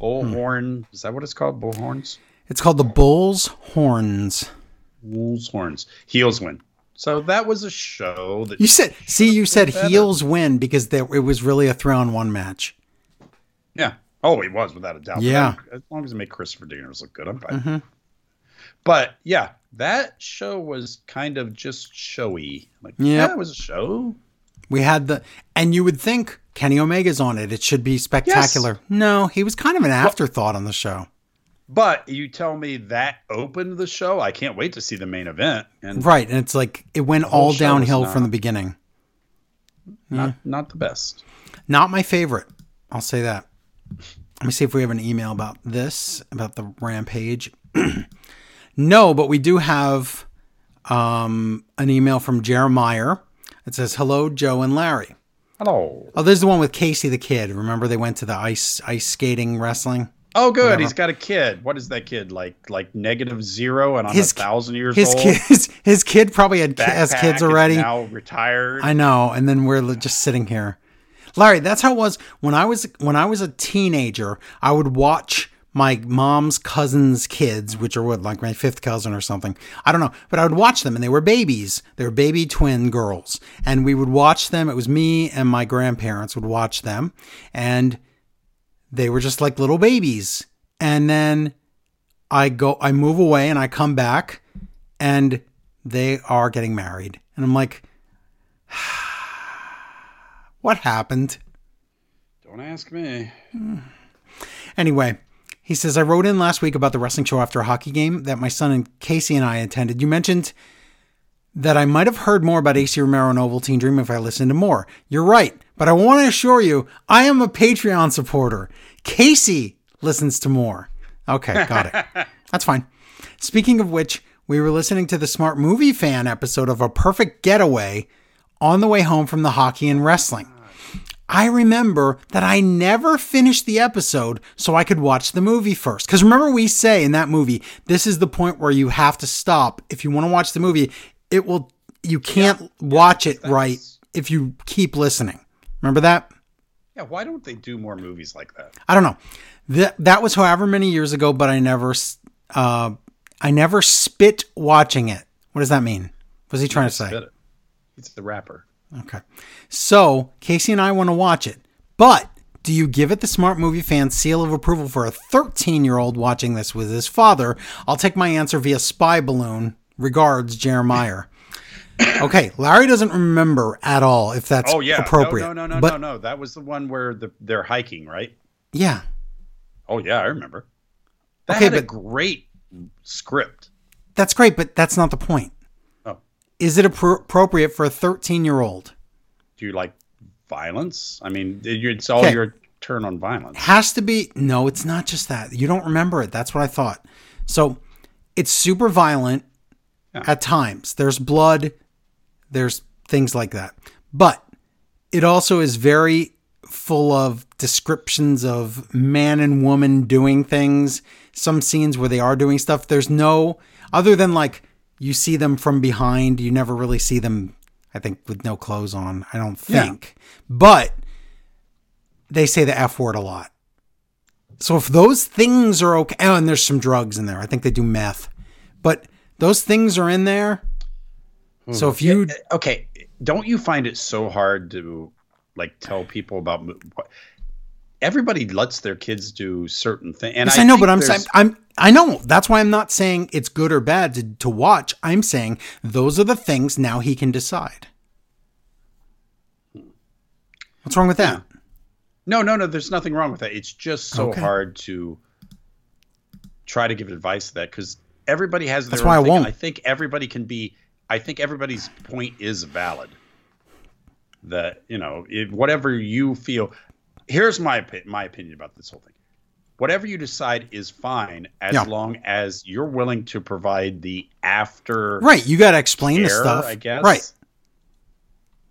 Bullhorn is that what it's called? Bullhorns,
It's called the Bull's Horns.
wolves horns. Heels win. So that was a show that
You said, see, you said heels win because there, it was really a three on one match.
Yeah. Oh, he was without a doubt.
Yeah. Mm-hmm.
As long as it made Christopher Daniels look good, I'm fine. But yeah, that show was kind of just showy. Like,
Yep.
yeah, it was a show.
We had the, and you would think Kenny Omega's on it. It should be spectacular. No, he was kind of an afterthought on the show.
But you tell me that opened the show. I can't wait to see the main event. And
Right. And it's like, it went
whole
all
show
downhill
was
from
not-
the beginning. Mm-hmm.
not not the best.
Not my favorite. I'll say that. Let me see if we have an email about this, about the rampage. *clears throat* no, but we do have um, an email from Jeremiah. It says, Hello, Joe and Larry.
Hello.
Oh, this is the one with Casey the Kid. Remember they went to the ice ice skating wrestling?
Oh, good. He's got a kid. What is that kid like? Like negative zero, and I'm
His
a thousand years
His
old.
kid *laughs* his, his kid probably had ki- has
Backpack
kids
is
already.
Now retired.
I know, and then we're li- just sitting here. Larry, that's how it was when I was when I was a teenager. I would watch my mom's cousin's kids, which are what, like my fifth cousin or something. I don't know. But I would watch them and they were babies. They were baby twin girls. And we would watch them. It was me and my grandparents would watch them. And they were just like little babies. And then I go, I move away and I come back and they are getting married. And I'm like, what happened?
Don't ask me.
Anyway, he says, I wrote in last week about the wrestling show after a hockey game that my son and Casey and I attended. You mentioned that I might have heard more about AC Romero and Ovaltine Dream if I listened to more. You're right, but I want to assure you, I am a Patreon supporter. Casey listens to more. Okay, got it. That's fine. Speaking of which, we were listening to the Smart Movie Fan episode of A Perfect Getaway on the way home from the hockey and wrestling. I remember that I never finished the episode so I could watch the movie first. Because remember, we say in that movie, this is the point where you have to stop. If you want to watch the movie, it will, you can't watch it right if you keep listening. Remember that?
Yeah, why don't they do more movies like that?
I don't know. That that was however many years ago, but I never, s- uh, I never spit watching it. What does that mean? What was he trying to say?
Get it. It's the rapper.
Okay. So Casey and I want to watch it, but do you give it the smart movie fan seal of approval for a 13 year old watching this with his father? I'll take my answer via spy balloon. Regards, Jeremiah. okay, Larry doesn't remember at all if that's
Oh yeah, No,
appropriate.
No, no, no,
but
no, no. That was the one where the, they're hiking, right?
yeah,
Oh yeah, I remember. That
Okay,
had a
but-
great script.
that's great, but that's not the point.
Oh,
Is it appro- appropriate for a 13 year old?
do you like violence? I mean, it- it's all
Okay.
your turn on violence.
has to be no it's not just that you don't remember it that's what i thought so it's super violent
Yeah.
at times there's blood there's things like that but it also is very full of descriptions of man and woman doing things some scenes where they are doing stuff there's no other than like you see them from behind you never really see them i think with no clothes on i don't
Yeah.
think but they say the F word a lot. So if those things are okay, oh, and there's some drugs in there. I think they do meth, but those things are in there. So if you,
okay, don't you find it so hard to like tell people about mo- what- everybody lets their kids do certain things? And
yes, I know,
think
but I'm,
there's-
saying I'm, I know. That's why I'm not saying it's good or bad to, to watch. I'm saying those are the things now he can decide. What's wrong with that?
no, no, no. There's nothing wrong with that. It's just so
Okay.
hard to try to give advice to that because everybody has. Their
That's
own
why I
thing.
won't.
I think everybody can be. I think everybody's point is valid. That you know, if, whatever you feel. Here's my opi- my opinion about this whole thing. Whatever you decide is fine as
Yeah.
long as you're willing to provide the after
Right. You got to explain the
care,
stuff.
I guess.
Right.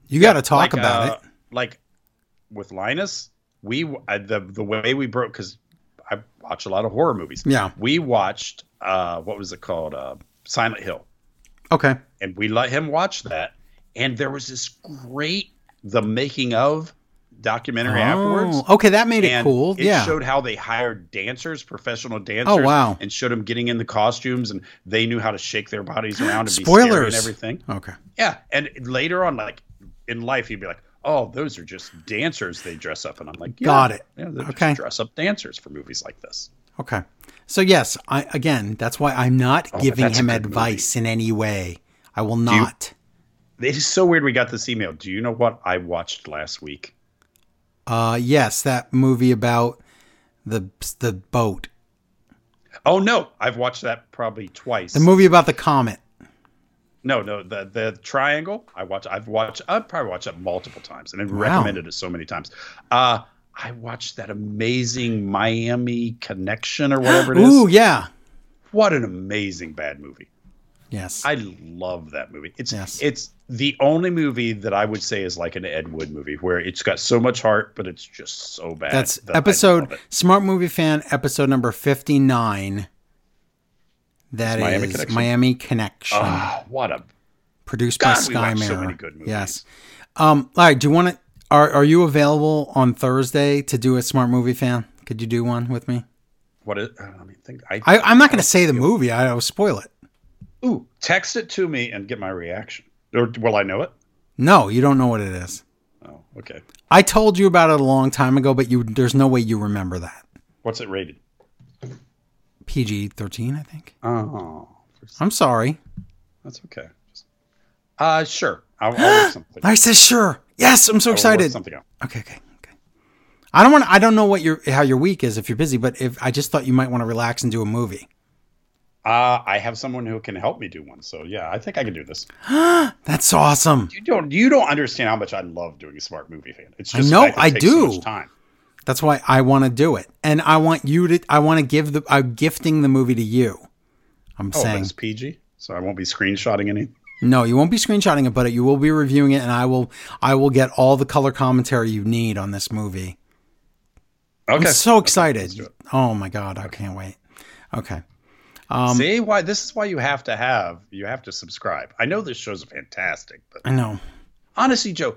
You got to talk about it.
uh, Like with Linus, we uh, the the way we broke because I watch a lot of horror movies.
Yeah.
we watched uh, what was it called? Uh, Silent Hill, uh,
Okay.
and we let him watch that. And there was this great the making of documentary afterwards.
Oh, okay. That made it
And
cool.
It
yeah. Oh,
showed how they hired dancers, professional dancers.
wow.
And showed them getting in the costumes, and they knew how to shake their bodies around and be scary
Spoilers.
and everything.
okay.
Yeah, and later on, like in life, he'd be like, "Oh, those are just dancers. They dress up," and I'm like, yeah,
Got it.
Yeah, they
Okay.
just dress up dancers for movies like this.
Okay. So yes, I again, that's why I'm not
but
giving
Oh, that's a
him
good
advice in any way. I will not.
It is so weird. We got this email. Do you know what I watched last week?
Uh yes, that movie about the the boat.
Oh no, I've watched that probably twice.
The movie about the comet.
no, no, the the triangle. I watch. I've watched. I've probably watched it multiple times, and I've
Wow.
recommended it so many times. Uh I watched that amazing Miami Connection or whatever it is.
Ooh, yeah.
What an amazing bad movie.
Yes.
I love that movie. It's
Yes.
it's the only movie that I would say is like an Ed Wood movie where it's got so much heart, but it's just so bad.
that's
that I love
episode
it.
Smart Movie Fan episode number 59. That is
It's Miami
Miami Connection.
Connection. Ah, what a
produced by
God, we
Sky
watch
Mirror.
so many good movies.
Yes. Um, all right. Do you want to? Are Are you available on Thursday to do a smart movie fan? Could you do one with me?
What is? I don't even think I.
I, I'm not going to say the movie. I, I will spoil it.
Ooh, text it to me and get my reaction. Or will I know it?
No, you don't know what it is.
Oh, okay.
I told you about it a long time ago, but you there's no way you remember that.
What's it rated?
PG 13, I think.
Oh,
I'm sorry.
that's okay. Just- Uh, sure. I'll,
*gasps*
I'll work something.
I says sure. Yes, I'm so
I'll work
excited.
Something out.
Okay, okay, okay. I don't want. I don't know what your how your week is if you're busy, but if I just thought you might want to relax and do a movie.
Uh, I have someone who can help me do one. So yeah, I think I can do this.
That's awesome.
You don't. You don't understand how much I love doing a smart movie fan. It's just
know,
the fact that it
I
takes so
do.
much time. Oh,
That's why I want to do it, and I want you to. I want to give the. I'm gifting the movie to you. I'm
Oh, but
saying
it's PG, so I won't be screenshotting any.
no. You won't be screenshotting it, but you will be reviewing it, and I will. I will get all the color commentary you need on this movie.
Okay.
I'm so
let's
excited.
do it.
oh my god, I can't wait. Okay. um,
See why this is why you have to have you have to subscribe. I know this show's fantastic, but
I know.
honestly, Joe,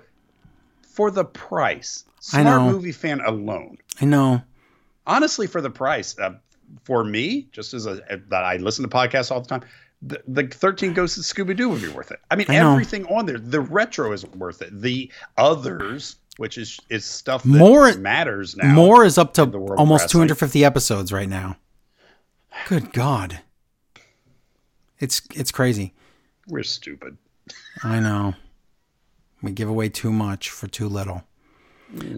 for the price,
I
smart
know.
movie fan alone,
I know.
honestly, for the price, uh, for me, just as a, that I listen to podcasts all the time, the, the Thirteen Ghosts of Scooby Doo would be worth it. I mean,
I know.
everything on there, the retro is worth it. The others, which is is stuff that
More-
matters now.
More is up to
the world of
almost
wrestling.
250 episodes right now. Good God, it's it's crazy.
we're stupid.
I know. We give away too much for too little.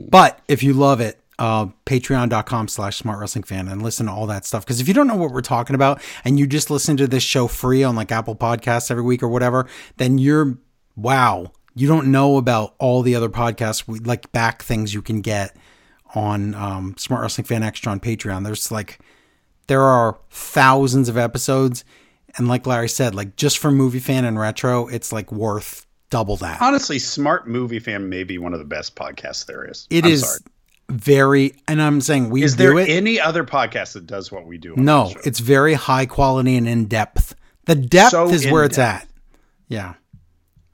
But if you love it, uh, patreon.com slash smart wrestling fan and listen to all that stuff. Because if you don't know what we're talking about and you just listen to this show free on like Apple Podcasts every week or whatever, then you're wow. You don't know about all the other podcasts, we, like back things you can get on um, Smart Wrestling Fan Extra on Patreon. There's like there are thousands of episodes and like larry said like just for movie fan and retro it's like worth double that
Honestly, smart movie fan may be one of the best podcasts there is.
It
I'm
is
sorry.
very and i'm saying we
Is
do
there
it
any other podcast that does what we do? on
no
this show?
it's very high quality and in depth the depth
So
is where it's
in-depth.
at yeah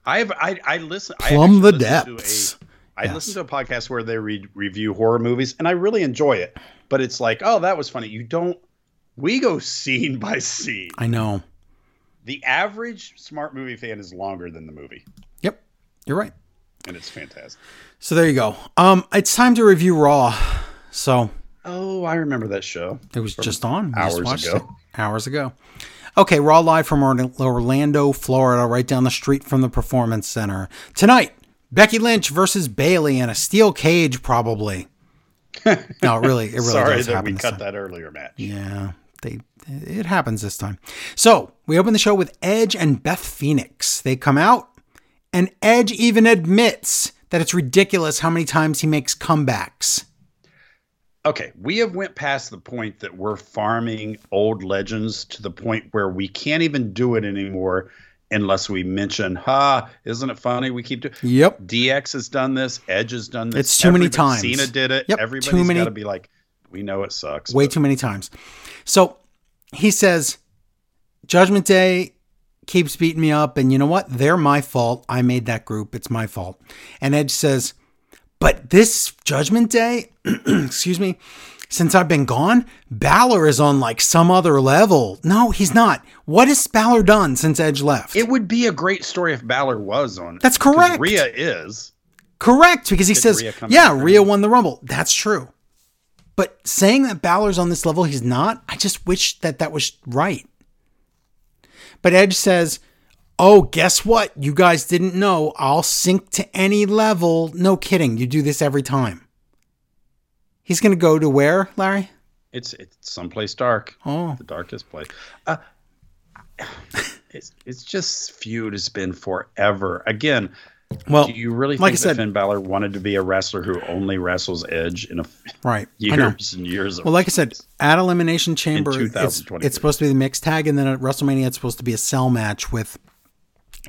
I've I, I listen.
Plumb
I actually
the
listened to
depths.
A, I
Yes.
listen to a podcast where they re- review horror movies, and I really enjoy it. But it's like, oh, that was funny. You don't. We go scene *laughs* by scene.
i know
The average smart movie fan is longer than the movie,
yep you're right
and it's fantastic.
so there you go um it's time to review raw so
Oh, I remember that show.
It was just on We just
hours
watched
ago.
it hours ago. Okay, Raw live from Orla- Orlando, Florida, right down the street from the Performance Center tonight. Becky Lynch versus Bailey in a steel cage,
*laughs*
probably. no, it really, it really
Sorry
does
that
happen.
we
this
cut
time.
that earlier match.
Yeah, they it happens this time. So we open the show with Edge and Beth Phoenix. They come out, and Edge even admits that it's ridiculous how many times he makes comebacks.
okay we have went past the point that we're farming old legends to the point where we can't even do it anymore unless we mention ha isn't it funny we keep doing
Yep.
dx has done this edge has done this
It's too many
Everybody-
times.
cena did it
Yep, too
everybody's
many-
got to be like we know it sucks
way
but
too many times. So he says, Judgment Day keeps beating me up, and you know what? They're my fault. I made that group. It's my fault. And Edge says, But this Judgment Day, *clears throat* excuse me, since I've been gone, Balor is on like some other level. No, he's not. What has Balor done since Edge left?
it would be a great story if Balor was on it.
That's
'Cause
correct.
Rhea is
Correct, because he says,
Rhea come
"Yeah,
back?
Rhea won the Rumble." That's true. But saying that Balor's on this level, he's not. I just wish that that was right. But Edge says, "Oh, guess what? You guys didn't know. I'll sink to any level. No kidding. You do this every time." He's gonna go to where, Larry?
it's it's someplace dark
Oh,
the darkest place. Uh, *sighs* it's it's just feud has been forever. Again,
well,
Do you really think
Oh, like I
that
said-
Finn Balor wanted to be a wrestler who only wrestles Edge in a f-
right. I know.
years and years? Of
Well, like I said, at Elimination Chamber, it's,
2023.
it's supposed to be the mixed tag, and then at WrestleMania, it's supposed to be a cell match with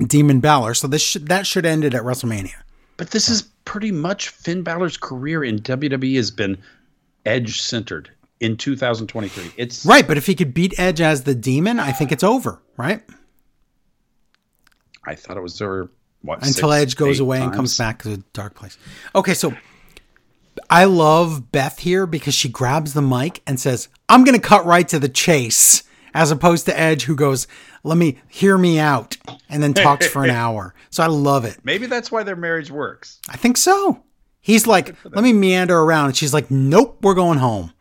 Demon Balor. So this should, that should end it at WrestleMania.
but this is pretty much Finn Balor's career in WWE has been Edge centered in 2023. It's
Right, but if he could beat Edge as the Demon, I think it's over, right?
I thought it was there. What,
Until
six,
Edge goes
eight
away and
times?
comes back to the dark place. Okay, so I love Beth here because she grabs the mic and says, "I'm going to cut right to the chase," as opposed to Edge who goes, "Let me hear me out," and then talks
*laughs*
for an hour. So I love it.
Maybe that's why their marriage works.
I think so. He's like, "Let me meander around," and she's like, "Nope, we're going
*laughs*
home."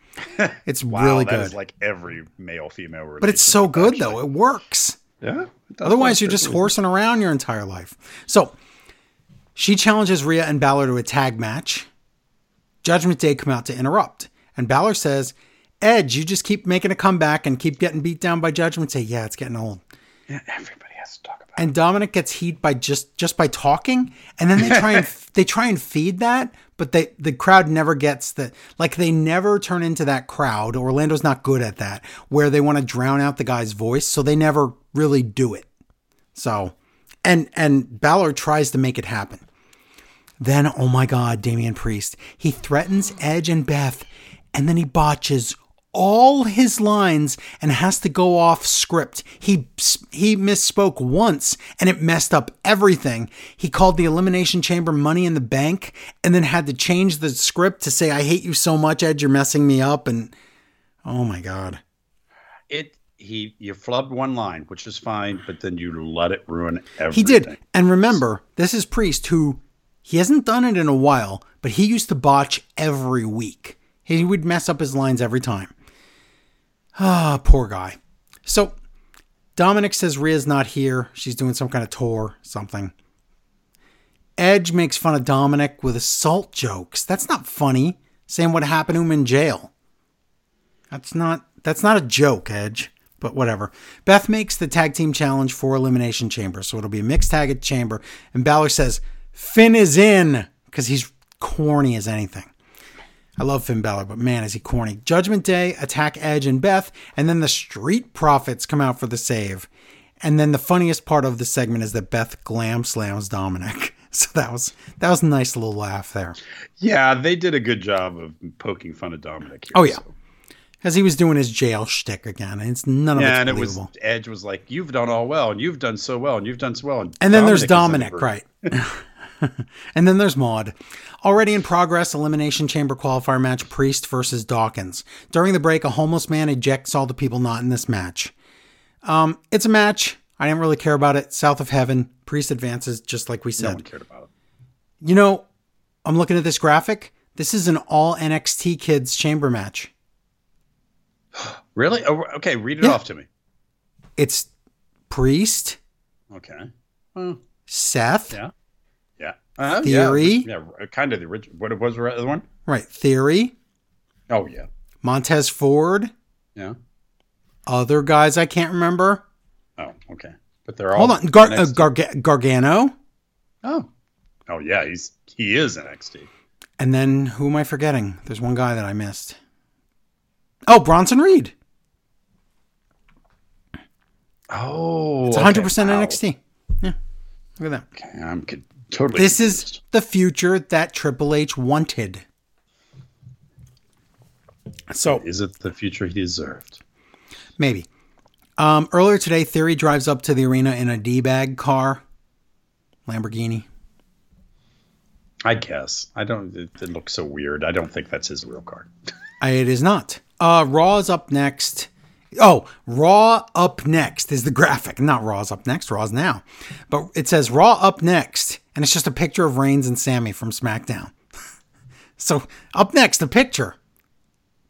It's
Wow,
really
that
good,
is like every male female relationship.
but it's so good though. It works.
Yeah. it does
Otherwise,
work
you're
for
just
some
horsing around your entire life. So she challenges Rhea and Balor to a tag match. Judgment Day come out to interrupt, and Balor says, "Edge, you just keep making a comeback and keep getting beat down by Judgment Day. Yeah, it's getting old."
reason. Yeah, everybody has to talk about
And Dominic gets heat by just just by talking, and then they try
*laughs*
and they try and feed that, but they the crowd never gets that. Like they never turn into that crowd. Orlando's not good at that, where they want to drown out the guy's voice, so they never really do it. So, and and Balor tries to make it happen. Then, oh my God, Damian Priest, he threatens Edge and Beth, and then he botches all his lines and has to go off script. He he misspoke once, and it messed up everything. He called the Elimination Chamber "Money in the Bank," and then had to change the script to say, "I hate you so much, Edge. You're messing me up." And oh my God,
it. He you flubbed one line, which is fine, but then you let it ruin everything.
He did. And remember, this is Priest who he hasn't done it in a while, but he used to botch every week. He would mess up his lines every time. Ah, poor guy. So Dominic says Rhea's not here. She's doing some kind of tour, something. Edge makes fun of Dominic with assault jokes. That's not funny. Saying what happened to him in jail. That's not that's not a joke, Edge. But whatever. Beth makes the tag team challenge for Elimination Chamber, so it'll be a mixed tag at Chamber. And Balor says Finn is in because he's corny as anything. I love Finn Balor, but man, is he corny. Judgment Day attack Edge and Beth, and then the Street Profits come out for the save. And then the funniest part of the segment is that Beth glam slams Dominic. *laughs* So that was that was a nice little laugh there.
Yeah, they did a good job of poking fun of Dominic. Here,
Oh, yeah.
so.
As he was doing his jail shtick again, and it's none of
Yeah,
it's
and it was
believable.
Edge was like, "You've done all well, and you've done so well, and you've done so well." And,
And then there's
is
Dominic,
over.
right? *laughs* and then there's Maud. Already in progress, Elimination Chamber qualifier match Priest versus Dawkins. During the break, a homeless man ejects all the people not in this match. Um, it's a match. I didn't really care about it. South of Heaven, Priest advances, just like we
No
said.
one cared about
You know, I'm looking at this graphic. This is an all NXT kids chamber match.
it. Really? Oh, okay, read it
Yeah.
off to me.
It's Priest,
Okay. Well,
Seth,
Yeah. yeah. Uh,
Theory.
Yeah, yeah, kind of the original. What was the other one?
right? Theory,
Oh yeah,
Montez Ford,
yeah.
other guys I can't remember.
Oh, okay. But they're all.
Hold on, Gar- uh,
next-
Garga- Gargano,
oh, oh yeah. He's he is NXT.
and then who am I forgetting? There's one guy that I missed. Oh, Bronson Reed.
Oh,
It's
okay,
100 percent
wow.
NXT. Yeah, look at that.
Okay, I'm con- totally.
This is
confused.
the future that Triple H wanted. So
Is it the future he deserved?
maybe. Um, earlier today, Theory drives up to the arena in a D-bag car, Lamborghini.
I guess. I don't. It, it looks so weird. I don't think that's his real car.
It is not. Uh, Raw is up next. Oh, Raw up next is the *laughs* graphic. Not Raw's up next. Raw's now, but it says Raw up next, and it's just a picture of Reigns and Sammy from SmackDown. *laughs* so up next, the picture,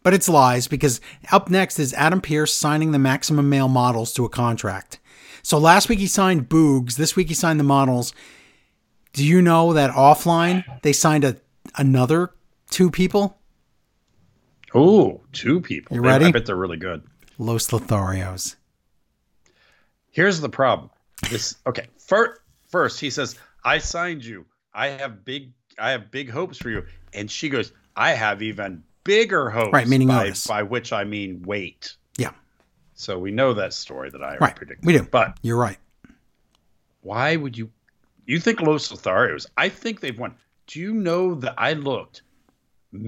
but it's lies because up next is Adam Pierce signing the Maximum Male models to a contract. So last week he signed Boogs. This week he signed the models. Do you know that offline they signed a another two people?
Oh, two people.
You
They- I
ready?
bet they're really good.
Los Lotharios.
Here's the problem. This okay. First, first he says, "I signed you. I have big. I have big hopes for you." And she goes, "I have even bigger hopes."
Right, meaning
by,
Otis.
by which I mean wait.
Yeah,
So we know that story that I
Right,
predicted.
we do.
But
you're right.
why would you? You think Los Lotharios? I think they've won. Do you know that I looked?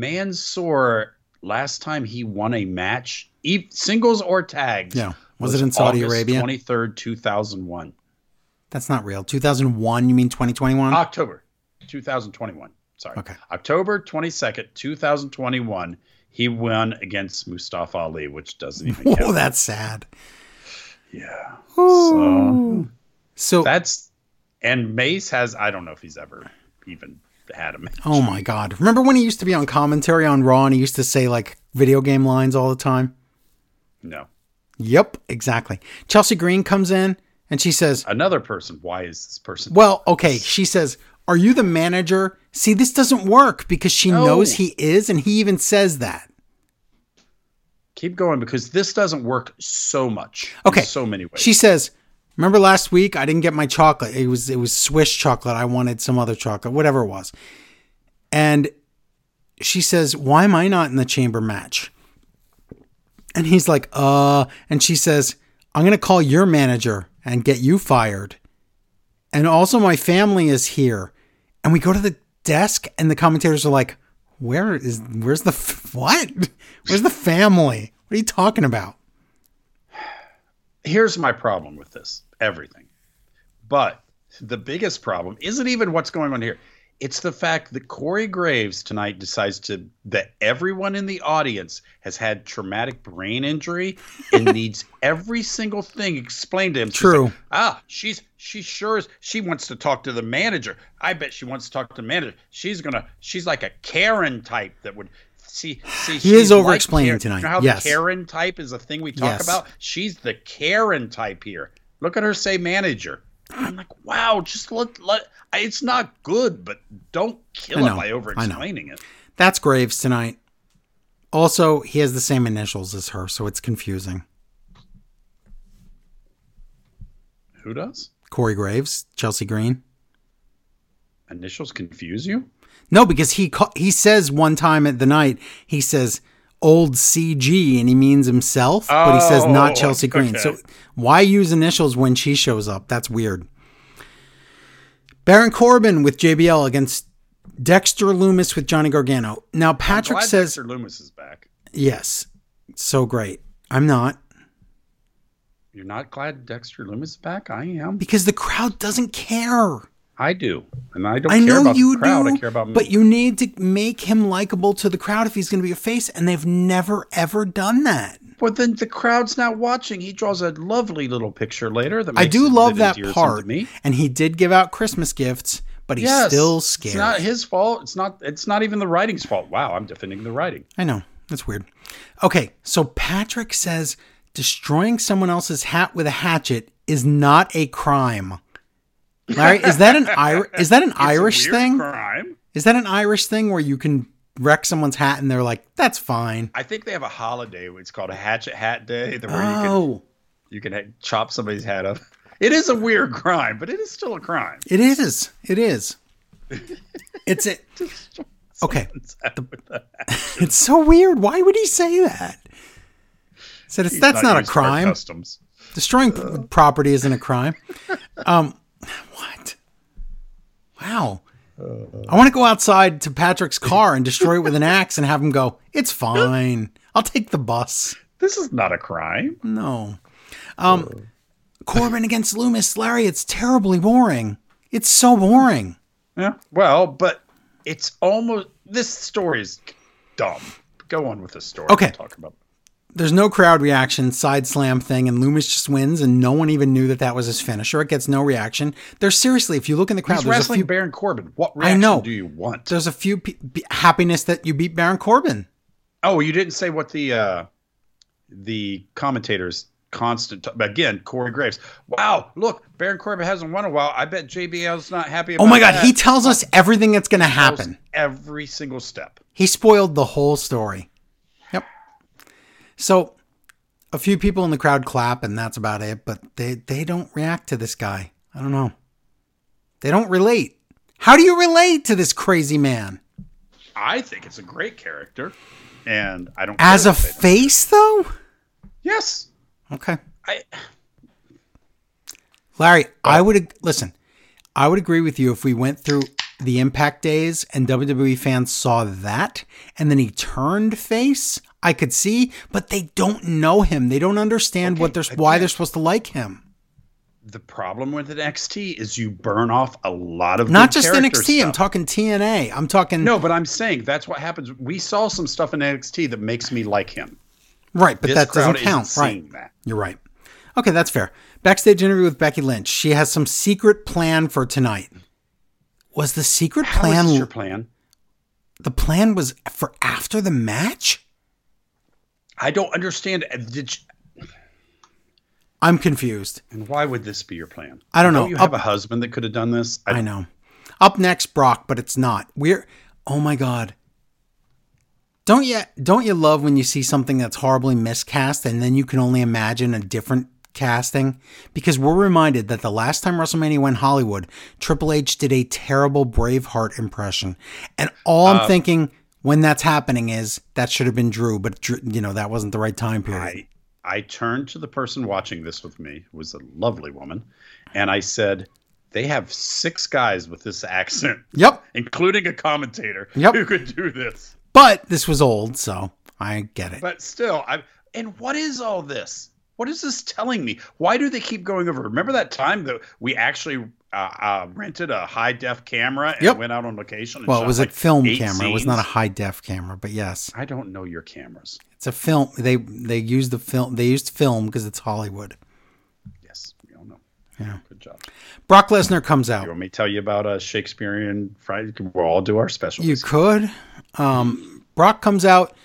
Mansoor last time he won a match, e- singles or tags.
Yeah. Was it in Saudi Arabia?
Twenty third, two thousand one. Ah,
That's not real. 2001, you mean 2021?
October 2021. Sorry.
Okay.
October 22nd, 2021, he won against Mustafa Ali, which doesn't even
Whoa,
count.
that's sad.
yeah. So
So,
that's and Mace has I don't know if he's ever even had a match.
oh my God. Remember when he used to be on commentary on Raw and he used to say like video game lines all the time?
No.
Yep, exactly. Chelsea Green comes in and she says,
Another person. Why is this person?
Well, okay. She says, Are you the manager? See, this doesn't work because she
No.
knows he is and he even says that.
Keep going because this doesn't work so much. in
Okay.
so many ways.
She says, "Remember last week I didn't get my chocolate. It was it was Swiss chocolate. I wanted some other chocolate, whatever it was." And she says, "Why am I not in the chamber match?" And he's like, "Uh," and she says, "I'm going to call your manager and get you fired." And also my family is here. And we go to the desk and the commentators are like, "Where is where's the f- *laughs* what? Where's the family? What are you talking about?"
here's my problem with this everything but the biggest problem isn't even what's going on here it's the fact that corey graves tonight decides to that everyone in the audience has had traumatic
*laughs*
brain injury and needs every single thing explained to him She's
True.
like, ah she's she sure is she wants to talk to the manager i bet she wants to talk to the manager she's gonna she's like a karen type that would see see
He is
she's like
over-explaining
Karen.
tonight.
you know how
Yes.
the Karen type is a thing we talk
Yes.
about. She's the Karen type here. Look at her say manager. I'm like, wow, just let, let I- it's not good, but don't
I
kill it
know,
by over
I know.
explaining it.
That's Graves tonight. Also, he has the same initials as her, so it's confusing.
Who does?
Corey Graves, Chelsea Green.
Initials confuse you?
No, because he ca- he says one time at the night, he says old CG and he means himself, but he says not
Oh,
Chelsea Green.
okay.
So why use initials when she shows up? That's weird. Baron Corbin with JBL against Dexter Loomis with Johnny Gargano. Now Patrick
Glad
says
Dexter Loomis is back.
yes. So great. I'm not
You're not glad Dexter Loomis is back? I am.
because the crowd doesn't care.
I do. And I don't
I
care
know
about
you
the crowd.
do,
I care about me.
but you need to make him likable to the crowd if he's going to be a face, and they've never ever done that.
But then the crowd's not watching. He draws a lovely little picture later that
I
makes
do
it-
love that
endears him to
part,
me.
and he did give out Christmas gifts, but he's
Yes.
still
It's not
scared.
his fault. It's not. It's not even the writing's fault. Wow, I'm defending the writing.
I know that's weird. Okay, so Patrick says destroying someone else's hat with a hatchet is not a crime. Larry, is that
*laughs*
an Ir- is that an Irish
Weird
thing?
Crime.
Is that an Irish thing where you can wreck someone's hat and they're like, "That's fine."
I think they have a holiday. It's called a Hatchet Hat Day, the- where
Oh.
you can you can ha- chop somebody's hat up. It is a weird crime, but it is still a crime.
It is. It is. It's it. Okay. *laughs* It's so weird. Why would he say that? Said it's, that's not a
used to our
crime.
Customs.
Destroying p- property isn't a crime. Um, what? Wow. I want to go outside to Patrick's car and destroy it with an axe and have him go. It's fine. I'll take the bus.
This is not a crime.
No. Um, Corbin against Loomis, Larry. It's terribly boring. It's so boring.
Yeah. Well, but it's almost this story is dumb. Go on with the story.
Okay.
We'll talk about.
there's no crowd reaction, side slam thing, and Loomis just wins, and no one even knew that that was his finisher. It gets no reaction. There's seriously, if you look in the crowd,
He's
there's a
wrestling
few,
Baron Corbin. What
I
reaction
know.
do you want?
there's a few pe- be- happiness that you beat Baron Corbin.
Oh, you didn't say what the uh, the commentators constant again Corey Graves. Wow, look, Baron Corbin hasn't won in a while. I bet JBL's not happy. About
Oh my God,
that.
he tells us everything that's going to
Tells
happen.
every single step.
He spoiled the whole story. Yep. So, a few people in the crowd clap, and that's about it. But they they don't react to this guy. I don't know. They don't relate. How do you relate to this crazy man
I think it's a great character, and I don't
as
care
a
if they don't.
face though?
yes.
Okay.
I
Larry, I would ag- listen. I would agree with you if we went through the Impact days and WWE fans saw that, and then he turned face. I could see, but they don't know him. They don't understand what they're why they're supposed to like him.
the problem with an XT is you burn off a lot of
Not
good
just
character
NXT. I'm
stuff.
talking TNA. I'm talking
No, but I'm saying that's what happens. We saw some stuff in NXT that makes me like him.
right, but
this
that
crowd
doesn't
isn't
count. Right.
seeing that.
You're right. Okay, that's fair. Backstage interview with Becky Lynch. She has some secret plan for tonight. Was the secret
How is
plan
this your plan?
the plan was for after the match?
I don't understand. Uh, Did you-
I'm confused.
and why would this be your plan?
I don't know.
You
Up-
have a husband that could have done this.
I know. Up next, Brock, but it's not. We're oh my god. Don't you don't you love when you see something that's horribly miscast and then you can only imagine a different casting? Because we're reminded that the last time WrestleMania went Hollywood, Triple H did a terrible Braveheart impression, and all I'm thinking when that's happening is that should have been Drew, but Drew, you know that wasn't the right time period.
I I turned to the person watching this with me, who was a lovely woman, and I said, "They have six guys with this accent, *laughs*
yep,
including a commentator
Yep.
who could do this."
but this was old, so I get it.
But still, I and what is all this? What is this telling me? Why do they keep going over? Remember that time that we actually uh, uh, rented a high def camera and
Yep.
went out on location? And
well,
shot
it was
like
a film
eight
camera. It was not a
scenes?
high def camera, but yes.
I don't know your cameras.
It's a film. They they used the film. They used film because it's Hollywood.
Yes, we all know.
Yeah.
Good job.
Brock Lesnar comes
You
out.
want me to tell you about uh, Shakespearean Friday? We'll all do our specials.
You could. Um, Brock comes out,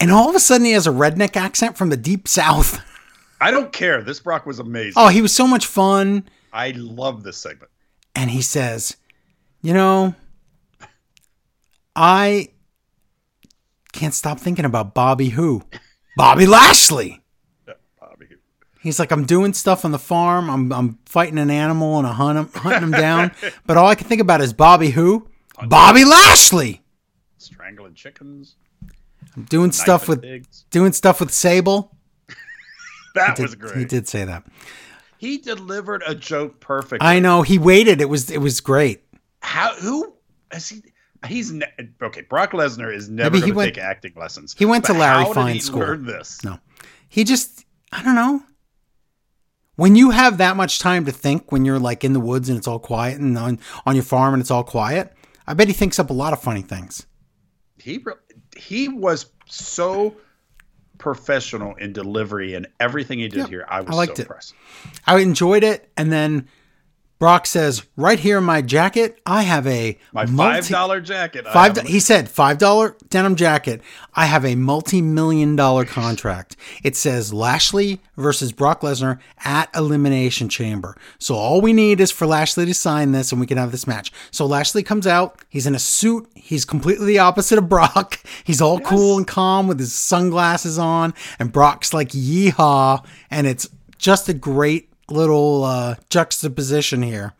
and all of a sudden he has a redneck accent from the deep south. *laughs*
I don't care. This Brock was amazing.
Oh, he was so much fun.
I love this segment.
And he says, "You know, I can't stop thinking about Bobby who, Bobby Lashley."
Bobby.
He's like, I'm doing stuff on the farm. I'm I'm fighting an animal and I hunt him, hunting him
*laughs*
down. But all I can think about is Bobby who? Bobby Lashley.
Strangling chickens.
I'm doing stuff with
knifing pigs.
doing stuff with Sable.
That
Did-
was great.
He
He,
did say that.
delivered a joke perfectly.
I know. He waited. It was it was great.
How? Who is he? He's ne- okay. Brock Lesnar is never
Maybe he
going to
went-
take acting lessons.
he went to
But
Larry
how did
Fine
he
School.
Learn this.
No. He just I don't know. When you have that much time to think when you're like in the woods and it's all quiet and on, on your farm and it's all quiet, I bet he thinks up a lot of funny things.
He re- he was so professional in delivery and everything he did
Yep,
here. I was
I liked
so
it.
impressed.
I enjoyed it. And then Brock says, right here in my jacket, I have a
My
multi-
five dollar jacket. I
Five,
have-
he said, five dollar denim jacket. I have a multi-million dollar contract. It says Lashley versus Brock Lesnar at Elimination Chamber. So all we need is for Lashley to sign this, and we can have this match. So Lashley comes out. He's in a suit. He's completely the opposite of Brock. *laughs* He's all cool and calm with his sunglasses on, and Brock's like yeehaw, and it's just a great little uh, juxtaposition here.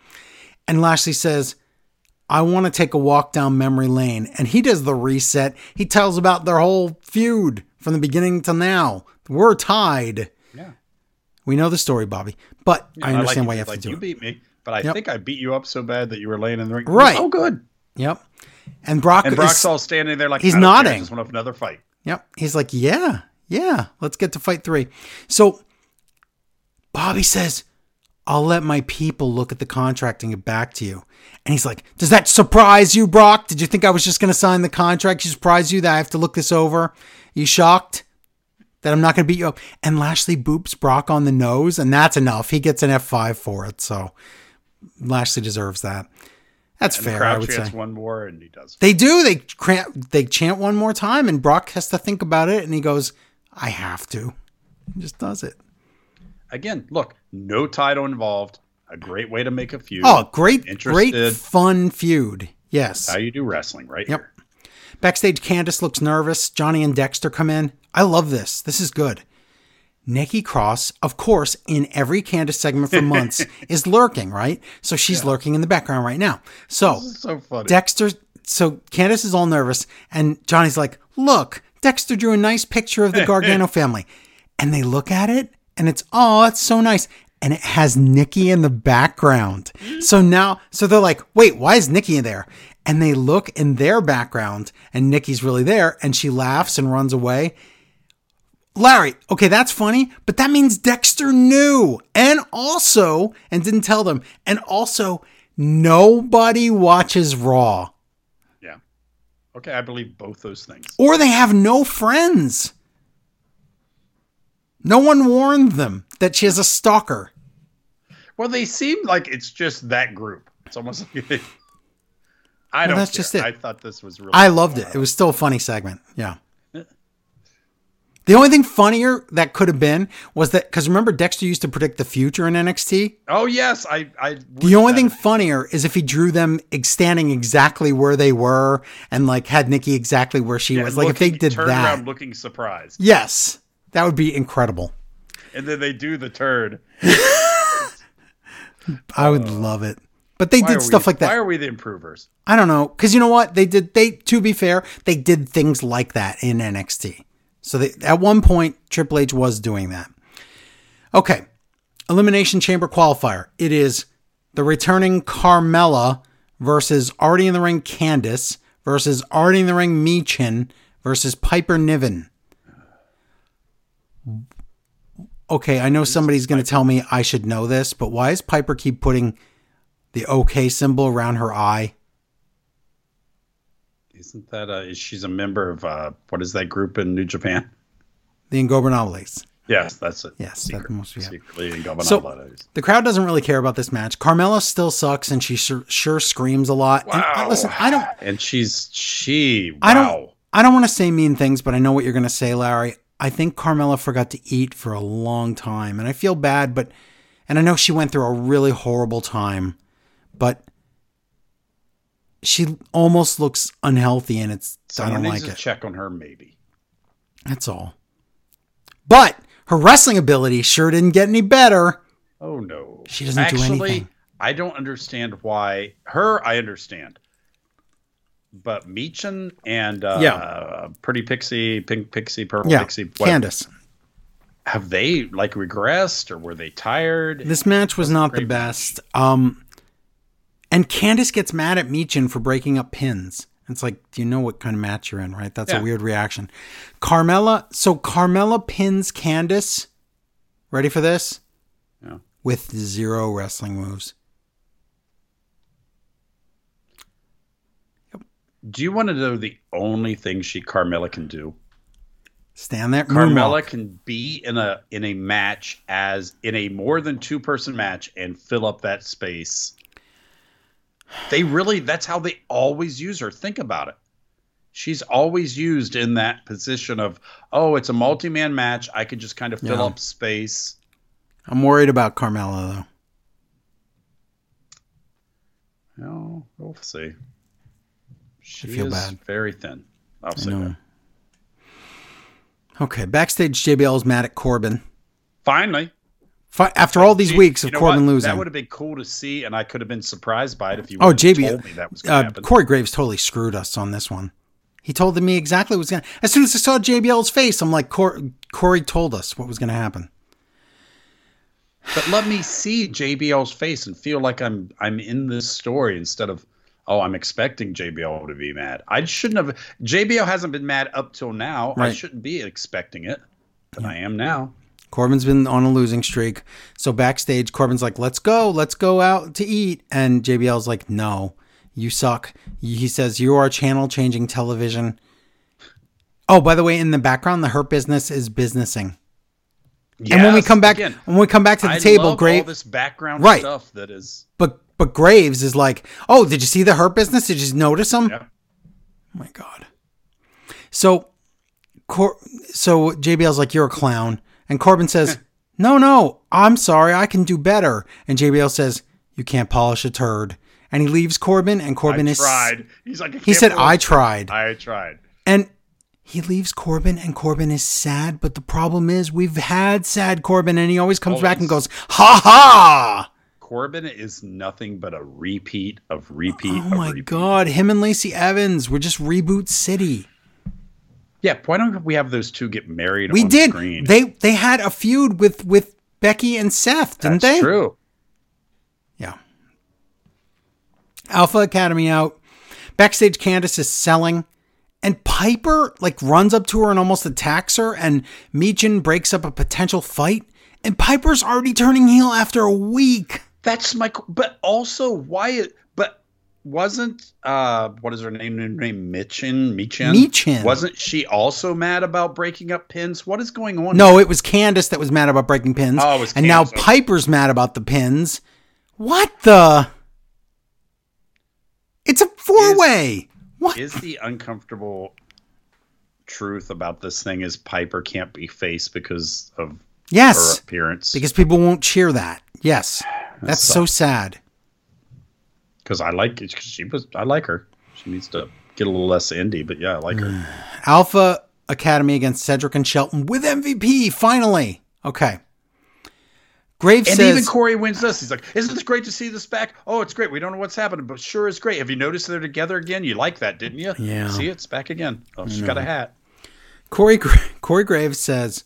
And Lashley says, I want to take a walk down memory lane. And he does the reset. He tells about their whole feud from the beginning till now. We're tied.
Yeah.
We know the story, Bobby, but I
And
understand
like
why you
did,
have
like,
to do
You
it.
beat me, but I
Yep.
think I beat you up so bad that you were laying in the ring.
Right.
Oh, good.
Yep. And Brock
And
is-
Brock's all standing there like
he's
"I don't care, I
nodding.
just want another fight.
Yep. He's like, yeah, yeah, let's get to fight three. So Bobby says, I'll let my people look at the contract and get back to you. And he's like, Does that surprise you, Brock? Did you think I was just going to sign the contract? Should surprise you that I have to look this over? You shocked that I'm not going to beat you up? And Lashley boops Brock on the nose, and that's enough. He gets an F5 for it. So Lashley deserves that. That's
And the
fair, I
crowd
would
chants
say.
one more, and he does.
They do. They cramp, they chant one more time, and Brock has to think about it, and he goes, "I have to." He just does it.
Again, look, no title involved. A great way to make a feud.
Oh, great, great,
Interested.
fun feud. Yes.
How you do wrestling, right?
Yep.
Here.
Backstage, Candace looks nervous. Johnny and Dexter come in. I love this. This is good. Nikki Cross, of course, in every Candace segment for months, is lurking, right? So she's lurking in the background right now. So
This is so funny.
Dexter, so Candace is all nervous, and Johnny's like, Look, Dexter drew a nice picture of the Gargano family. And they look at it, and it's, Oh, that's so nice. And it has Nikki in the background. So now, so they're like, Wait, why is Nikki in there? And they look in their background, and Nikki's really there, and she laughs and runs away. Larry, okay, that's funny, but that means Dexter knew and also, and didn't tell them, and also, nobody watches Raw
Okay, I believe both those things.
or they have no friends. No one warned them that she is a stalker.
Well, they seem like it's just that group. It's almost like *laughs* I
Well,
don't.
that's
care.
just it.
I thought this was really.
I loved it. It was still a funny segment. Yeah. The only thing funnier that could have been was that because remember Dexter used to predict the future in NXT.
Oh yes, I. I
The only thing funnier is if he drew them ex- standing exactly where they were and like had Nikki exactly where she was. Like if they did
turn
that,
around looking surprised,
yes, that would be incredible.
and then they do the turn.
I would love it. But they
Uh, Why are
did stuff
we,
like that.
Why are we the improvers?
I don't know, because you know what they did. They, to be fair, they did things like that in NXT. So they, at one point, Triple H was doing that. Okay, Elimination Chamber qualifier. It is the returning Carmella versus already in the ring Candice versus already in the ring Meechin versus Piper Niven. Okay, I know somebody's going to tell me I should know this, but why does Piper keep putting the OK symbol around her eye?
Isn't that uh, is she's a member of uh, what is that group in New Japan?
The Ingobernables.
Yes, that's it.
Yes, that must be it.
secretly in Gobanabalados.
The crowd doesn't really care about this match. Carmella still sucks, and she sure, sure screams a lot. And I,
Wow.
listen, I don't,
and she's she. Wow.
I don't, I don't want to say mean things, but I know what you're going to say, Larry. I think Carmella forgot to eat for a long time, and I feel bad, but, and I know she went through a really horrible time, but she almost looks unhealthy, and it's
Someone
I don't
needs
like
to
it.
check on her, maybe.
That's all. But her wrestling ability sure didn't get any better.
Oh no.
She doesn't do
Actually,
anything.
I don't understand why her I understand. But Meechin and uh,
Yeah.
Pretty Pixie, Pink Pixie, Purple
Yeah,
Pixie, what-
Candace.
have they like regressed or were they tired?
This match was not the best. Um, and Candace gets mad at Meechin for breaking up pins. It's like, do you know what kind of match you're in, right? That's
Yeah.
a weird reaction. Carmella, so Carmella pins Candace. Ready for this?
Yeah.
With zero wrestling moves.
do you want to know the only thing she Carmella can do?
Stand there.
Carmella
moonwalk.
can be in a in a match as in a more than two person match and fill up that space. They really that's how they always use her. Think about it. She's always used in that position of, oh, it's a multi man match. I could just kind of fill
Yeah.
up space.
I'm worried about Carmella, though.
No, we'll see. She
feel
is
bad.
very thin. I'll
I
say
know.
that.
Okay, backstage JBL is mad at Corbin.
Finally,
Fi- After all these
you-
weeks
you
of
know
Corbin
what?
losing.
that would have been cool to see, and I could have been surprised by it if you.
Oh,
would've
JB,
told me that was going to
uh,
happen.
Corey Graves totally screwed us on this one. He told me exactly what was going to As soon as I saw JBL's face, I'm like, Cor- Corey told us what was going to happen.
But let me see JBL's face and feel like I'm I'm in this story instead of oh I'm expecting JBL to be mad. I shouldn't have JBL hasn't been mad up till now. I
Right.
shouldn't be expecting it. But I am now.
Corbin's been on a losing streak. So backstage, Corbin's like, let's go, let's go out to eat. And JBL's like, no, you suck. He says, you are channel changing television. Oh, by the way, in the background, the Hurt Business is businessing. and when we
Yes,
come back,
again,
when we come back to the
I
table,
love
great.
all this background
Right.
stuff that is
but but Graves is like, oh, did you see the Hurt Business? Did you notice them?
yeah.
my god. So, Cor- so JBL's like, "You're a clown," and Corbin
*laughs*
says, "No, no, I'm sorry, I can do better." And JBL says, "You can't polish a turd," and he leaves Corbin, and Corbin
I
is
tried. He's like I
he
can't
said,
believe
"I tried,"
I tried.
and he leaves Corbin, and Corbin is sad. But the problem is, we've had sad Corbin, and he always comes back and goes,
Always.
"Ha ha."
Corbin is nothing but a repeat of repeat.
Oh
of
my
repeat.
God! Him and Lacey Evans were just reboot city.
Yeah, why don't we have those two get married?
We
on
did.
Screen?
They they had a feud with with Becky and Seth, didn't
That's
they?
True.
Yeah. Alpha Academy out. Backstage Candace is selling And Piper like runs up to her and almost attacks her, and Meechin breaks up a potential fight. And Piper's already turning heel after a week.
That's my. qu- But also, why? But wasn't uh, what is her name? Name, name Michin. Michin.
Meechin.
Wasn't she also mad about breaking up pins? What is going on?
No, it was Candace that was mad about breaking pins.
Oh, it was
and now
Candace, okay.
Piper's mad about the pins. What the? It's a four way. What?
is the uncomfortable truth about this thing is Piper can't be face because of her
yes.
appearance
Because people won't cheer that. Yes. That's so sad.
because I like cause she was I like her. She needs to get a little less indie, but yeah, I like her.
Alpha Academy against Cedric and Shelton with MVP, finally. Okay. Graves
And
says,
even Corey wins this. He's like, "Isn't this great to see this back? Oh, it's great. We don't know what's happening, but sure is great. Have you noticed they're together again? You like that, didn't you?
Yeah.
See, it's back again. Oh, she's got a hat.
Corey, *laughs* Corey Graves says,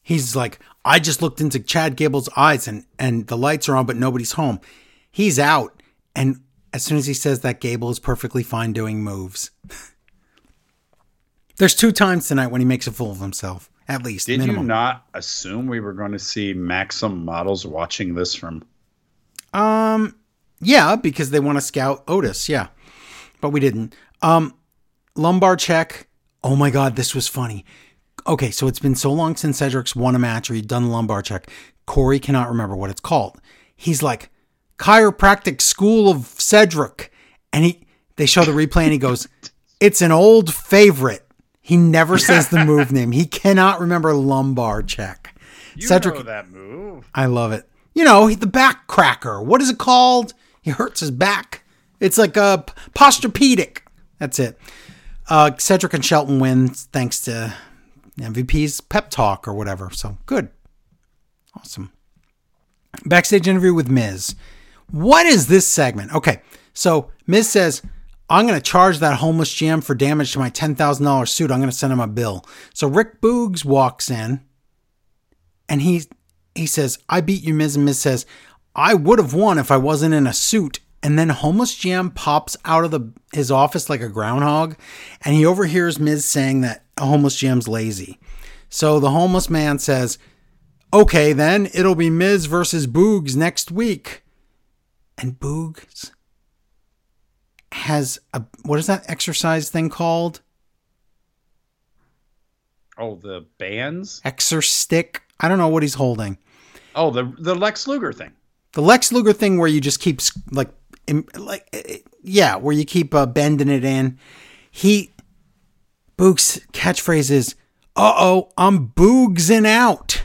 he's like, I just looked into Chad Gable's eyes and, and the lights are on, but nobody's home. He's out. And as soon as he says that, Gable is perfectly fine doing moves. *laughs* There's two times tonight when he makes a fool of himself, at least.
Did
minimum.
you not assume we were going to see Maxim models watching this from?
Um, yeah, because they want to scout Otis. Yeah, but we didn't. Um, lumbar check. Oh my god, this was funny. Okay, so it's been so long since Cedric's won a match or he'd done a lumbar check. Corey cannot remember what it's called. He's like, chiropractic school of Cedric, and he they show the replay and he goes, it's an old favorite. He never says the move name. He cannot remember lumbar check.
You
Cedric
know that move.
I love it. You know, he, the back cracker. What is it called? He hurts his back. It's like a p- posturepedic. That's it. Uh, Cedric and Shelton win thanks to MVP's pep talk or whatever. So good. Awesome. Backstage interview with Miz. What is this segment? Okay. So Miz says, I'm going to charge that homeless GM for damage to my $10,000 suit. I'm going to send him a bill. So Rick Boogs walks in and he he says, "I beat you, Miz." And Miz says, "I would have won if I wasn't in a suit." And then homeless Jam pops out of the his office like a groundhog, and he overhears Miz saying that homeless Jam's lazy. So the homeless man says, "Okay, then it'll be Miz versus Boogs next week." And Boogs has a what is that exercise thing called?
Oh, the bands.
Exer stick. I don't know what he's holding.
Oh, the the Lex Luger thing. *laughs*
the Lex Luger thing where you just keep like im- like eh, eh, yeah, where you keep uh, bending it in. He Boog's catchphrase is "Uh oh, I'm boogsing out."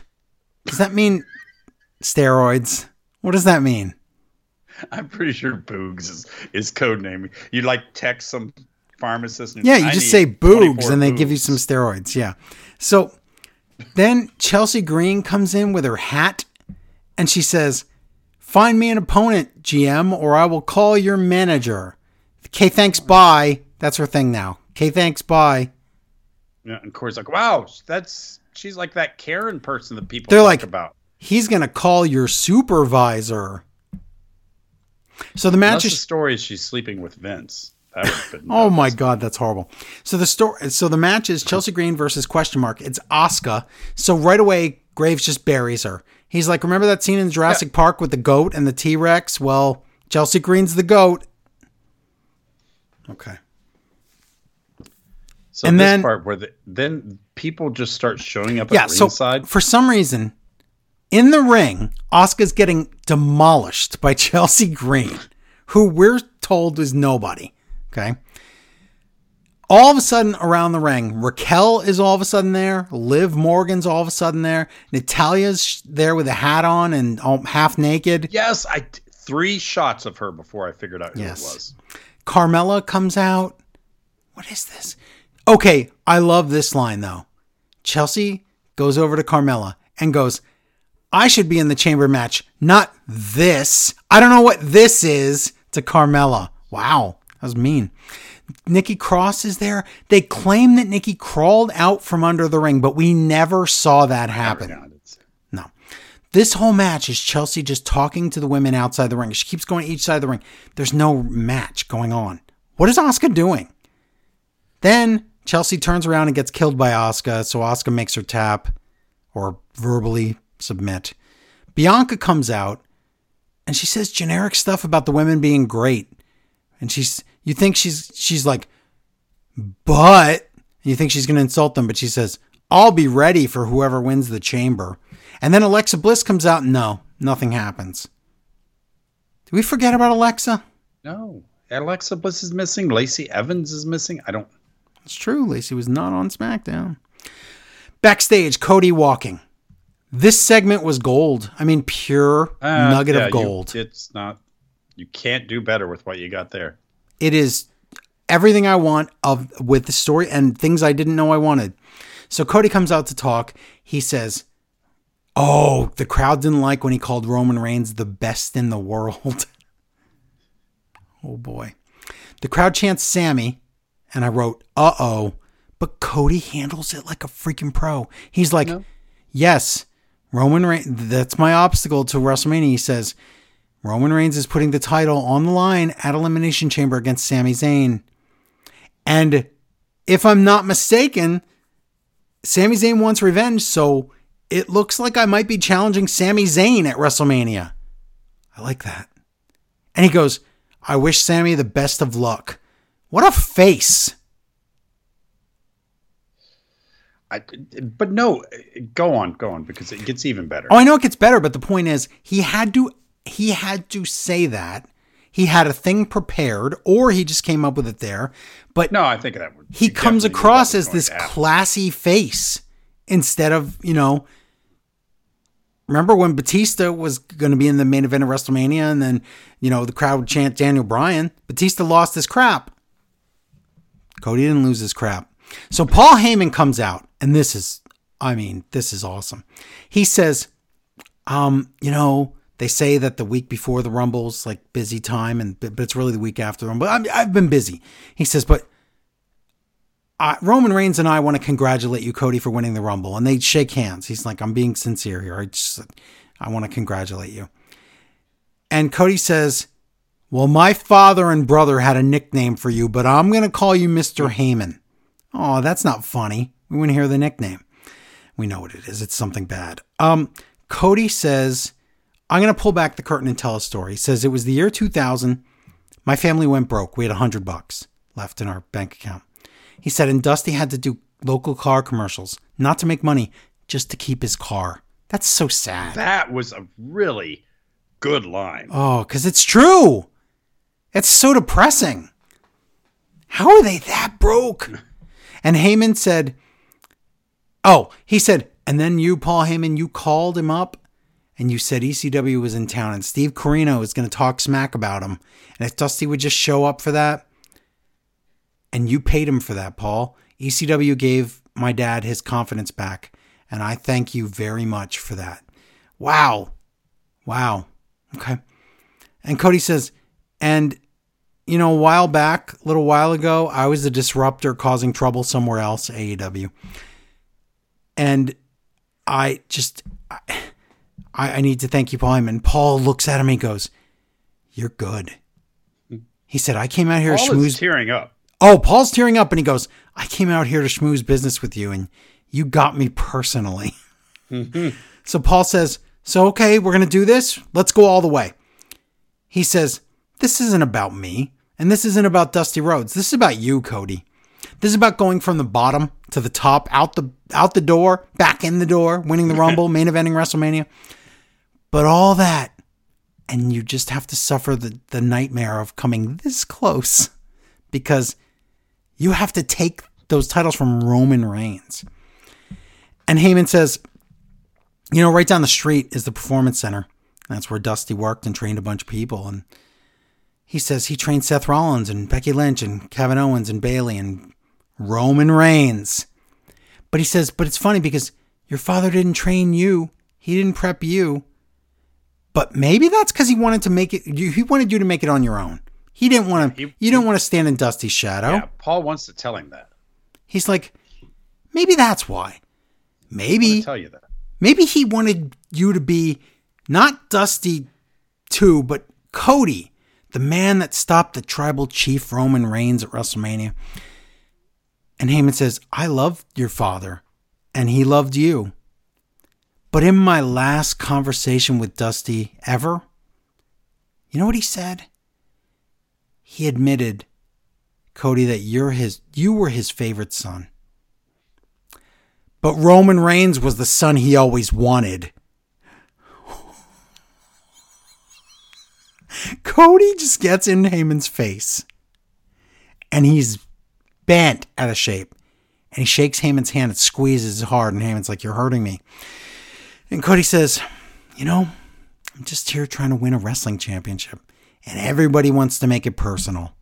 Does that mean steroids? What does that mean?
I'm pretty sure Boogs is, is code name. You like text some pharmacist. And
Yeah, you
"I
just
need
say boogs
24
and they give you
Boogs."
some steroids. Yeah. So then Chelsea Green comes in with her hat and she says, Find me an opponent, GM, or I will call your manager. Okay, thanks, bye. That's her thing now. Okay, thanks, bye.
Yeah, and Corey's like, "Wow, that's she's like that Karen person that people
They're
talk
like-
about."
He's going to call your supervisor. So the
Unless
match
the
is
story is she's sleeping with Vince. That
*gasps*
would've been
Oh my
nuts.
god, that's horrible. So the story, so the match is Chelsea Green versus question mark. It's Asuka. So right away, Graves just buries her. He's like, remember that scene in Jurassic Park with the goat and the T Rex? Well, Chelsea Green's the goat. Okay.
So
and
this
then-
part where the, then people just start showing up
Yeah.
at
So
ringside.
for some reason, in the ring, Asuka's getting demolished by *laughs* Chelsea Green, who we're told is nobody. Okay. All of a sudden, around the ring, Raquel is all of a sudden there. Liv Morgan's all of a sudden there. Natalia's sh- there with a hat on and all, half naked.
yes, I t- three shots of her before I figured out who
Yes.
it was.
Carmella comes out. What is this? Okay, I love this line though. Chelsea goes over to Carmella and goes, I should be in the chamber match, not this. I don't know what this is to Carmella. Wow, that was mean. Nikki Cross is there. They claim that Nikki crawled out from under the ring, but we never saw that happen.
God, it's-
No. This whole match is Chelsea just talking to the women outside the ring. She keeps going each side of the ring. There's no match going on. What is Asuka doing? Then Chelsea turns around and gets killed by Asuka, so Asuka makes her tap or verbally submit. Bianca comes out and she says generic stuff about the women being great. And she's you think she's she's like but and you think she's going to insult them, but she says, "I'll be ready for whoever wins the chamber." And then Alexa Bliss comes out, and no, nothing happens. Did we forget about Alexa?
No, Alexa Bliss is missing. Lacey Evans is missing. I don't.
It's true. Lacey was not on SmackDown. Backstage, Cody walking. This segment was gold. I mean, pure
Uh,
nugget
yeah,
of
you-
gold.
it's not. You can't do better with what you got there.
it is everything I want of with the story and things I didn't know I wanted. So Cody comes out to talk. He says, "Oh, the crowd didn't like when he called Roman Reigns the best in the world." *laughs* oh boy. The crowd chants Sammy, and I wrote, "Uh-oh." But Cody handles it like a freaking pro. He's like, "Yes, Roman Reigns that's my obstacle to WrestleMania." He says, Roman Reigns is putting the title on the line at Elimination Chamber against Sami Zayn. And if I'm not mistaken, Sami Zayn wants revenge, so it looks like I might be challenging Sami Zayn at WrestleMania. I like that. And he goes, I wish Sammy the best of luck. What a face.
I, but no, go on, go on, because it gets even better.
Oh, I know it gets better, but the point is he had to he had to say that. He had a thing prepared, or he just came up with it there. But
no, I think that would.
he
you
comes
definitely knew
across
that was
as
going
this
to happen.
classy face instead of you know remember when batista was going to be in the main event of wrestlemania and then you know the crowd would chant daniel bryan batista lost his crap cody didn't lose his crap so paul heyman comes out and this is i mean this is awesome he says um, you know, they say that the week before the Rumble's like busy time, and but but it's really the week after them. But I'm, I've been busy. He says, but I, Roman Reigns and I want to congratulate you, Cody, for winning the Rumble, and they shake hands. He's like, I'm being sincere here. I just, I want to congratulate you. And Cody says, Well, my father and brother had a nickname for you, but I'm going to call you Mr. Heyman. Oh, that's not funny. We want to hear the nickname. We know what it is. It's something bad. Um, Cody says, I'm going to pull back the curtain and tell a story. He says, It was the year 2000. My family went broke. We had 100 bucks left in our bank account. He said, and Dusty had to do local car commercials, not to make money, just to keep his car. That's so sad.
That was a really good line.
Oh, because it's true. It's so depressing. How are they that broke? And Heyman said, Oh, he said, and then you, Paul Heyman, you called him up and you said ECW was in town and Steve Corino is going to talk smack about him. And if Dusty would just show up for that, and you paid him for that, Paul, ECW gave my dad his confidence back. And I thank you very much for that. Wow. Wow. Okay. And Cody says, and you know, a while back, a little while ago, I was a disruptor causing trouble somewhere else, AEW. And I just, I, I need to thank you, Paul. Heyman. Paul looks at him and he goes, You're good. He said, I came out here to
Hmm. Paul
schmooze
is tearing up.
Oh, Paul's tearing up and he goes, I came out here to schmooze business with you and you got me personally. so Paul says, So, okay, we're going to do this. Let's go all the way. He says, This isn't about me and this isn't about Dusty Rhodes. This is about you, Cody. This is about going from the bottom to the top, out the out the door, back in the door, winning the Rumble, main eventing WrestleMania. But all that, and you just have to suffer the, the nightmare of coming this close because you have to take those titles from Roman Reigns. And Heyman says, you know, right down the street is the performance center. That's where Dusty worked and trained a bunch of people. And he says he trained Seth Rollins and Becky Lynch and Kevin Owens and Bailey and Roman Reigns. But he says, but it's funny because your father didn't train you, he didn't prep you. But maybe that's because he wanted to make it. you- He wanted you to make it on your own. He didn't want to.
He-
You don't want to stand in Dusty's shadow.
Yeah, Paul wants to tell him that.
He's like, maybe that's why.
I
Maybe
want to tell you that.
Maybe he wanted you to be not Dusty 2, but Cody, the man that stopped the tribal chief Roman Reigns at WrestleMania. And Heyman says, I loved your father, and he loved you. But in my last conversation with Dusty ever, you know what he said? He admitted, Cody, that you're his you were his favorite son. But Roman Reigns was the son he always wanted. Cody just gets in Heyman's face. And he's bent out of shape. And he shakes Heyman's hand and squeezes hard. And Heyman's like, You're hurting me. And Cody says, You know, I'm just here trying to win a wrestling championship. And everybody wants to make it personal.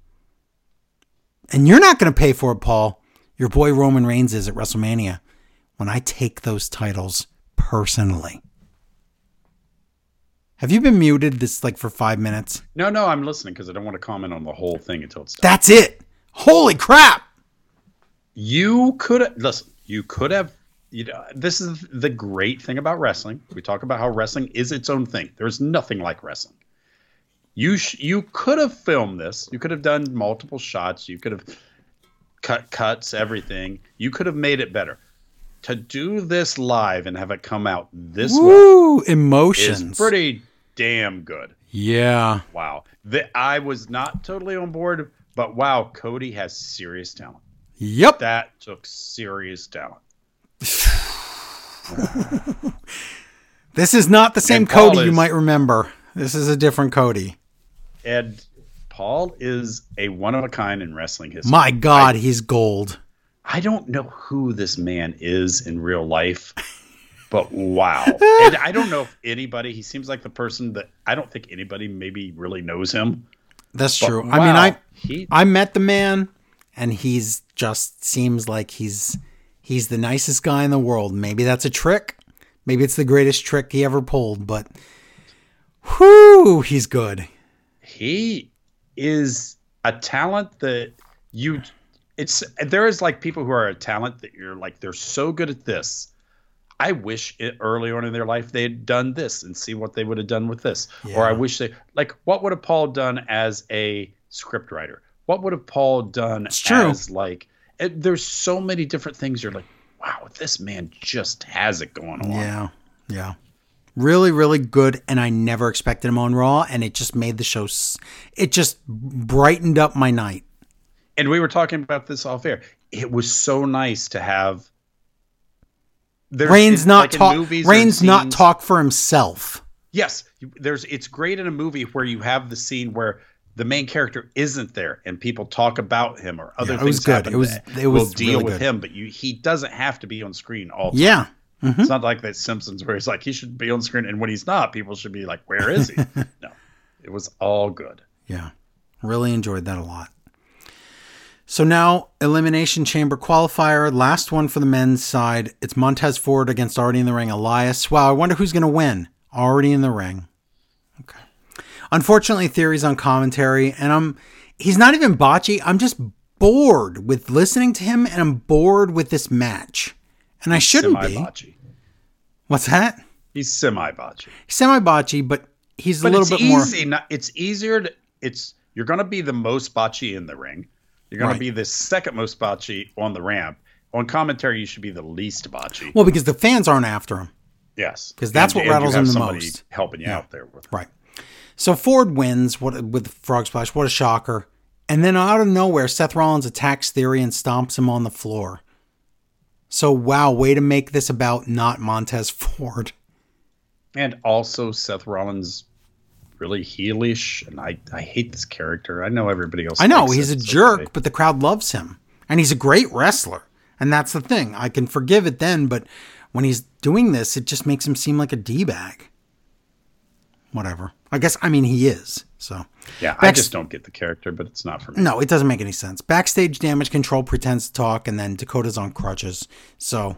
And you're not going to pay for it, Paul. Your boy Roman Reigns is at WrestleMania when I take those titles personally. Have you been muted this like for five minutes?
No, no, I'm listening because I don't want to comment on the whole thing until it's done.
That's it. Holy crap.
You could listen. You could have. You know, this is the great thing about wrestling. We talk about how wrestling is its own thing. There's nothing like wrestling. You sh- you could have filmed this. You could have done multiple shots. You could have cut cuts everything. You could have made it better. To do this live and have it come out this way
Woo!
is
Emotions.
pretty damn good.
yeah.
Wow. The, I was not totally on board, but wow, Cody has serious talent.
Yep.
That took serious talent.
This is not the same
And Paul
Cody you
is-
might remember. This is a different Cody.
And Paul is a one of a kind in wrestling history.
My God, he's gold.
I don't know who this man is in real life,
*laughs*
but wow. and I don't know if anybody, he seems like the person that I don't think anybody maybe really knows him.
That's
but
true. I mean,
wow,
I
He,
I met the man, and he's just seems like he's he's the nicest guy in the world. Maybe that's a trick. Maybe it's the greatest trick he ever pulled. But whoo, he's good.
he is a talent that you it's there is like people who are a talent that you're like they're so good at this i wish it, early on in their life they had done this and see what they would have done with this or i
Yeah.
wish they like what would have paul done as a script writer what would have paul done
It's true.
as like it, there's so many different things you're like wow this man just has it going on
Yeah, yeah, really, really good. And I never expected him on Raw, and it just made the show. s- It just brightened up my night.
and we were talking about this off air. It was so nice to have. There's,
Rain's
it's
not
like in
talk.
movies or
Rain's not
scenes-
talk for himself.
Yes, you- there's. It's great in a movie where you have the scene where the main character isn't there and people talk about him or
Yeah,
other
it
things.
was good.
happen
It was-
that
it was
We'll deal
really
with
good.
him, but you, he doesn't have to be on screen all. the time.
Yeah,
It's not like that Simpsons where he's like he should be on screen, and when he's not, people should be like, "Where is
*laughs*
he?" no, it was all good.
yeah. Really enjoyed that a lot. So now elimination chamber qualifier, last one for the men's side. It's Montez Ford against Already in the Ring Elias. Wow, I wonder who's going to win. Already in the Ring. Okay. Unfortunately, theories on commentary, and I'm he's not even botchy. I'm just bored with listening to him, and I'm bored with this match. And I shouldn't
Semi
be.
botchy.
What's that?
He's semi botchy.
Semi botchy, but he's a
but
little
it's
bit more.
easy. Not, it's easier to. It's you're going to be the most botchy in the ring. You're going
Right.
to be the second most botchy on the ramp. On commentary, you should be the least botchy.
Well, because the fans aren't after him.
yes,
'cause that's what
And- and you
rattles
have
him the
somebody
most.
Helping you out there with
Right. So Ford wins what with the frog splash. What a shocker! And then out of nowhere, Seth Rollins attacks Theory and stomps him on the floor. So wow, way to make this about not Montez *laughs* Ford.
and also Seth Rollins, really heelish, and I I hate this character. I know everybody else.
I know
likes
he's
it,
a
it's
jerk,
okay.
but the crowd loves him, and he's a great wrestler. And that's the thing. I can forgive it then, but when he's doing this, it just makes him seem like a d bag. Whatever. I guess I mean he is. So
Yeah, I
Back-
just don't get the character, but it's not for me.
No, it doesn't make any sense. Backstage damage control pretends to talk, and then Dakota's on crutches. So,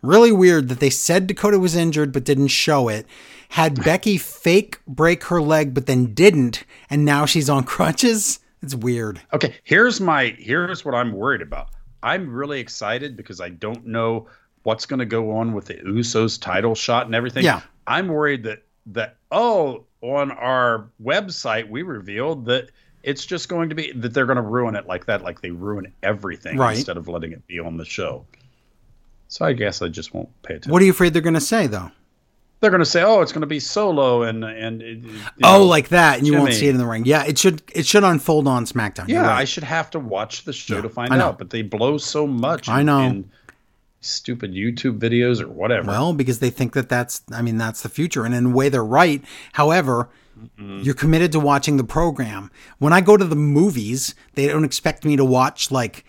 really weird that they said Dakota was injured but didn't show it.
*laughs*
Had Becky fake break her leg but then didn't, and now she's on crutches? It's weird.
Okay, here's my here's what I'm worried about. I'm really excited because I don't know what's going to go on with the Usos title shot and everything.
Yeah.
I'm worried that that oh, on our website we revealed that It's just going to be that they're going to ruin it like that, like they ruin everything
Right.
instead of letting it be on the show. So I guess I just won't pay attention.
What are you afraid they're going to say though?
they're going to say, "Oh, it's going to be solo," and and it- it-
oh, like that, and you won't
Jimmy.
see it in the ring. Yeah, it should it should unfold on SmackDown. You're
yeah, I
right.
should have to watch the show
Yeah,
to find
I know.
out. But they blow so much.
I
in-
know.
in stupid YouTube videos or whatever.
well, because they think that that's I mean that's the future, and in a way they're right. However, you're committed to watching the program. When I go to the movies, they don't expect me to watch like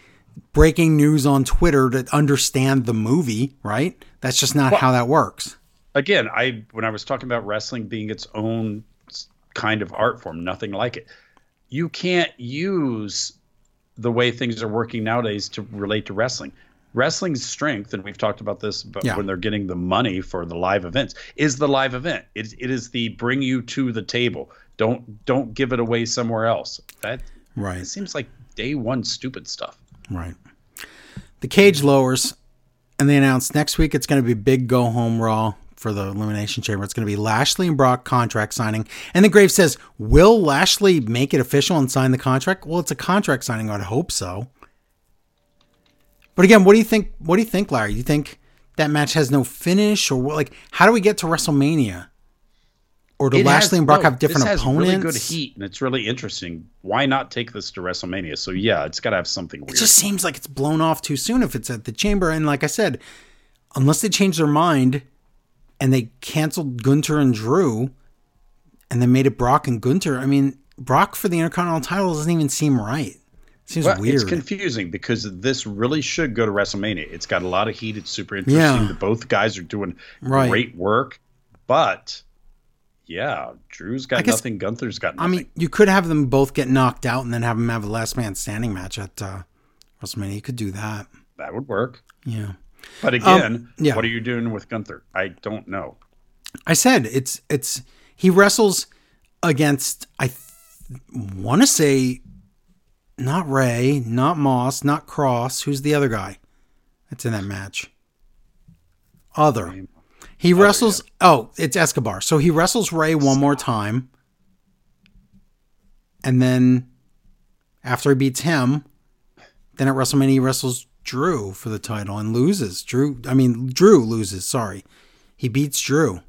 breaking news on Twitter to understand the movie. Right? That's just not how that works.
again, I when I was talking about wrestling being its own s- kind of art form, nothing like it. You can't use the way things are working nowadays to relate to wrestling. Wrestling's strength, and we've talked about this, but
Yeah.
when they're getting the money for the live events, is the live event. It, it is the bring you to the table. Don't don't give it away somewhere else. That
Right.
it seems like day one stupid stuff.
Right. The cage lowers, and they announced next week it's going to be big go home Raw for the Elimination Chamber. It's going to be Lashley and Brock contract signing. And the grave says, Will Lashley make it official and sign the contract? Well, it's a contract signing. I'd hope so. But again, what do you think? What do you think, Larry? You think that match has no finish, or what? Like, how do we get to WrestleMania? Or do
It has-
Lashley and Brock
no,
have different
this has
opponents?
Really good heat, and it's really interesting. Why not take this to WrestleMania? So yeah, it's got to have something weird.
It just seems like it's blown off too soon if it's at the chamber. And like I said, unless they change their mind and they canceled Gunter and Drew and then made it Brock and Gunter, I mean, Brock for the Intercontinental title doesn't even seem right. seems
Well,
weird.
It's confusing because this really should go to WrestleMania. It's got a lot of heat. It's super interesting.
Yeah.
The Both guys are doing
Right.
great work, but yeah, Drew's got
I guess-
nothing. Gunther's got
I
nothing.
mean, you could have them both get knocked out and then have them have a last man standing match at uh, WrestleMania. You could do that.
that would work.
Yeah.
But again,
Um, yeah.
what are you doing with Gunther? I don't know.
I said it's it's he wrestles against I want to say not Ray, not Moss, not Cross. Who's the other guy that's in that match? Other. He wrestles. Oh, it's Escobar. So he wrestles Ray one more time, and then after he beats him, then at WrestleMania he wrestles Drew for the title and loses. Drew. I mean Drew loses. Sorry, he beats Drew.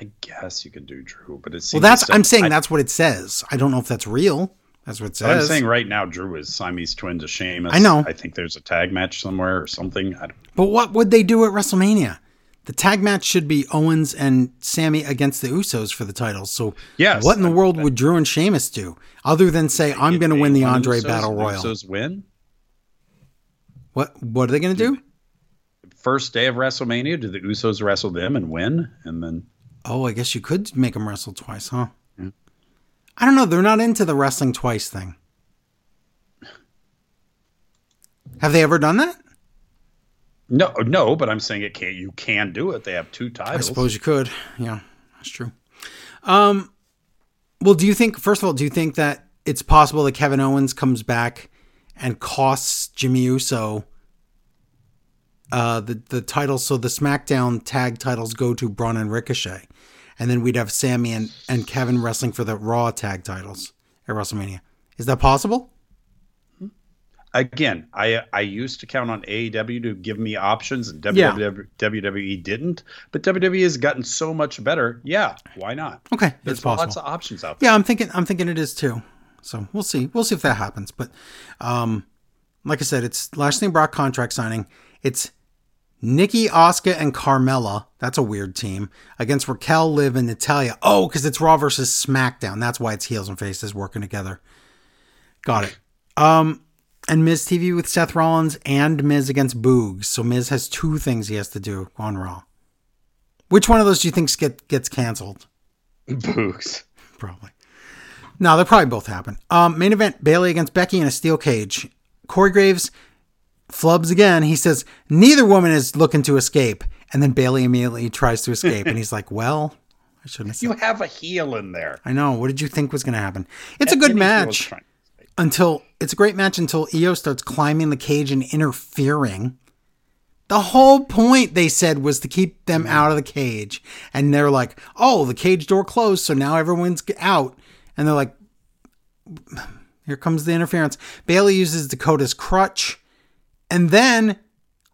I guess you could do Drew, but it's
Well, that's I'm saying that's what it says. I don't know if that's real. That's what it says.
I'm saying right now, Drew is Siamese twin to Sheamus.
I know.
I think there's a tag match somewhere or something. I don't,
But what would they do at WrestleMania? The tag match should be Owens and Sammy against the Usos for the titles. So,
Yes,
what in the
I-
world would Drew and Sheamus do other than say, "I'm going to win the Andre
Usos-
Battle Royal"?
Usos win
What What are they going to do?
first day of WrestleMania. Do the Usos wrestle them and win, and then
Oh, I guess you could make them wrestle twice, huh? I don't know. They're not into the wrestling twice thing. Have they ever done that?
no, no. But I'm saying it can't. You can do it. They have two
I
titles.
suppose you could. Yeah, that's true. Um, well, do you think, first of all, do you think that it's possible that Kevin Owens comes back and costs Jimmy Uso uh, the, the title? So the SmackDown tag titles go to Braun and Ricochet. And then we'd have Sammy and, and Kevin wrestling for the Raw tag titles at WrestleMania. Is that possible?
Again, I I used to count on AEW to give me options, and E
Yeah.
WWE, WWE didn't. But WWE has gotten so much better. Yeah, why not?
Okay,
There's
it's possible.
lots of options out there. *laughs*
Yeah, I'm thinking I'm thinking it is too. So we'll see. We'll see if that happens. But um like I said, it's Lashley and Brock contract signing. It's Nikki, Oscar, and Carmella. That's a weird team. Against Raquel, Liv, and Natalia. Oh, because it's Raw versus SmackDown. That's why it's heels and faces working together. Got it. Um and Miz TV with Seth Rollins and Miz against Boogs. So Miz has two things he has to do on Raw. Which one of those do you think get, gets canceled?
Boogs.
probably. No, they'll probably both happen. Um, main event: Bailey against Becky in a steel cage. Corey Graves flubs again. He says neither woman is looking to escape, and then Bailey immediately tries to escape, and he's like, "Well, I shouldn't have." Said.
You have a heel in there.
I know. What did you think was going to happen? It's a good
Any heel is
match
trying-
until it's a great match until Io starts climbing the cage and interfering. The whole point they said was to keep them
Mm-hmm.
out of the cage, and they're like, "Oh, the cage door closed, so now everyone's g- out," and they're like, *sighs* Here comes the interference. Bailey uses Dakota's crutch, and then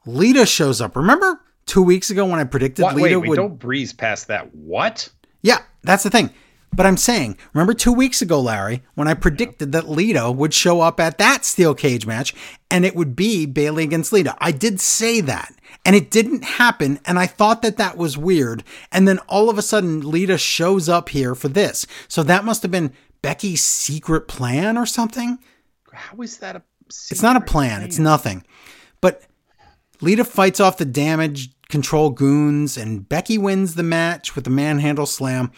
Lita shows up. Remember two weeks ago when I predicted
What, wait,
Lita
we
would?
don't breeze past that. What?
Yeah, that's the thing. But I'm saying, remember two weeks ago, Larry, when I predicted that Lita would show up at that steel cage match and it would be Bailey against Lita. I did say that, and it didn't happen. And I thought that that was weird. And then all of a sudden, Lita shows up here for this. So that must have been Becky's secret plan or something.
How is that a?
It's not a plan. It's nothing. But Lita fights off the damage control goons, and Becky wins the match with the manhandle slam.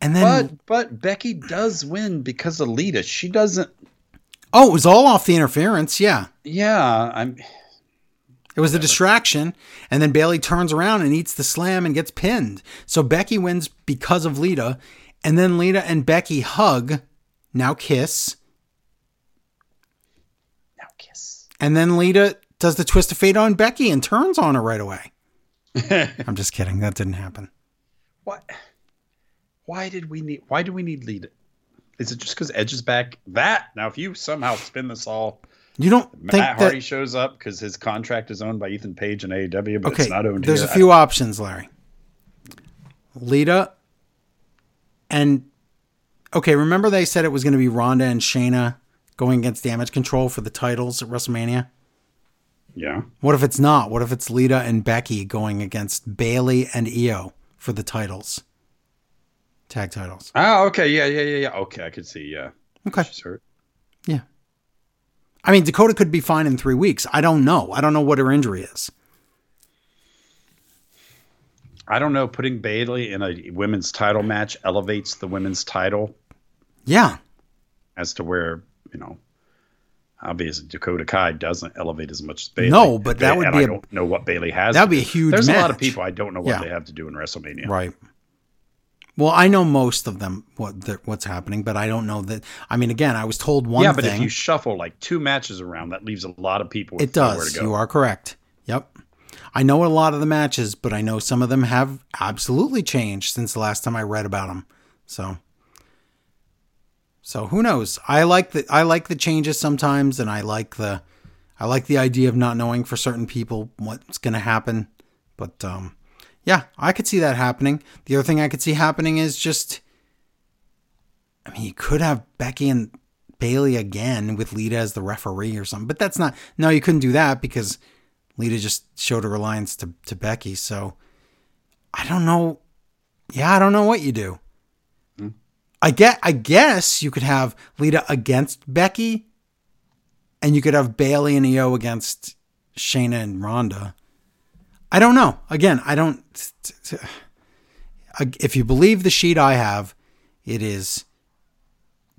And then,
But but Becky does win because Alita. She doesn't.
oh, it was all off the interference. Yeah,
Yeah, I'm.
it was a distraction. And then Bailey turns around and eats the slam and gets pinned. So Becky wins because of Lita. And then Lita and Becky hug, now kiss.
Now kiss.
And then Lita does the twist of fate on Becky and turns on her right
*laughs*
away. I'm just kidding. That didn't happen.
What? Why did we need? Why do we need Lita? Is it just because Edge is back? That now, if you somehow spin this all,
You don't think
Matt
that
Hardy shows up because his contract is owned by Ethan Page and AEW, but
Okay,
it's not owned.
there's
here.
a few options, Larry. Lita and okay, remember they said it was going to be Ronda and Shayna going against Damage Control for the titles at WrestleMania.
yeah,
What if it's not? What if it's Lita and Becky going against Bailey and Io for the titles, tag titles?
Oh, okay. Yeah, yeah, yeah, yeah. Okay, I could see. Yeah.
Okay.
She's hurt.
Yeah. I mean, Dakota could be fine in three weeks. I don't know. I don't know what her injury is.
I don't know. Putting Bailey in a women's title match elevates the women's title
Yeah.
as to where, you know, obviously Dakota Kai doesn't elevate as much as Bailey.
No, but that would
and
be
I
a-
don't know what Bailey has.
That'd
to
be a
do.
huge
There's a lot of
match.
people I don't know what
Yeah.
they have to do in WrestleMania.
Right. Well, I know most of them what the, what's happening, but I don't know that. I mean, again, I was told one
yeah, but
thing.
if you shuffle like two matches around, that leaves a lot of people. With
it
Nowhere
does.
to go.
You are correct. Yep. I know a lot of the matches, but I know some of them have absolutely changed since the last time I read about them. So, so who knows? I like the I like the changes sometimes, and I like the I like the idea of not knowing for certain people what's going to happen. But um, yeah, I could see that happening. The other thing I could see happening is just, I mean, you could have Becky and Bailey again with Lita as the referee or something, but that's not. No, you couldn't do that because Lita just showed her reliance to to Becky. So I don't know. Yeah, I don't know what you do. I get. I guess you could have Lita against Becky, and you could have Bailey and Io against Shayna and Ronda. I don't know. Again, I don't. t- t- I- If you believe the sheet I have, it is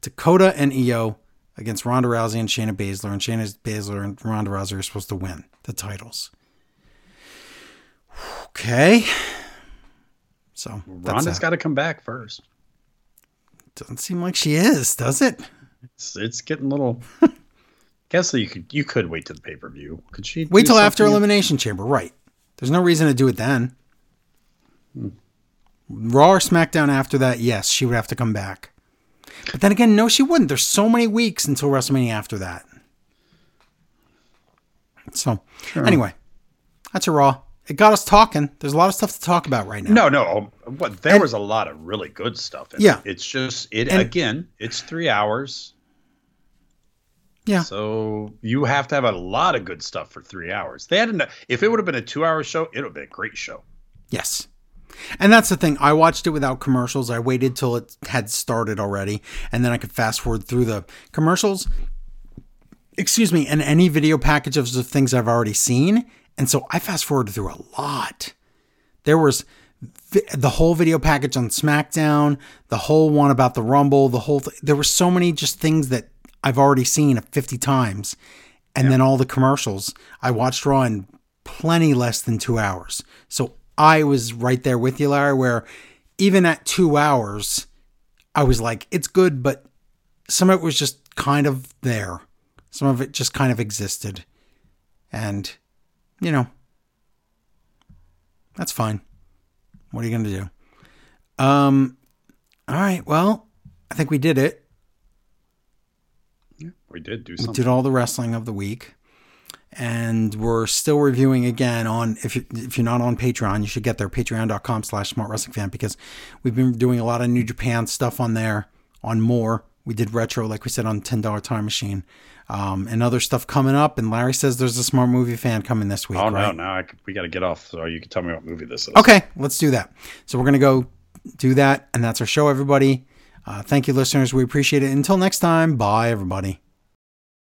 Dakota and Io against Ronda Rousey and Shayna Baszler, and Shayna Baszler and Ronda Rousey are supposed to win the titles. Okay. So that's
Ronda's
a-
got to come back first.
doesn't seem like she is, does it?
It's, it's getting a
*laughs*
little. guess that you could you could wait to the pay per view. Could she
Wait
do
till after
something?
Elimination Chamber, right? There's no reason to do it then. Hmm. Raw or SmackDown after that, yes, she would have to come back. But then again, no, she wouldn't. There's so many weeks until WrestleMania after that. So, anyway, that's a Raw. It got us talking. There's a lot of stuff to talk about right now.
No, no. um, What there
And-
was a lot of really good stuff. In
Yeah.
it. it's just it
And-
again. It's three hours.
Yeah.
So you have to have a lot of good stuff for three hours. They had enough. If it would have been a two-hour show, it would have been a great show.
Yes. And that's the thing. I watched it without commercials. I waited till it had started already, and then I could fast forward through the commercials. Excuse me, and any video packages of things I've already seen. And so I fast forwarded through a lot. There was vi- the whole video package on SmackDown, the whole one about the Rumble, the whole. Th- there were so many just things that I've already seen 50 times, and then all the commercials. I watched Raw in plenty less than two hours, so I was right there with you, Larry. Where even at two hours, I was like, it's good, but some of it was just kind of there. Some of it just kind of existed, and you know, that's fine. What are you going to do? Um, all right. Well, I think we did it.
We did do
We
something.
did all the wrestling of the week, and we're still reviewing again on. If you if you're not on Patreon, you should get there. Patreon.com/slash Smart Wrestling Fan because we've been doing a lot of New Japan stuff on there. On more, we did retro, like we said, on Ten Dollar Time Machine, um, and other stuff coming up. And Larry says there's a Smart Movie Fan coming this week.
oh
right?
no! Now I c we got to get off. So you can tell me what movie this is.
Okay, let's do that. So we're going to go do that. And that's our show, everybody. Uh, thank you, listeners. We appreciate it. Until next time, bye, everybody.